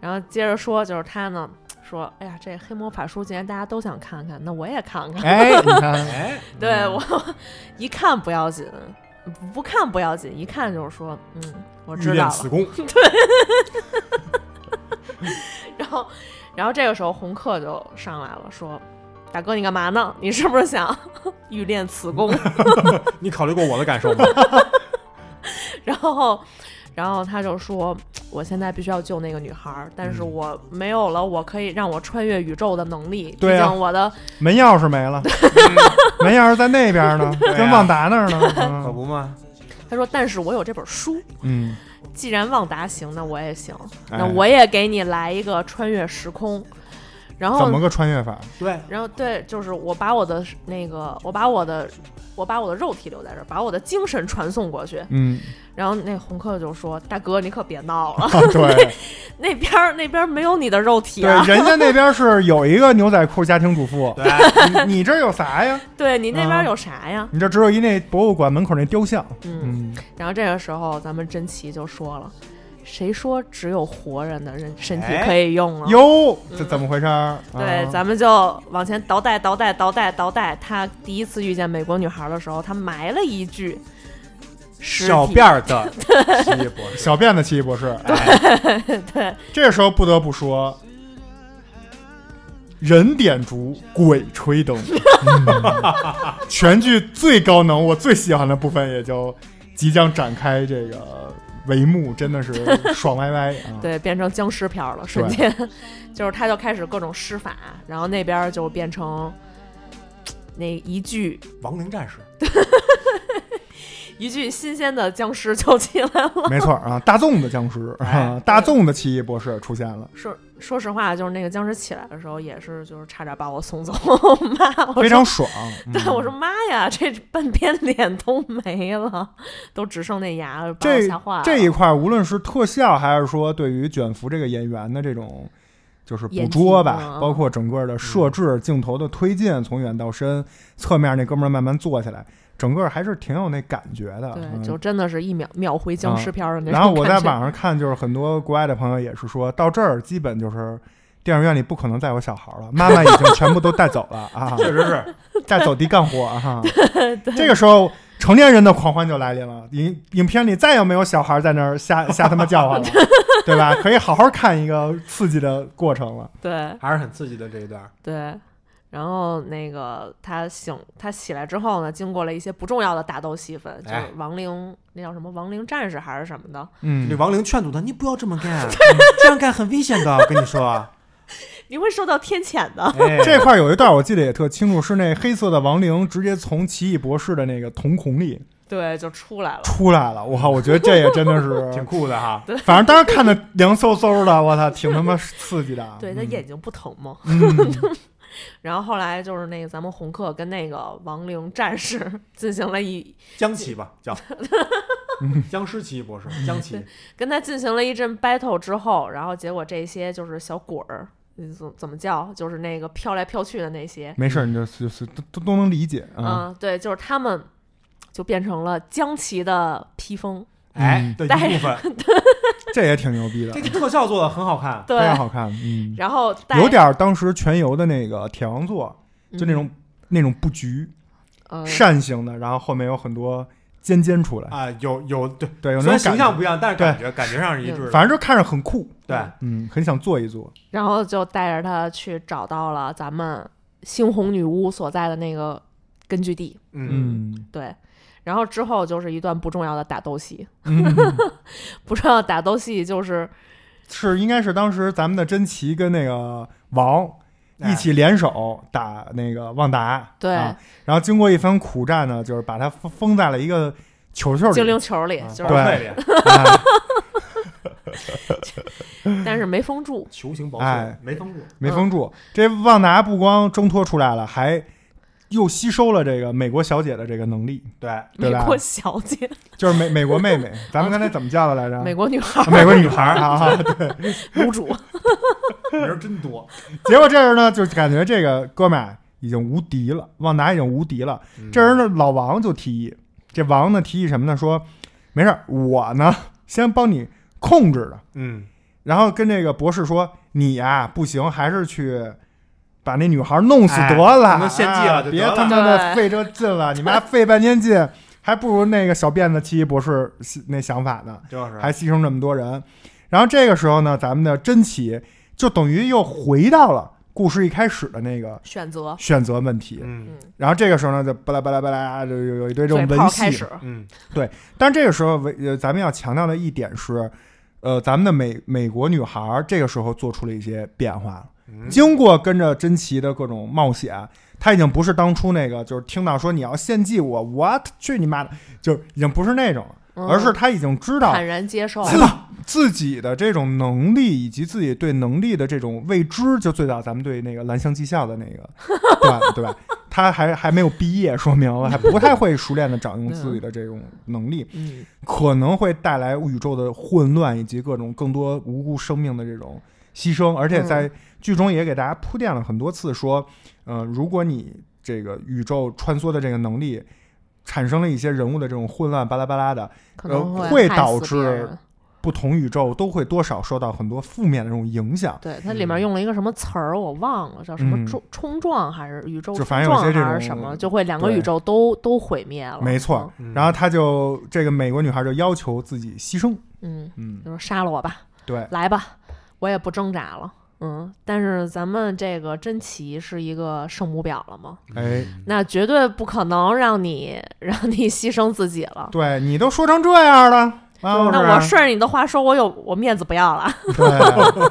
S2: 然后接着说，就是他呢说，哎呀，这黑魔法书既然大家都想看看，那我也看看。
S1: 哎，你看，
S3: 哎，
S2: 对我 [laughs] 一看不要紧，不看不要紧，一看就是说，嗯，我
S3: 欲
S2: 知道
S3: 练
S2: 了。
S1: [laughs]
S3: 此功，
S2: [laughs] 然后，然后这个时候红客就上来了，说：“大哥，你干嘛呢？你是不是想 [laughs] 欲练此功 [laughs]
S3: 你考虑过我的感受
S1: [laughs]
S3: 吗？？”
S2: 然后，然后他就说：“我现在必须要救那个女孩儿，但是
S3: 嗯
S2: 我没有了我可以让我穿越宇宙的能力。
S1: 对啊
S2: 毕竟我的
S1: 门钥匙没了，门钥匙在那边呢，
S3: 嗯对啊
S1: 跟旺达那
S3: [laughs]
S1: 儿呢。
S3: 可
S1: 嗯
S3: 不嘛，
S2: 他说，但是我有这本书，
S1: 嗯，
S2: 既然旺达行，那我也行，
S3: 哎
S2: 那我也给你来一个穿越时空。”然后
S1: 怎么个穿越法？
S3: 对，
S2: 然后对，就是我把我的那个，我把我的，我把我的肉体留在这儿，把我的精神传送过去。
S1: 嗯，
S2: 然后那红客就说：“大哥，你可别闹
S1: [laughs]
S2: 了，
S3: [laughs]
S1: 啊
S2: [laughs]
S1: 对
S2: 那边儿那边儿没有你的肉体
S1: 对
S2: 啊，，
S1: 人家那边是有一个牛仔裤家庭主妇，
S3: 对，
S1: 你你这有啥呀？
S2: [laughs] 对你那边
S1: 啊
S2: 儿
S3: 嗯
S2: 有啥呀
S1: 你这只有一那博物馆门口那雕像。？”
S2: 嗯。
S1: 嗯，
S2: 然后这个时候，咱们珍奇就说了：“谁说只有活人的人身体
S3: 哎哦
S2: 可以用啊？”
S1: 哟，这怎么回事儿？
S2: 对，
S1: 啊
S2: 咱们就往前倒带倒带倒带倒带。他第一次遇见美国女孩的时候，他埋了一句：“
S1: [laughs]
S2: 尸
S3: 小
S2: 体
S3: 辫儿的奇异博士，
S1: 小辫子奇异博士。
S3: 哎
S2: 对，
S1: 这时候不得不说，人点烛，鬼吹
S2: [laughs]
S1: 灯，嗯全剧最高能，我最喜欢的部分也就即将展开这个帷幕，真的是爽歪歪啊！
S2: 对，变成僵尸片儿了，瞬间 [laughs] 就是他就开始各种施法，然后那边儿就变成那一具
S3: 亡灵
S1: [laughs]
S3: 战士，
S2: 一具新鲜的僵尸就起来了。
S1: [laughs] 没错啊，大众的僵尸，啊
S3: 哎
S1: 大众的奇异博士出现了，
S2: [laughs] 说说实话，就是那个僵尸起来的时候，也是就是差点把我送走， [laughs] 妈，我
S1: 非
S2: 说
S1: 常嗯爽。
S2: 对，我说妈呀，这 [laughs] 半边脸都没了，都只剩那牙了，把我
S1: 这
S2: 吓坏了。
S1: 这一块，无论是特效还是说对于卷福这个演员的这种就是捕
S2: 演技
S1: 捉
S2: 嗯
S1: 吧，包括整个的设置、镜头的推进，从远到深，侧面那哥们儿慢慢坐起来，整个还是挺有那感觉的。
S2: 对，
S1: 嗯
S2: 就真的是一秒秒回僵尸片儿的那种、
S1: 然后我在网，上看，就是很多国外的朋友也是说到这儿，基本就是。电影院里不可能再有小孩了，妈妈已经全部都带走了 [laughs] 啊，
S3: 确实是
S1: 带走地干活
S2: [laughs]
S1: 啊。这个时候，成年人的狂欢就来临了。影影片里再也没有小孩在那儿瞎瞎他妈叫
S2: [laughs]
S1: 唤了，对吧？可以好好看一个刺激的过程了。
S2: 对，
S3: 还是很刺激的这一段。
S2: 对，然后那个他醒，他起来之后呢，经过了一些不重要的打斗戏份，就是
S3: 哎
S2: 亡灵那叫什么亡灵战士还是什么的，
S1: 嗯
S3: 这，亡灵劝阻他，你不要这么干，嗯这样干很危险的，我跟
S1: [laughs]
S3: 你说。啊
S2: 你会受到天谴的。 [laughs]
S3: 哎
S1: 这块儿有一段我记得也特清楚，是那黑色的亡灵直接从奇异博士的那个瞳孔里
S2: 对，就出来了。
S1: 出来了。我靠，我觉得这也真的
S2: [laughs]
S3: 挺
S1: 是，
S3: 酷的哈，
S1: 反正当时看的凉飕飕的，我操，挺他妈刺激的。
S2: 对，他
S1: 嗯
S2: 眼睛不疼吗？
S1: 嗯
S2: [laughs] 然后后来就是那个咱们红客跟那个亡灵战士 [laughs] 进行了一
S3: 江奇吧，
S1: [laughs]
S3: 叫僵尸奇异博士，江奇
S2: 跟他进行了一阵 battle 之后，然后结果这些就是小鬼儿，嗯怎怎么叫，就是那个飘来飘去的那些，
S1: 没事儿，你就就是都都都能理解啊。
S2: 嗯，对，就是他们就变成了江奇的披风。
S3: 哎
S1: 嗯
S3: 的
S2: 但
S3: 一部分，
S1: 这也挺牛逼的
S3: 这，个特效做的很好看，
S2: 对
S1: 非，常好看。嗯，
S2: 然后带
S1: 有点儿当时全游的那个铁王座，就那种、
S2: 嗯
S1: 那种布局，
S2: 呃
S1: 扇形的，然后后面有很多尖尖出来，
S3: 啊，有有对，
S1: 对，有
S3: 虽
S1: 那种
S3: 然形
S1: 感
S3: 象
S1: 觉，
S3: 不一样，但是感觉感觉上是一致的，
S1: 反正就看着很酷，
S3: 对，
S1: 嗯，很想坐一坐。
S2: 然后就带着他去找到了咱们猩红女巫所在的那个根据地，
S3: 嗯，
S1: 嗯
S2: 对。然后之后就是一段不重要的打斗戏，
S1: 嗯，
S2: [laughs] 不重要的打斗戏就是
S1: 是应该是当时咱们的珍奇跟那个王。
S3: 哎
S1: 一起联手打那个旺达，
S2: 对
S1: 啊然后经过一番苦战呢，就是把他封封在了一个球球里，
S2: 精灵球里，
S3: 啊
S2: 就
S3: 宝
S2: 是
S3: 贝里
S1: 哎
S2: 但是没封住，
S3: 球形宝
S1: 哎
S2: 嗯
S3: 贝没封住，
S1: 没封住。这旺达不光挣脱出来了，还又吸收了这个美国小姐的这个能力，
S3: 对，
S1: [laughs] 对
S2: 美
S1: 吧
S2: 国小姐，
S1: 就是美美国妹妹，咱们刚才怎么叫的来着？
S2: 美国女
S1: [laughs] [laughs]
S2: 孩
S1: 啊，美国女孩儿啊，
S2: 儿，屋主，
S3: 人真
S1: [laughs]
S3: 多。
S1: 结果这人呢，就是感觉这个哥们儿啊已经无敌了，旺达已经无敌了。
S3: 嗯
S2: 嗯
S1: 这人呢，老王就提议，这王呢提议什么呢？说没事儿，我呢先帮你控制了，
S3: 嗯，
S1: 然后跟这个博士说，你呀、不行，还是去。把那女孩弄死得了，
S3: 哎你们献祭了
S1: 哎
S3: 就
S1: 别
S3: 得了
S1: 他妈的
S2: 对
S1: 费这劲了，你
S3: [laughs]
S1: 妈费半天劲，还不如那个小辫子奇异博士那想法呢。
S3: 就是
S1: 还牺牲这么多人。然后这个时候呢，咱们的珍奇就等于又回到了故事一开始的那个
S2: 选择，
S1: 选择问题。
S3: 嗯
S1: 然后这个时候呢，就巴拉巴拉巴拉，就有有一堆这
S2: 嘴
S1: 种
S2: 炮
S1: 文
S2: 开
S1: 戏
S2: 始。，
S3: 嗯
S1: 但这个时候，为呃，咱们要强调的一点是，呃，咱们的美美国女孩儿这个时候做出了一些变化了。
S3: 嗯
S1: 经过跟着珍奇的各种冒险，她已经不是当初那个，就是听到说你要献祭我，我去你妈的，就是已经不是那种了，
S2: 嗯
S1: 而是她已经知道
S2: 坦然接受，
S1: 自 [laughs] 自己的这种能力以及自己对能力的这种未知，就最早咱们对那个蓝翔技校的那个， [laughs] 对吧？对吧？他还还没有毕业，说明了还不太会熟练的掌握自己的这种能力， [laughs]
S2: 嗯，
S1: 可能会带来宇宙的混乱以及各种更多无辜生命的这种牺牲。而且在剧中也给大家铺垫了很多次，说，呃，如果你这个宇宙穿梭的这个能力产生了一些人物的这种混乱，巴拉巴拉的，
S2: 可
S1: 呃
S2: 能
S1: 会
S2: 害
S1: 导
S2: 死
S1: 致
S2: 别人
S1: 不同宇宙都会多少受到很多负面的这种影响，
S2: 对，它里面用了一个什么词儿，我忘了，叫什么
S1: 嗯
S2: 冲冲撞还是宇宙
S1: 就
S2: 冲
S1: 反正有
S2: 撞
S1: 些这
S2: 还
S1: 种
S2: 是什么，就会两个
S1: 对
S2: 宇宙都都毁灭了。
S1: 没错。
S3: 嗯
S1: 然后他就这个美国女孩就要求自己牺牲，
S2: 嗯，
S1: 嗯
S2: 嗯，就说杀了我吧，
S1: 对，
S2: 来吧，我也不挣扎了。嗯，但是咱们这个珍奇是一个圣母婊了吗？
S1: 哎，
S2: 那绝对不可能让你 [laughs] 让你牺牲自己了。
S1: 对你都说成这样了啊，
S2: 那我顺着你的话说，我有我面子不要了。 [laughs]
S1: 对，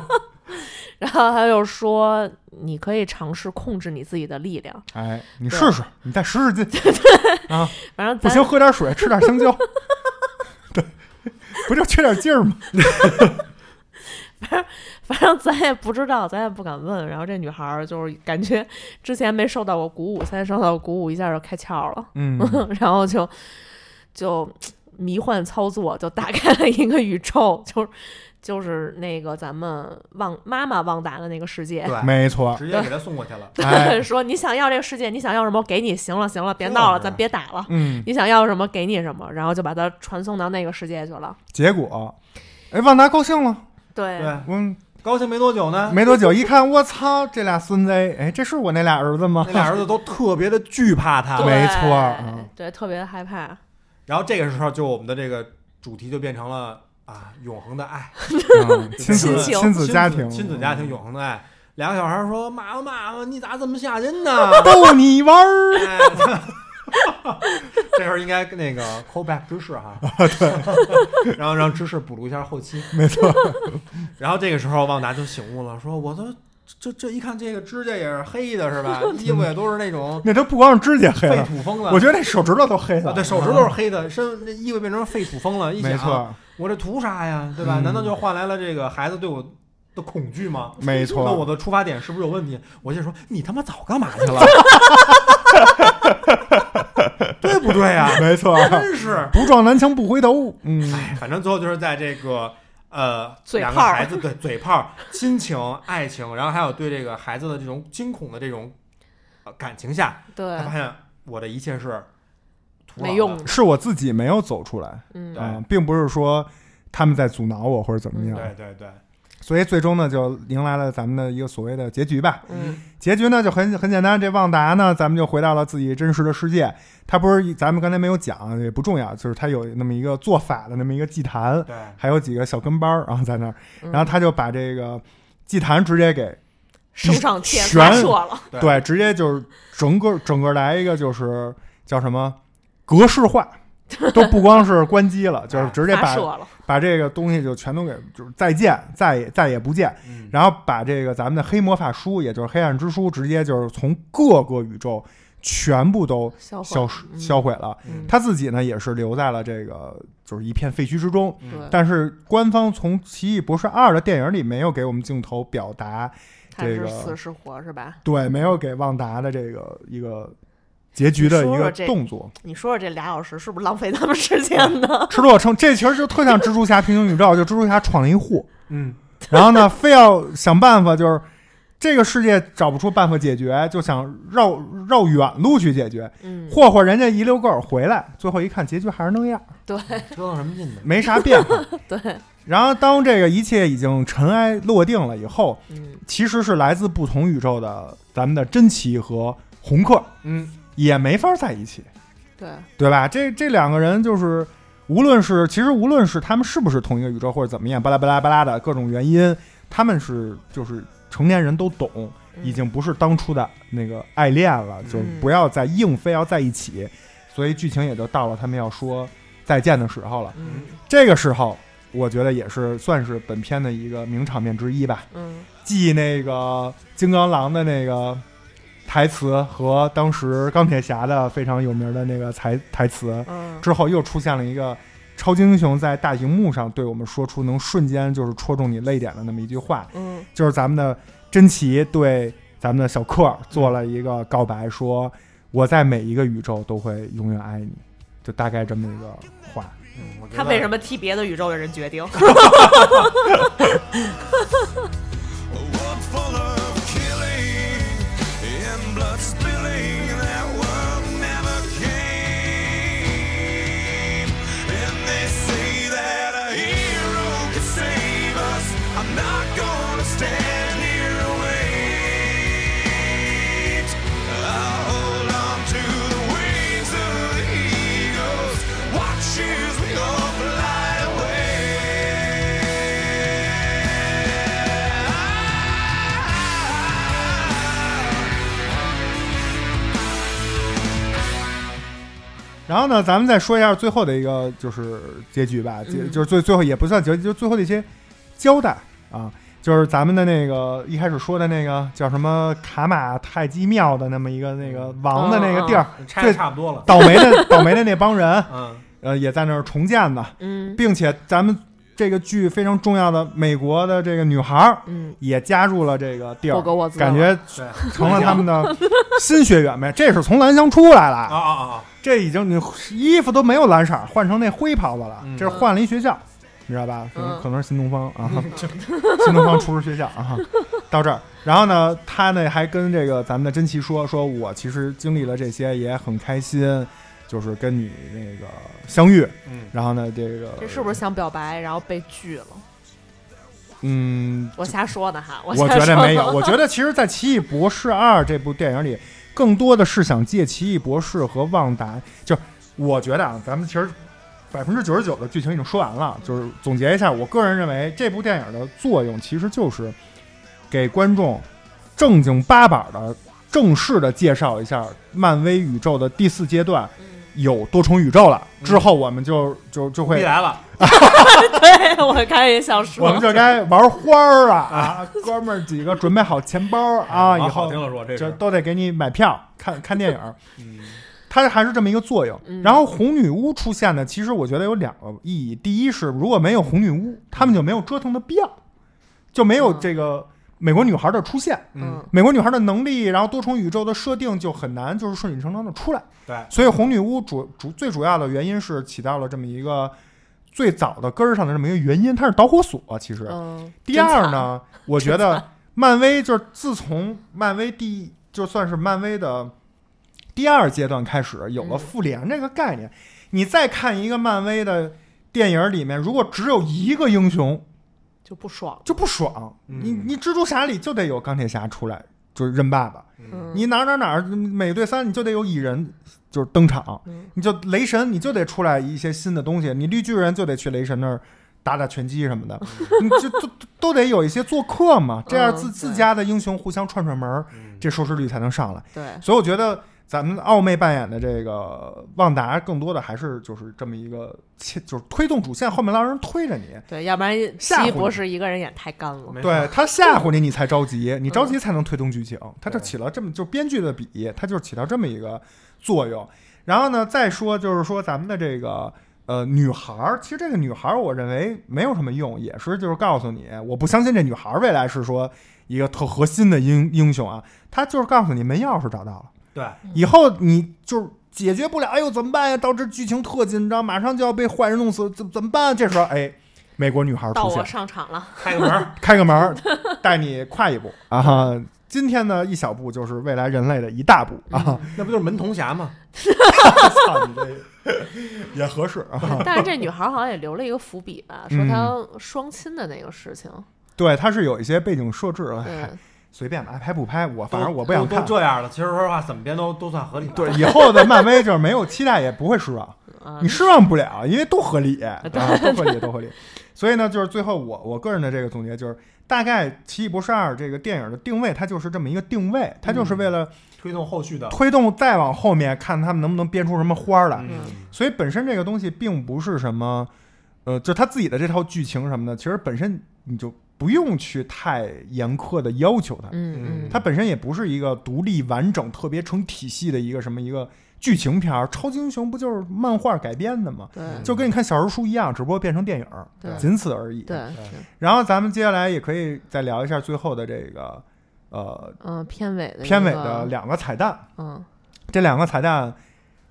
S2: 然后他就说，你可以尝试控制你自己的力量。
S1: 哎，你试试，你再使使劲，
S2: 反正
S1: 不
S2: 咱
S1: 行喝点水，吃点香蕉，
S3: [laughs]
S1: 对，不就缺点劲儿
S3: [laughs]
S1: 吗？
S2: 反正咱也不知道，咱也不敢问。然后这女孩儿就是感觉之前没受到过鼓舞，现在受到鼓舞，一下就开窍了，
S1: 嗯，
S2: [laughs] 然后就就迷幻操作，就打开了一个宇宙，就是就是那个咱们旺妈妈旺达的那个世界。
S3: 对，
S1: 没错，
S3: 直接给他送过去了。
S1: 哎，
S2: [laughs]
S1: 啊
S2: 说你想要这个世界，你想要什么，我给你。行了，行了，别闹了，
S3: 就是
S2: 咱别打了。
S1: 嗯，
S2: 你想要什么，给你什么，然后就把它传送到那个世界去了。
S1: 结果，哎，旺达高兴了，
S2: 对
S3: 对，
S1: 嗯，
S3: 高兴没多久
S1: [laughs]
S3: 呢，
S1: 没多久一看，我操，这俩孙子，哎，这是我那俩儿子吗
S3: 那？俩儿子都特别的惧怕他
S2: [laughs] 对
S1: 没。错嗯
S2: 对，特别害怕。
S3: 然后这个时候，就我们的这个主题就变成了啊，永恒的爱，
S1: 嗯亲子
S2: 亲情
S1: 亲子家庭，嗯
S3: 亲子家庭，永恒的爱。两个小孩说：“妈妈，妈妈，你咋这么吓人呢？” [laughs]
S1: 逗你玩儿。
S3: 哎这时候应该跟那个 callback 芝士哈，
S1: 啊
S3: 对， [laughs] 然后让芝士补录一下后期，没错。 [laughs] 然后这个时候旺达就醒悟了，说：“我都这这一看这个指甲也是黑的，
S1: [laughs]
S3: 是吧？衣服也都是那种
S1: 那都不光是指甲黑
S3: 废
S1: 了，
S3: 土风了。”
S1: 啊我觉得那手指头都黑
S3: 啊，
S1: 了。
S3: 对手指都是黑的，身这衣服变成废土风了。一想，
S1: 没错，
S3: 我这图啥呀？对吧？
S1: 嗯
S3: 难道就换来了这个孩子对我的恐惧吗？
S1: 没
S3: 那我
S1: 错。
S3: 的出发点是不是有问题？我就说你他妈早干嘛去了？ [laughs] 对不对呀、
S1: 没错，啊
S3: 真是，
S1: 不撞南墙不回头。嗯，
S3: [laughs] 哎，反正最后就是在这个呃，
S2: 嘴
S3: 两个
S2: 炮儿
S3: 孩子对嘴炮儿、亲情、爱情，然后还有对这个孩子的这种惊恐的这种、呃感情下，
S2: 对
S3: 他，发现我的一切是徒劳
S2: 没
S3: 的
S2: 用。。
S1: 是我自己没有走出来，
S2: 嗯
S3: 对
S1: 嗯，并不是说他们在阻挠我或者怎么样。
S3: 对对对，
S1: 所以最终呢，就迎来了咱们的一个所谓的结局吧。
S2: 嗯，
S1: 结局呢就很很简单，这旺达呢，咱们就回到了自己真实的世界。他不是咱们刚才没有讲，也不重要，就是他有那么一个做法的那么一个祭坛，
S3: 对，
S1: 还有几个小跟班儿，然后在那儿，
S2: 嗯
S1: 然后他就把这个祭坛直接给
S2: 升上天
S1: 旋
S2: 发射了，
S3: 对
S1: 对，直接就是整个整个来一个就是叫什么格式化，都不光是关机了，就是直接
S2: 发
S1: 把
S2: 射了，
S1: 把这个东西就全都给就是再见，再也再也不见，
S3: 嗯，
S1: 然后把这个咱们的黑魔法书，也就是黑暗之书，直接就是从各个宇宙全部都
S2: 销
S1: 消
S2: 毁
S1: 失
S2: 嗯
S1: 销毁了。
S2: 嗯
S1: 他自己呢也是留在了这个就是一片废墟之中，
S2: 对，
S1: 但是官方从《奇异博士二》的电影里没有给我们镜头表达，
S2: 他
S1: 这
S2: 是
S1: 个
S2: 死是活是吧？
S1: 对，没有给旺达的这个一个结局的一
S2: 你说
S1: 个
S2: 说这
S1: 动作。
S2: 你说说这俩小时是不是浪费咱们时间呢？
S1: 赤裸称，这其实就特像蜘蛛侠平行宇宙，就蜘蛛侠闯了一祸，
S3: 嗯，
S1: 然后呢，非要想办法，就是这个世界找不出办法解决，就想绕绕远路去解决，
S2: [laughs] 嗯，
S1: 霍霍人家一溜够儿回来，最后一看结局还是那样，
S2: 对
S3: 折腾什么劲呢？
S1: 没啥变化。
S2: 对，
S1: 然后当这个一切已经尘埃落定了以后，
S2: 嗯
S1: 其实是来自不同宇宙的咱们的珍奇和红客
S3: 嗯，
S1: 也没法在一起，
S2: 对，
S1: 对吧？这这两个人就是，无论是其实无论是他们是不是同一个宇宙或者怎么样，巴拉巴拉巴拉的各种原因，他们是就是成年人都懂，
S2: 嗯
S1: 已经不是当初的那个爱恋了，就不要再硬非要在一起，所以剧情也就到了他们要说再见的时候了。
S2: 嗯
S1: 这个时候，我觉得也是算是本片的一个名场面之一吧。
S2: 嗯
S1: 继那个金刚狼的那个台词和当时钢铁侠的非常有名的那个台台词
S2: 嗯，
S1: 之后，又出现了一个超级英雄在大荧幕上对我们说出能瞬间就是戳中你泪点的那么一句话，
S2: 嗯
S1: 就是咱们的珍奇对咱们的小克儿做了一个告白，说我在每一个宇宙都会永远爱你，就大概这么一个话。
S3: 嗯我觉得
S2: 他为什么替别的宇宙的人
S1: [laughs]
S2: 决定？ [laughs]
S5: A world full of killing and blood spilling. That world never came. And they say that a hero could save us. I'm not gonna stand here and wait. I'll hold on to the wings of the eagles. Watch as we all fly away.
S1: 然后呢，咱们再说一下最后的一个就是结局吧，结、
S2: 嗯
S1: 就是最最后也不算结局，就最后的一些交代啊，就是咱们的那个一开始说的那个叫什么卡马泰基庙的那么一个那个王的那个地
S2: 嗯
S1: 儿，
S3: 拆的差不多了？
S1: 倒霉的 [laughs] 倒霉的那帮人，
S3: 嗯，
S1: 呃，也在那儿重建呢，
S2: 嗯
S1: 并且咱们这个剧非常重要的美国的这个女孩儿
S2: 嗯，
S1: 也加入了这个地
S2: 霍
S1: 儿
S2: 格，沃兹
S1: 感觉
S3: 对，
S1: 成了他们的新学员呗，这是从兰香出来了
S3: 啊啊啊啊，
S1: 这已经你衣服都没有蓝色儿，换成那灰袍子了，
S3: 嗯
S1: 这是换了一学校，你知道吧？可
S2: 嗯
S1: 能可能是新东方啊， [laughs] 新东方厨师学校啊。到这儿，然后呢，他呢还跟这个咱们的珍奇说，说我其实经历了这些，也很开心，就是跟你那个相遇。
S3: 嗯，
S1: 然后呢，这个
S2: 这是不是想表白，然后被拒了？
S1: 嗯，
S2: 我瞎说的哈，我
S1: 我
S2: 我
S1: 觉得没
S2: [laughs]
S1: 有，我觉得其实，在《奇异博士二》这部电影里，更多的是想借《奇异博士》和旺达，就是我觉得啊，咱们其实百分之九十九的剧情已经说完了，就是总结一下，我个人认为这部电影的作用其实就是给观众正经八百的。正式的介绍一下漫威宇宙的第四阶段
S2: 嗯
S1: 有多重宇宙了，之后我们就就就会
S3: 嗯未来了，
S2: 对我刚才也想
S1: 我们
S2: 说，
S1: 就该玩花儿啊！啊，哥们儿几个准备好钱包啊，以
S3: 哎往
S1: 后
S3: 好听了说这，
S1: 就是都得给你买票
S2: [laughs]
S1: 看看电影，
S3: 嗯
S1: 它还是这么一个作用。
S2: 嗯
S1: 然后红女巫出现呢，其实我觉得有两个意义：第一是如果没有红女巫，他们就没有折腾的必要，就没有
S2: 嗯
S1: 这个美国女孩的出现。
S2: 嗯
S1: 美国女孩的能力，然后多重宇宙的设定就很难就是顺理成章的出来。
S3: 对
S1: 所以红女巫主主最主要的原因是起到了这么一个最早的根儿上的这么一个原因，它是导火索。其实，
S2: 嗯，
S1: 第二呢，我觉得漫威就是自从漫威第就算是漫威的第二阶段开始有了
S2: 嗯
S1: 复联这个概念，你再看一个漫威的电影里面，如果只有一个英雄
S2: 就不爽，
S1: 就不爽，
S3: 嗯
S1: 你你蜘蛛侠里就得有钢铁侠出来就是认爸爸，
S2: 嗯，
S1: 你哪儿哪儿哪儿美队三你就得有蚁人就是登场，
S2: 嗯
S1: 你就雷神你就得出来一些新的东西，你绿巨人就得去雷神那儿打打拳击什么的， [laughs] 你就都都都得有一些做客嘛，这样
S2: 嗯
S1: 自、
S2: 对
S1: 自家的英雄互相串串门儿，
S3: 嗯
S1: 这收视率才能上来。
S2: 对，
S1: 所以我觉得咱们奥妹扮演的这个旺达，更多的还是就是这么一个切，就是推动主线，后面让人推着你。
S2: 对，要不然
S1: 吓唬
S2: 奇
S1: 你
S2: 异博士一个人演太干了，
S3: 没错
S1: 对他吓唬你，你才着急，你着急才能推动剧情。他就
S3: 对
S1: 起了这么就编剧的笔，他就起到这么一个作用。然后呢，再说就是说咱们的这个呃女孩儿，其实这个女孩儿我认为没有什么用，也是就是告诉你，我不相信这女孩儿未来是说一个特核心的英英雄啊，她就是告诉你门钥匙找到了，
S3: 对，
S1: 以后你就是解决不了，哎呦怎么办呀？到这剧情特紧张，马上就要被坏人弄死，怎怎么办？这时候，哎，美国女孩
S2: 到
S1: 出
S2: 我
S1: 现，
S2: 上场
S1: [laughs]
S2: 了，
S3: 开个门儿，
S1: 开个门
S2: [laughs]
S1: 儿，带你跨一步啊哈！今天呢，一小步就是未来人类的一大步啊
S2: 嗯
S1: 哈！
S3: 那不就是门童侠吗？
S1: 操你这也合适啊！
S2: 但是这女孩好像也留了一个伏笔吧，
S1: 嗯
S2: 说她双亲的那个事情，
S1: 对，它是有一些背景设置，哎
S2: 对，
S1: 随便吧，爱拍不拍，我反正
S3: 都
S1: 我不想
S3: 都
S1: 看
S3: 都。这样了。其实说实话，怎么编都都算合理。
S1: 对，，以后的漫威就是没有期待也不会失望，
S2: [laughs] 啊
S1: 你，失望不了，因为都合
S2: [laughs]
S1: 理，啊，都合理，都合理。所以呢，就是最后我我个人的这个总结就是，大概《奇异博士二》这个电影的定位，它就是这么一个定位，它
S2: 嗯
S1: 就是为了
S3: 推动后续的。
S1: 推动再往后面看他们能不能编出什么花儿来。
S3: 嗯
S2: 嗯
S1: 所以本身这个东西并不是什么，呃，就他自己的这套剧情什么的，其实本身你就不用去太严苛的要求它，
S2: 嗯嗯，
S1: 它本身也不是一个独立完整、特别成体系的一个什么一个剧情片儿。超级英雄不就是漫画改编的吗？
S2: 对
S1: 就跟你看小人书一样，只不过变成电影儿
S2: 嗯对，
S1: 仅此而已。
S2: 对
S3: 对，
S1: 然后咱们接下来也可以再聊一下最后的这个，呃，
S2: 嗯，片尾的
S1: 片
S2: 一
S1: 尾
S2: 个
S1: 的，两个彩蛋。
S2: 嗯
S1: 这两个彩蛋，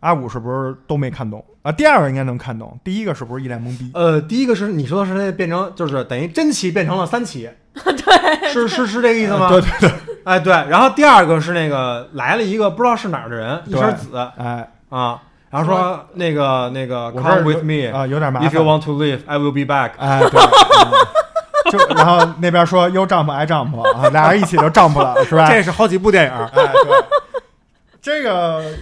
S1: 阿五是不是都没看懂啊？第二个应该能看懂，第一个是不是一脸懵逼？
S3: 呃，第一个是你说的是那变成就是等于真奇变成了三奇，对，是是是这个意思吗？
S1: 对对对，
S3: 哎对，然后第二个是那个来了一个不知道是哪儿的人，一身紫
S1: 哎，
S3: 啊，然后说那个那个
S1: 我这儿
S3: Come with
S1: 有
S3: me
S1: 啊，有点麻
S3: if you
S1: 烦。
S3: want to live, I will be back。
S1: 哎，对。嗯就然后那边说 “you jump I jump” 啊，俩人一起就 jump 了，是吧？
S3: 这是好几部电 [laughs] 影，
S1: 哎，对，这个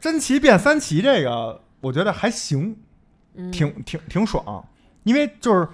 S1: 真奇变三奇，这个我觉得还行，
S2: 嗯，
S1: 挺挺挺爽，因为就是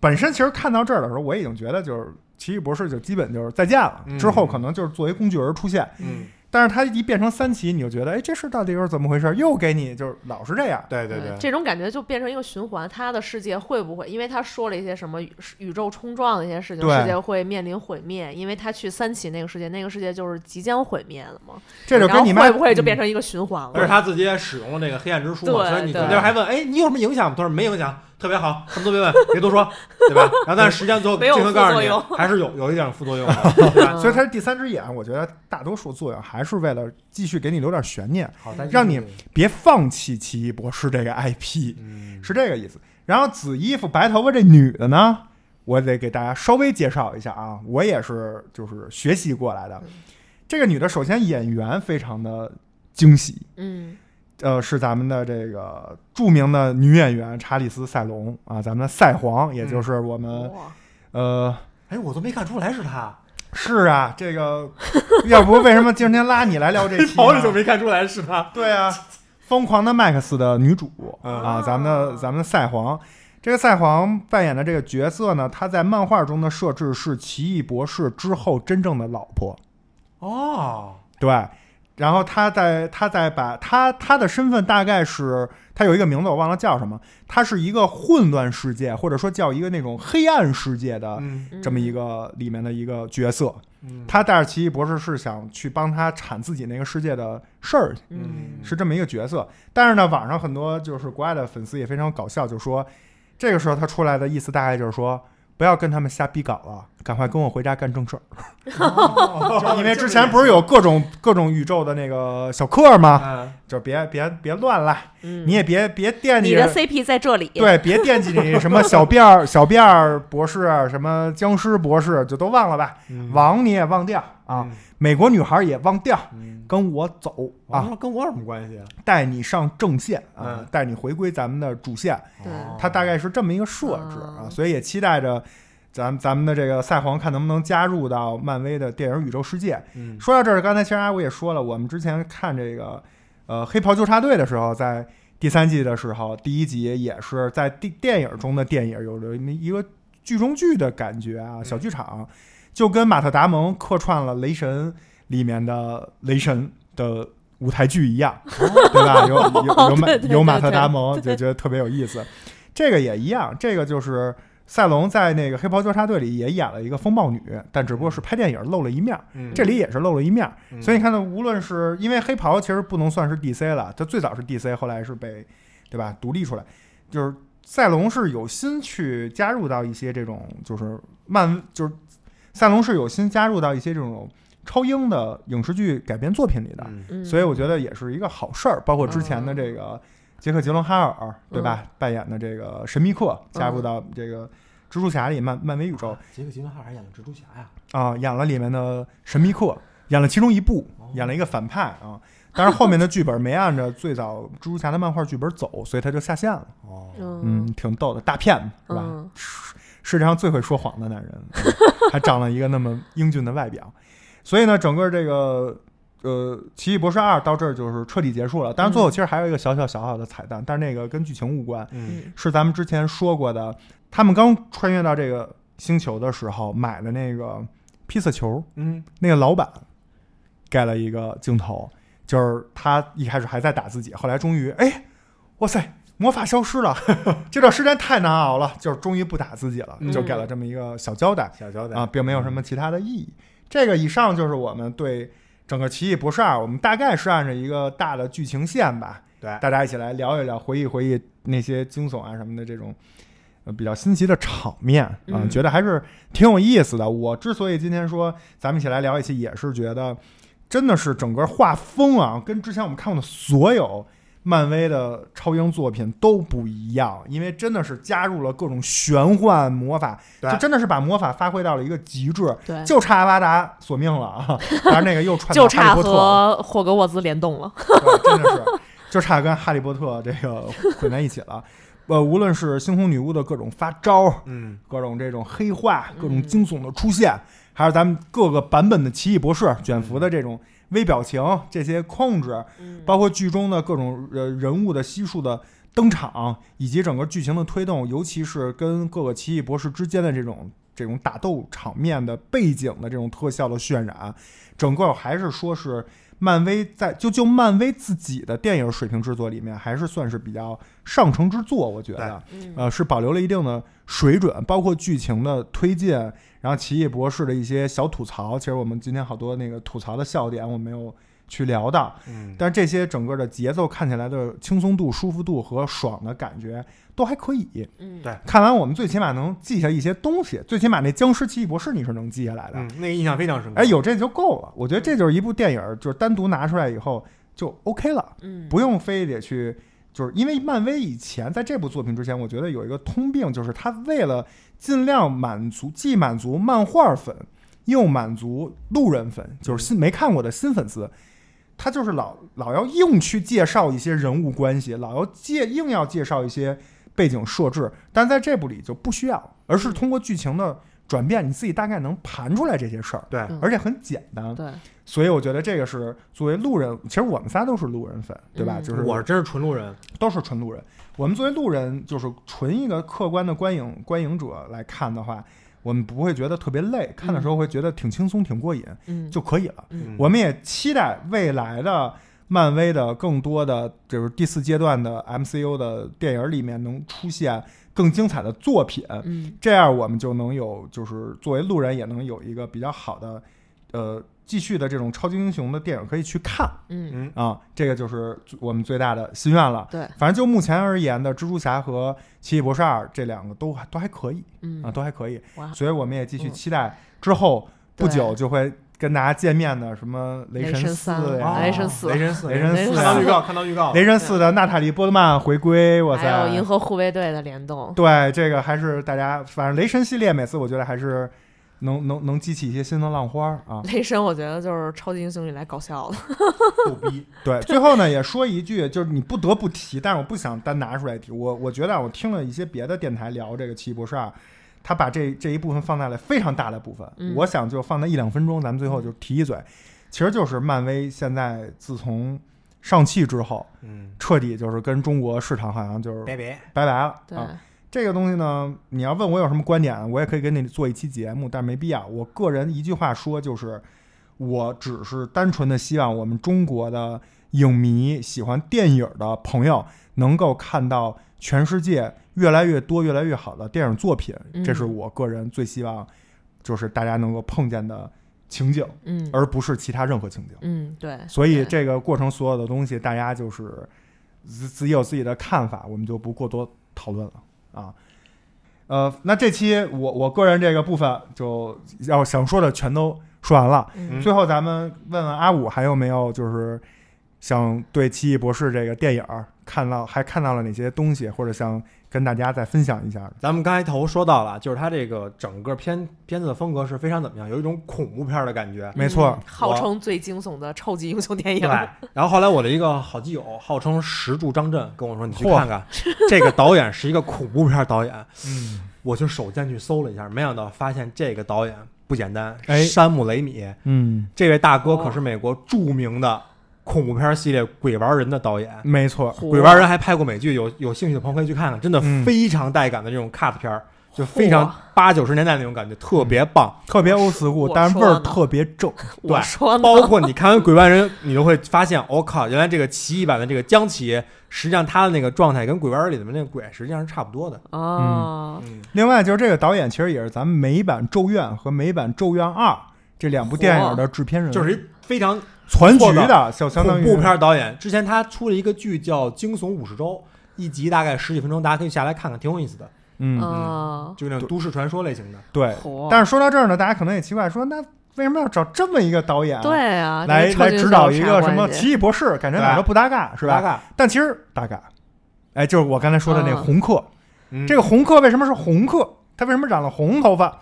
S1: 本身其实看到这儿的时候，我已经觉得就是奇异博士就基本就是再见了，
S3: 嗯
S1: 之后可能就是作为工具人出现，
S3: 嗯，
S1: 但是他一变成三奇，你就觉得哎，这事儿到底又是怎么回事？又给你就是老是这样，
S3: 对对
S2: 对
S3: 对，
S2: 这种感觉就变成一个循环。他的世界会不会，因为他说了一些什么宇宇宙冲撞的一些事情，
S1: 对
S2: 世界会面临毁灭，因为他去三起那个世界，那个世界就是即将毁灭了嘛。
S1: 这就
S2: 然
S1: 跟
S2: 后
S1: 你妈嗯
S2: 会不会就变成一个循环
S3: 而且
S2: 了？
S3: 他自己也使用了这个黑暗之书嘛，
S2: 对
S3: 所以你
S2: 对
S3: 那边还问，哎，你有什么影响吗？他说没影响，特别好，什么都别问，别多说，对吧？然后但是实际上最后
S2: 没有
S3: 镜头告诉
S2: 副作
S3: 你
S2: 用，
S3: 还是有有一点副作
S1: [laughs]
S3: 用的，对吧？
S1: 嗯所以它是第三只眼，我觉得大多数作用还是为了继续给你留点悬念，
S3: 好，咱
S1: 让你别放弃奇异博士这个 IP，
S3: 嗯
S1: 是这个意思。然后紫衣服白头发这女的呢，我得给大家稍微介绍一下啊，我也是就是学习过来的。这个女的首先演员非常的惊喜，
S2: 嗯
S1: 呃，是咱们的这个著名的女演员查理斯·塞隆啊，咱们的赛皇，也就是我们、
S2: 哇，
S1: 呃，
S3: 哎，我都没看出来是
S1: [laughs]
S3: 他，
S1: 是啊，这个要不为什么今天拉你来聊这
S3: [laughs]
S1: 期呢？
S3: 头里就没看出来是他，
S1: 对啊，疯狂的麦克斯的女主
S3: 嗯
S1: 啊，咱们的咱们的赛皇，这个赛皇扮演的这个角色呢，她在漫画中的设置是奇异博士之后真正的老婆，
S3: 哦，
S1: 对。然后她在她在把她她的身份大概是她有一个名字我忘了叫什么，她是一个混乱世界或者说叫一个那种黑暗世界的
S3: 嗯
S1: 这么一个里面的一个角色，
S3: 嗯
S1: 她带着奇异博士是想去帮他铲自己那个世界的事儿去，
S2: 嗯
S3: [laughs]
S1: 是这么一个角色。但是呢，网上很多就是国外的粉丝也非常搞笑，就说这个时候他出来的意思大概就是说。不要跟他们瞎逼搞了，赶快跟我回家干正事儿。
S3: 哦
S1: 因为之前不是有啊各种各种宇宙的那个小课吗？
S3: 嗯
S1: 就别别别乱来，
S2: 嗯，
S1: 你也别别惦记
S2: 你的 CP 在这里，，
S1: 对，别惦记你什么小辫儿、小辫儿博士、啊什么僵尸博士，就都忘了吧。
S3: 嗯
S1: 王你也忘掉啊，美国女孩也忘掉，
S3: 嗯哦
S1: 跟我走
S3: 我
S1: 啊，
S3: 说跟我有什么关系啊？
S1: 带你上正线啊
S3: 嗯，
S1: 带你回归咱们的主线。
S2: 对
S3: 哦
S1: 它大概是这么一个设置啊，
S2: 哦
S1: 所以也期待着咱咱们的这个赛皇看能不能加入到漫威的电影宇宙世界。
S3: 嗯
S1: 说到这儿，刚才其实阿伟也说了，我们之前看这个呃黑袍纠察队的时候，在第三季的时候，第一集也是在电电影中的电影有了一个剧中剧的感觉啊，小剧场，就跟马特达蒙客串了《雷神》里面的雷神的舞台剧一样，对吧？有有
S2: [laughs]
S1: 有马
S2: 哦对对对
S1: 有马特达蒙，就觉得特别有意思。这个也一样，这个就是赛隆在那个《黑袍纠察队》里也演了一个风暴女，但只不过
S2: 嗯
S1: 是拍电影露了一面儿。
S3: 嗯
S1: 这里也是露了一面儿，
S3: 嗯
S1: 所以你看到，无论是因为黑袍其实不能算是 DC 了，它最早是 DC，后来是被对吧独立出来，就是赛隆是有心去加入到一些这种就是漫就是赛隆是有心加入到一些这种超英的影视剧改编作品里的，
S3: 嗯
S2: 嗯
S1: 所以我觉得也是一个好事儿。包括之前的这个杰克·杰伦哈尔，对吧？
S3: 嗯
S1: 扮演的这个神秘客加入到这个蜘蛛侠里漫漫威宇宙
S3: 啊杰克·吉伦哈尔演了蜘蛛侠呀，
S1: 啊、演了里面的神秘客，演了其中一部，演了一个反派啊。但是后面的剧本没按照最早蜘蛛侠的漫画剧本走，所以他就下线了。
S3: 哦，
S1: 嗯，挺逗的，大骗子是吧？
S2: 嗯
S1: 世世界上最会说谎的男人，嗯还长了一个那么英俊的外表，所以呢，整个这个呃《奇异博士二》到这儿就是彻底结束了。当然，最后其实还有一个小小小小的彩蛋，但是那个跟剧情无关，
S3: 嗯
S1: 是咱们之前说过的，他们刚穿越到这个星球的时候买的那个披萨球，
S3: 嗯，
S1: 那个老板盖了一个镜头，就是他一开始还在打自己，后来终于，哎，哇塞，魔法消失了， [laughs] 这段时间太难熬了，就是终于不打自己了，
S3: 嗯
S1: 就给了这么一个小交代、
S3: 小交代
S1: 啊，，并没有什么其他的意义。这个以上就是我们对整个《奇异博士二》，我们大概是按照一个大的剧情线吧，
S3: 对，
S1: 大家一起来聊一聊，回忆回忆那些惊悚啊什么的这种。呃比较新奇的场面啊、
S2: 嗯
S1: 觉得还是挺有意思的。我之所以今天说咱们一起来聊一期，也是觉得真的是整个画风啊，跟之前我们看过的所有漫威的超英作品都不一样，因为真的是加入了各种玄幻魔法，
S3: 对
S1: 就真的是把魔法发挥到了一个极致，
S2: 对，
S1: 就差阿巴达索命了
S2: [laughs]
S1: 啊！当然那个又串到
S2: 就
S1: 哈利
S2: 差
S1: 波特了
S2: 和霍格沃兹联动了。
S1: 对，真的是，就差跟哈利波特这个混在一起了。呃，无论是猩红女巫的各种发招，
S3: 嗯，
S1: 各种这种黑化，各种惊悚的出现，还是咱们各个版本的奇异博士卷福的这种微表情，这些控制，包括剧中的各种呃人物的悉数的登场，以及整个剧情的推动，尤其是跟各个奇异博士之间的这种这种打斗场面的背景的这种特效的渲染，整个还是说是漫威在就就漫威自己的电影水平制作里面，还是算是比较上乘之作，我觉得。呃，是保留了一定的水准，包括剧情的推进，然后奇异博士的一些小吐槽，其实我们今天好多那个吐槽的笑点我没有去聊到，
S3: 嗯，
S1: 但是这些整个的节奏看起来的轻松度、舒服度和爽的感觉都还可以。
S2: 嗯
S3: 对
S1: 看完我们最起码能记下一些东西，最起码那僵尸奇异博士你是能记下来的，
S3: 嗯，那个印象非常深刻。
S1: 哎，有这就够了。我觉得这就是一部电影，就是单独拿出来以后就 OK 了。
S2: 嗯，
S1: 不用非得去，就是因为漫威以前在这部作品之前，我觉得有一个通病，就是他为了尽量满足，既满足漫画粉，又满足路人粉，就是新没看过的新粉丝，他就是老老要硬去介绍一些人物关系，老要介硬要介绍一些背景设置，但在这部里就不需要，而是通过剧情的转变，你自己大概能盘出来这些事儿，
S3: 对，
S2: 嗯
S1: 而且很简单。
S2: 对，
S1: 所以我觉得这个是作为路人，其实我们仨都是路人粉，对吧？
S2: 嗯
S1: 就是
S3: 我真是纯路人，
S1: 都是纯路人。我们作为路人，就是纯一个客观的观影观影者来看的话，我们不会觉得特别累，看的时候会觉得挺轻松、挺过瘾
S2: 嗯，
S1: 就可以了。
S3: 嗯
S1: 我们也期待未来的漫威的更多的，就是第四阶段的 MCU 的电影里面能出现更精彩的作品，
S2: 嗯
S1: 这样我们就能有，就是作为路人也能有一个比较好的，呃，继续的这种超级英雄的电影可以去看。
S2: 嗯，
S3: 嗯，
S1: 啊、这个就是我们最大的心愿了。
S2: 对，
S1: 反正就目前而言的，蜘蛛侠和奇异博士二这两个都还都还可以啊，
S2: 嗯，
S1: 都还可以。
S2: 哇，
S1: 所以我们也继续
S2: 嗯
S1: 期待之后不
S2: 对
S1: 久就会跟大家见面的什么雷
S2: 雷神
S1: 四
S2: 三啊
S1: 呀、
S2: 雷神四
S3: 啊雷神四，
S1: 雷神
S2: 四
S3: 看到预告，看到预告，
S1: 雷神四的娜塔莉波特曼回归，哇
S2: 还有
S1: 塞！
S2: 银河护卫队的联动，
S1: 对，这个还是大家，反正雷神系列每次我觉得还是能能能激起一些新的浪花儿
S2: [laughs]
S1: 啊。
S2: 雷神我觉得就是超级英雄里来搞笑的，
S3: 逗逼，
S1: 对，最后呢也说一句，就是你不得不提，但是我不想单拿出来提。我我觉得啊我听了一些别的电台聊这个《奇异博士二》，他把这这一部分放在了非常大的部分。
S2: 嗯
S1: 我想就放在一两分钟，咱们最后就提一嘴，其实就是漫威现在自从上汽之后，
S3: 嗯，
S1: 彻底就是跟中国市场好像就是
S3: 拜拜，
S1: 拜拜了。
S2: 对，
S1: 啊，这个东西呢，你要问我有什么观点，我也可以给你做一期节目，但没必要。我个人一句话说，就是我只是单纯的希望我们中国的影迷、喜欢电影的朋友能够看到全世界越来越多、越来越好的电影作品，
S2: 嗯
S1: 这是我个人最希望，就是大家能够碰见的情景，
S2: 嗯
S1: 而不是其他任何情景。
S2: 嗯，对，
S1: 所以
S2: 对
S1: 这个过程所有的东西，大家就是自自己有自己的看法，我们就不过多讨论了啊。呃，那这期我我个人这个部分就要想说的全都说完了。
S2: 嗯
S1: 最后咱们问问阿五还有没有就是想对《奇异博士》这个电影儿看到还看到了哪些东西，或者想跟大家再分享一下的？
S3: 咱们刚才头说到了，就是它这个整个片片子的风格是非常怎么样，有一种恐怖片的感觉。
S1: 没
S2: 嗯
S1: 错儿，
S2: 号称最惊悚的超级英雄电
S3: 对
S2: 影，
S3: 吧？然后后来我的一个好基友，号称石柱张震，跟我说：“你去
S1: [laughs]
S3: 看看，这个导演是一个恐怖片导演。
S1: 嗯”
S3: 我就手贱去搜了一下，没想到发现这个导演不简单，
S1: 哎
S3: 山姆雷米
S1: 嗯，
S3: 这位大哥可是美国著名的恐怖片系列《鬼玩人》的导演。
S1: 没错儿，
S2: 嚯
S3: 鬼玩人还拍过美剧，有有兴趣的朋友可以去看看，真的
S1: 嗯
S3: 非常带感的这种 cut 片儿，就非
S2: 嚯
S3: 常八九十年代那种感觉，特别棒。
S1: 特别欧死
S2: 我
S1: 固，
S2: 说
S1: 但是味儿
S2: 呢
S1: 特别正。
S2: [laughs] 我说呢，
S3: 包括你看完《鬼玩人》，你就会发现，我、靠，原来这个奇异版的这个江奇，实际上他的那个状态跟《鬼玩人》里的那个鬼实际上是差不多的。
S2: 啊，
S3: 嗯，
S1: 另外就是这个导演其实也是咱们美版《咒怨》和美版《咒怨二》这两部电影的制片人，
S3: 就是一非常
S1: 全局的，就相当
S3: 恐
S1: 于
S3: 怖片导演。之前他出了一个剧叫《惊悚五十周》，一集大概十几分钟，大家可以下来看看，挺有意思的，
S1: 嗯，
S2: 啊，
S3: 就那种都市传说类型的。
S1: 对。
S2: 火，
S1: 但是说到这儿呢，大家可能也奇怪，说那为什么要找这么一个导演？
S2: 对啊，
S1: 嗯来
S2: 这个超
S1: 来
S2: 级英
S1: 指
S2: 雄
S1: 导
S2: 有
S1: 一
S2: 啥
S1: 个什
S2: 关
S1: 么
S2: 系
S1: 奇异博士，感觉哪儿都不搭嘎，是
S3: 大
S1: 吧？
S3: 概，
S1: 但其实搭嘎，哎，就是我刚才说的那
S2: 嗯
S1: 红客，
S3: 嗯
S1: 这个红客为什么是红客？他为什么染了红头发？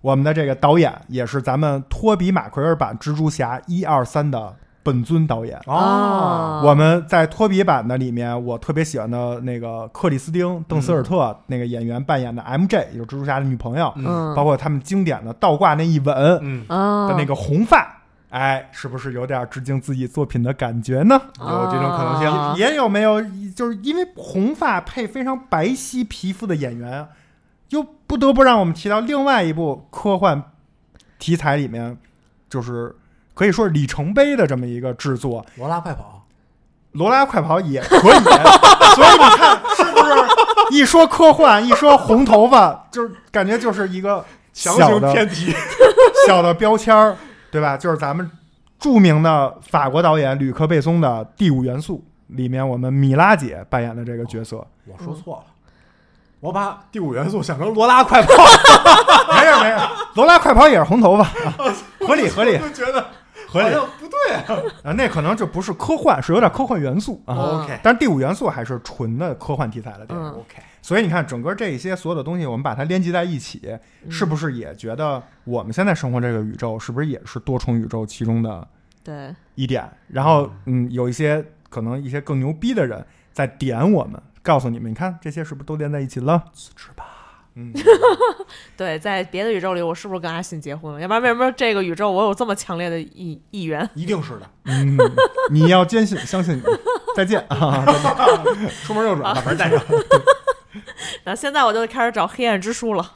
S1: 我们的这个导演也是咱们托比马奎尔版蜘蛛侠一二三的本尊导演。
S3: 哦，
S1: 我们在托比版的里面，我特别喜欢的那个克里斯汀·邓斯尔特那个演员扮演的 MJ，也就是蜘蛛侠的女朋友，
S3: 嗯
S2: 嗯，
S1: 包括他们经典的倒挂那一吻，
S3: 嗯，
S2: 啊
S1: 的那个红发，哎，是不是有点致敬自己作品的感觉呢？
S3: 有这种可能性
S2: 啊
S1: 也有没有，就是因为红发配非常白皙皮肤的演员，啊又不得不让我们提到另外一部科幻题材里面，就是可以说是里程碑的这么一个制作，《
S3: 罗拉快跑，
S1: 罗拉快跑》也可以。所以你看，是不是一说科幻，一说红头发，就是感觉就是一个
S3: 强
S1: 小
S3: 行
S1: 的
S3: 偏 [laughs] 题。
S1: 小的标签儿，对吧？就是咱们著名的法国导演吕克·贝松的《第五元素》里面，我们米拉姐扮演的这个角色，
S3: 我说错 [laughs] 了，我把第五元素想成罗拉快 [laughs] 跑，
S1: 没事没事，罗拉快跑也是红头发，啊合理合理
S3: 就觉得
S1: 合
S3: 好
S1: 理
S3: 像不对 [laughs] 啊。
S1: 啊，那可能就不是科幻，是有点科幻元素啊。
S2: 嗯
S3: OK
S1: 但是第五元素还是纯的科幻题材的电影，
S2: 嗯
S3: OK，
S1: 所以你看，整个这一些所有的东西，我们把它连接在一起，是不是也觉得我们现在生活这个宇宙，是不是也是多重宇宙其中的
S2: 对，
S1: 一点，然后嗯，有一些可能一些更牛逼的人在点我们，告诉你们，你看这些是不是都连在一起了？
S3: 辞职吧。
S1: 嗯，
S2: 对，在别的宇宙里，我是不是跟阿信结婚了？要不然为什么这个宇宙我有这么强烈的意意愿？
S3: 一定是的，
S1: 嗯，你要坚信，相信你。再见啊！ [laughs]
S3: 出门右转，把门带上。
S2: 那现在我就开始找黑暗之书了。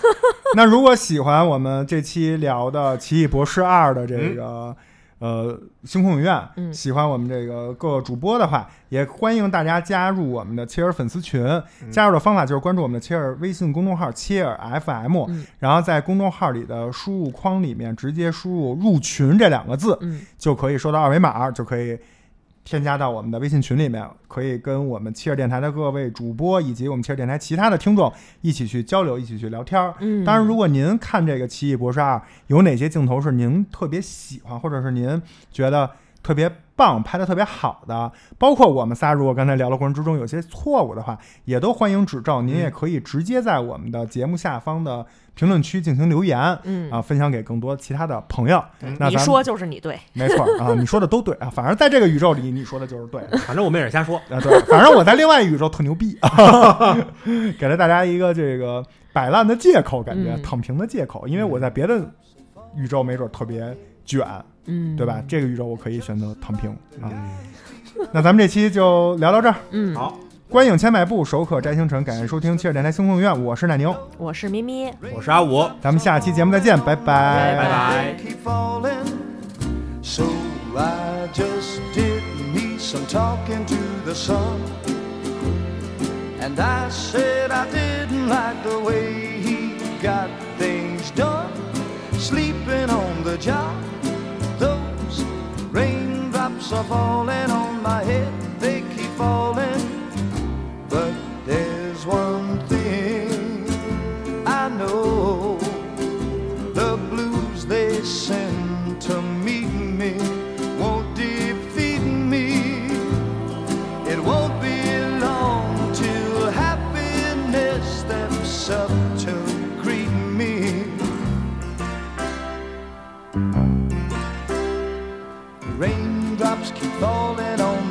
S2: [laughs]
S1: 那如果喜欢我们这期聊的《奇异博士二》的这个、呃星空影院，
S2: 嗯
S1: 喜欢我们这个各个主播的话，也欢迎大家加入我们的切尔粉丝群。
S2: 嗯
S1: 加入的方法就是关注我们的切尔微信公众号“切尔 FM”，、
S2: 嗯
S1: 然后在公众号里的输入框里面直接输入“入群”这两个字，
S2: 嗯，
S1: 就可以收到二维码，就可以添加到我们的微信群里面，可以跟我们切尔电台的各位主播以及我们切尔电台其他的听众一起去交流，一起去聊天儿。
S2: 嗯
S1: 当然，如果您看这个《奇异博士二》，有哪些镜头是您特别喜欢，或者是您觉得特别棒、拍的特别好的，包括我们仨如果刚才聊的过程之中有些错误的话，也都欢迎指正。您
S2: 嗯
S1: 也可以直接在我们的节目下方的评论区进行留言，
S2: 嗯
S1: 啊，分享给更多其他的朋友。那
S2: 你
S1: 咱们
S2: 说就是你对，
S1: 没错儿啊，你说的都对啊，反正在这个宇宙里，你说的就是对的 [laughs]
S3: 反正我们也是瞎说。
S1: 啊，对，反正我在另外一宇宙特牛逼， [laughs] 给了大家一个这个摆烂的借口，感觉、
S2: 嗯
S1: 躺平的借口，因为我在别的宇宙没准特别卷，
S2: 嗯，
S1: 对吧？？这个宇宙我可以选择躺平啊。 [laughs] 那咱们这期就聊到这儿，
S2: 嗯，
S3: 好，
S1: 观影千百步，手可摘星辰，感谢收听七十电台星空影院，我是奶牛，
S2: 我是咪咪，
S3: 我是阿五，
S1: 咱们下期节目再见，拜拜
S3: 拜拜。
S6: keep falling. So I just did me some talking to the sun. And I said I didn't like the way he got things done. Sleeping on the job, those raindrops are falling on my head, they keep falling. But there's one thing raindrops keep falling on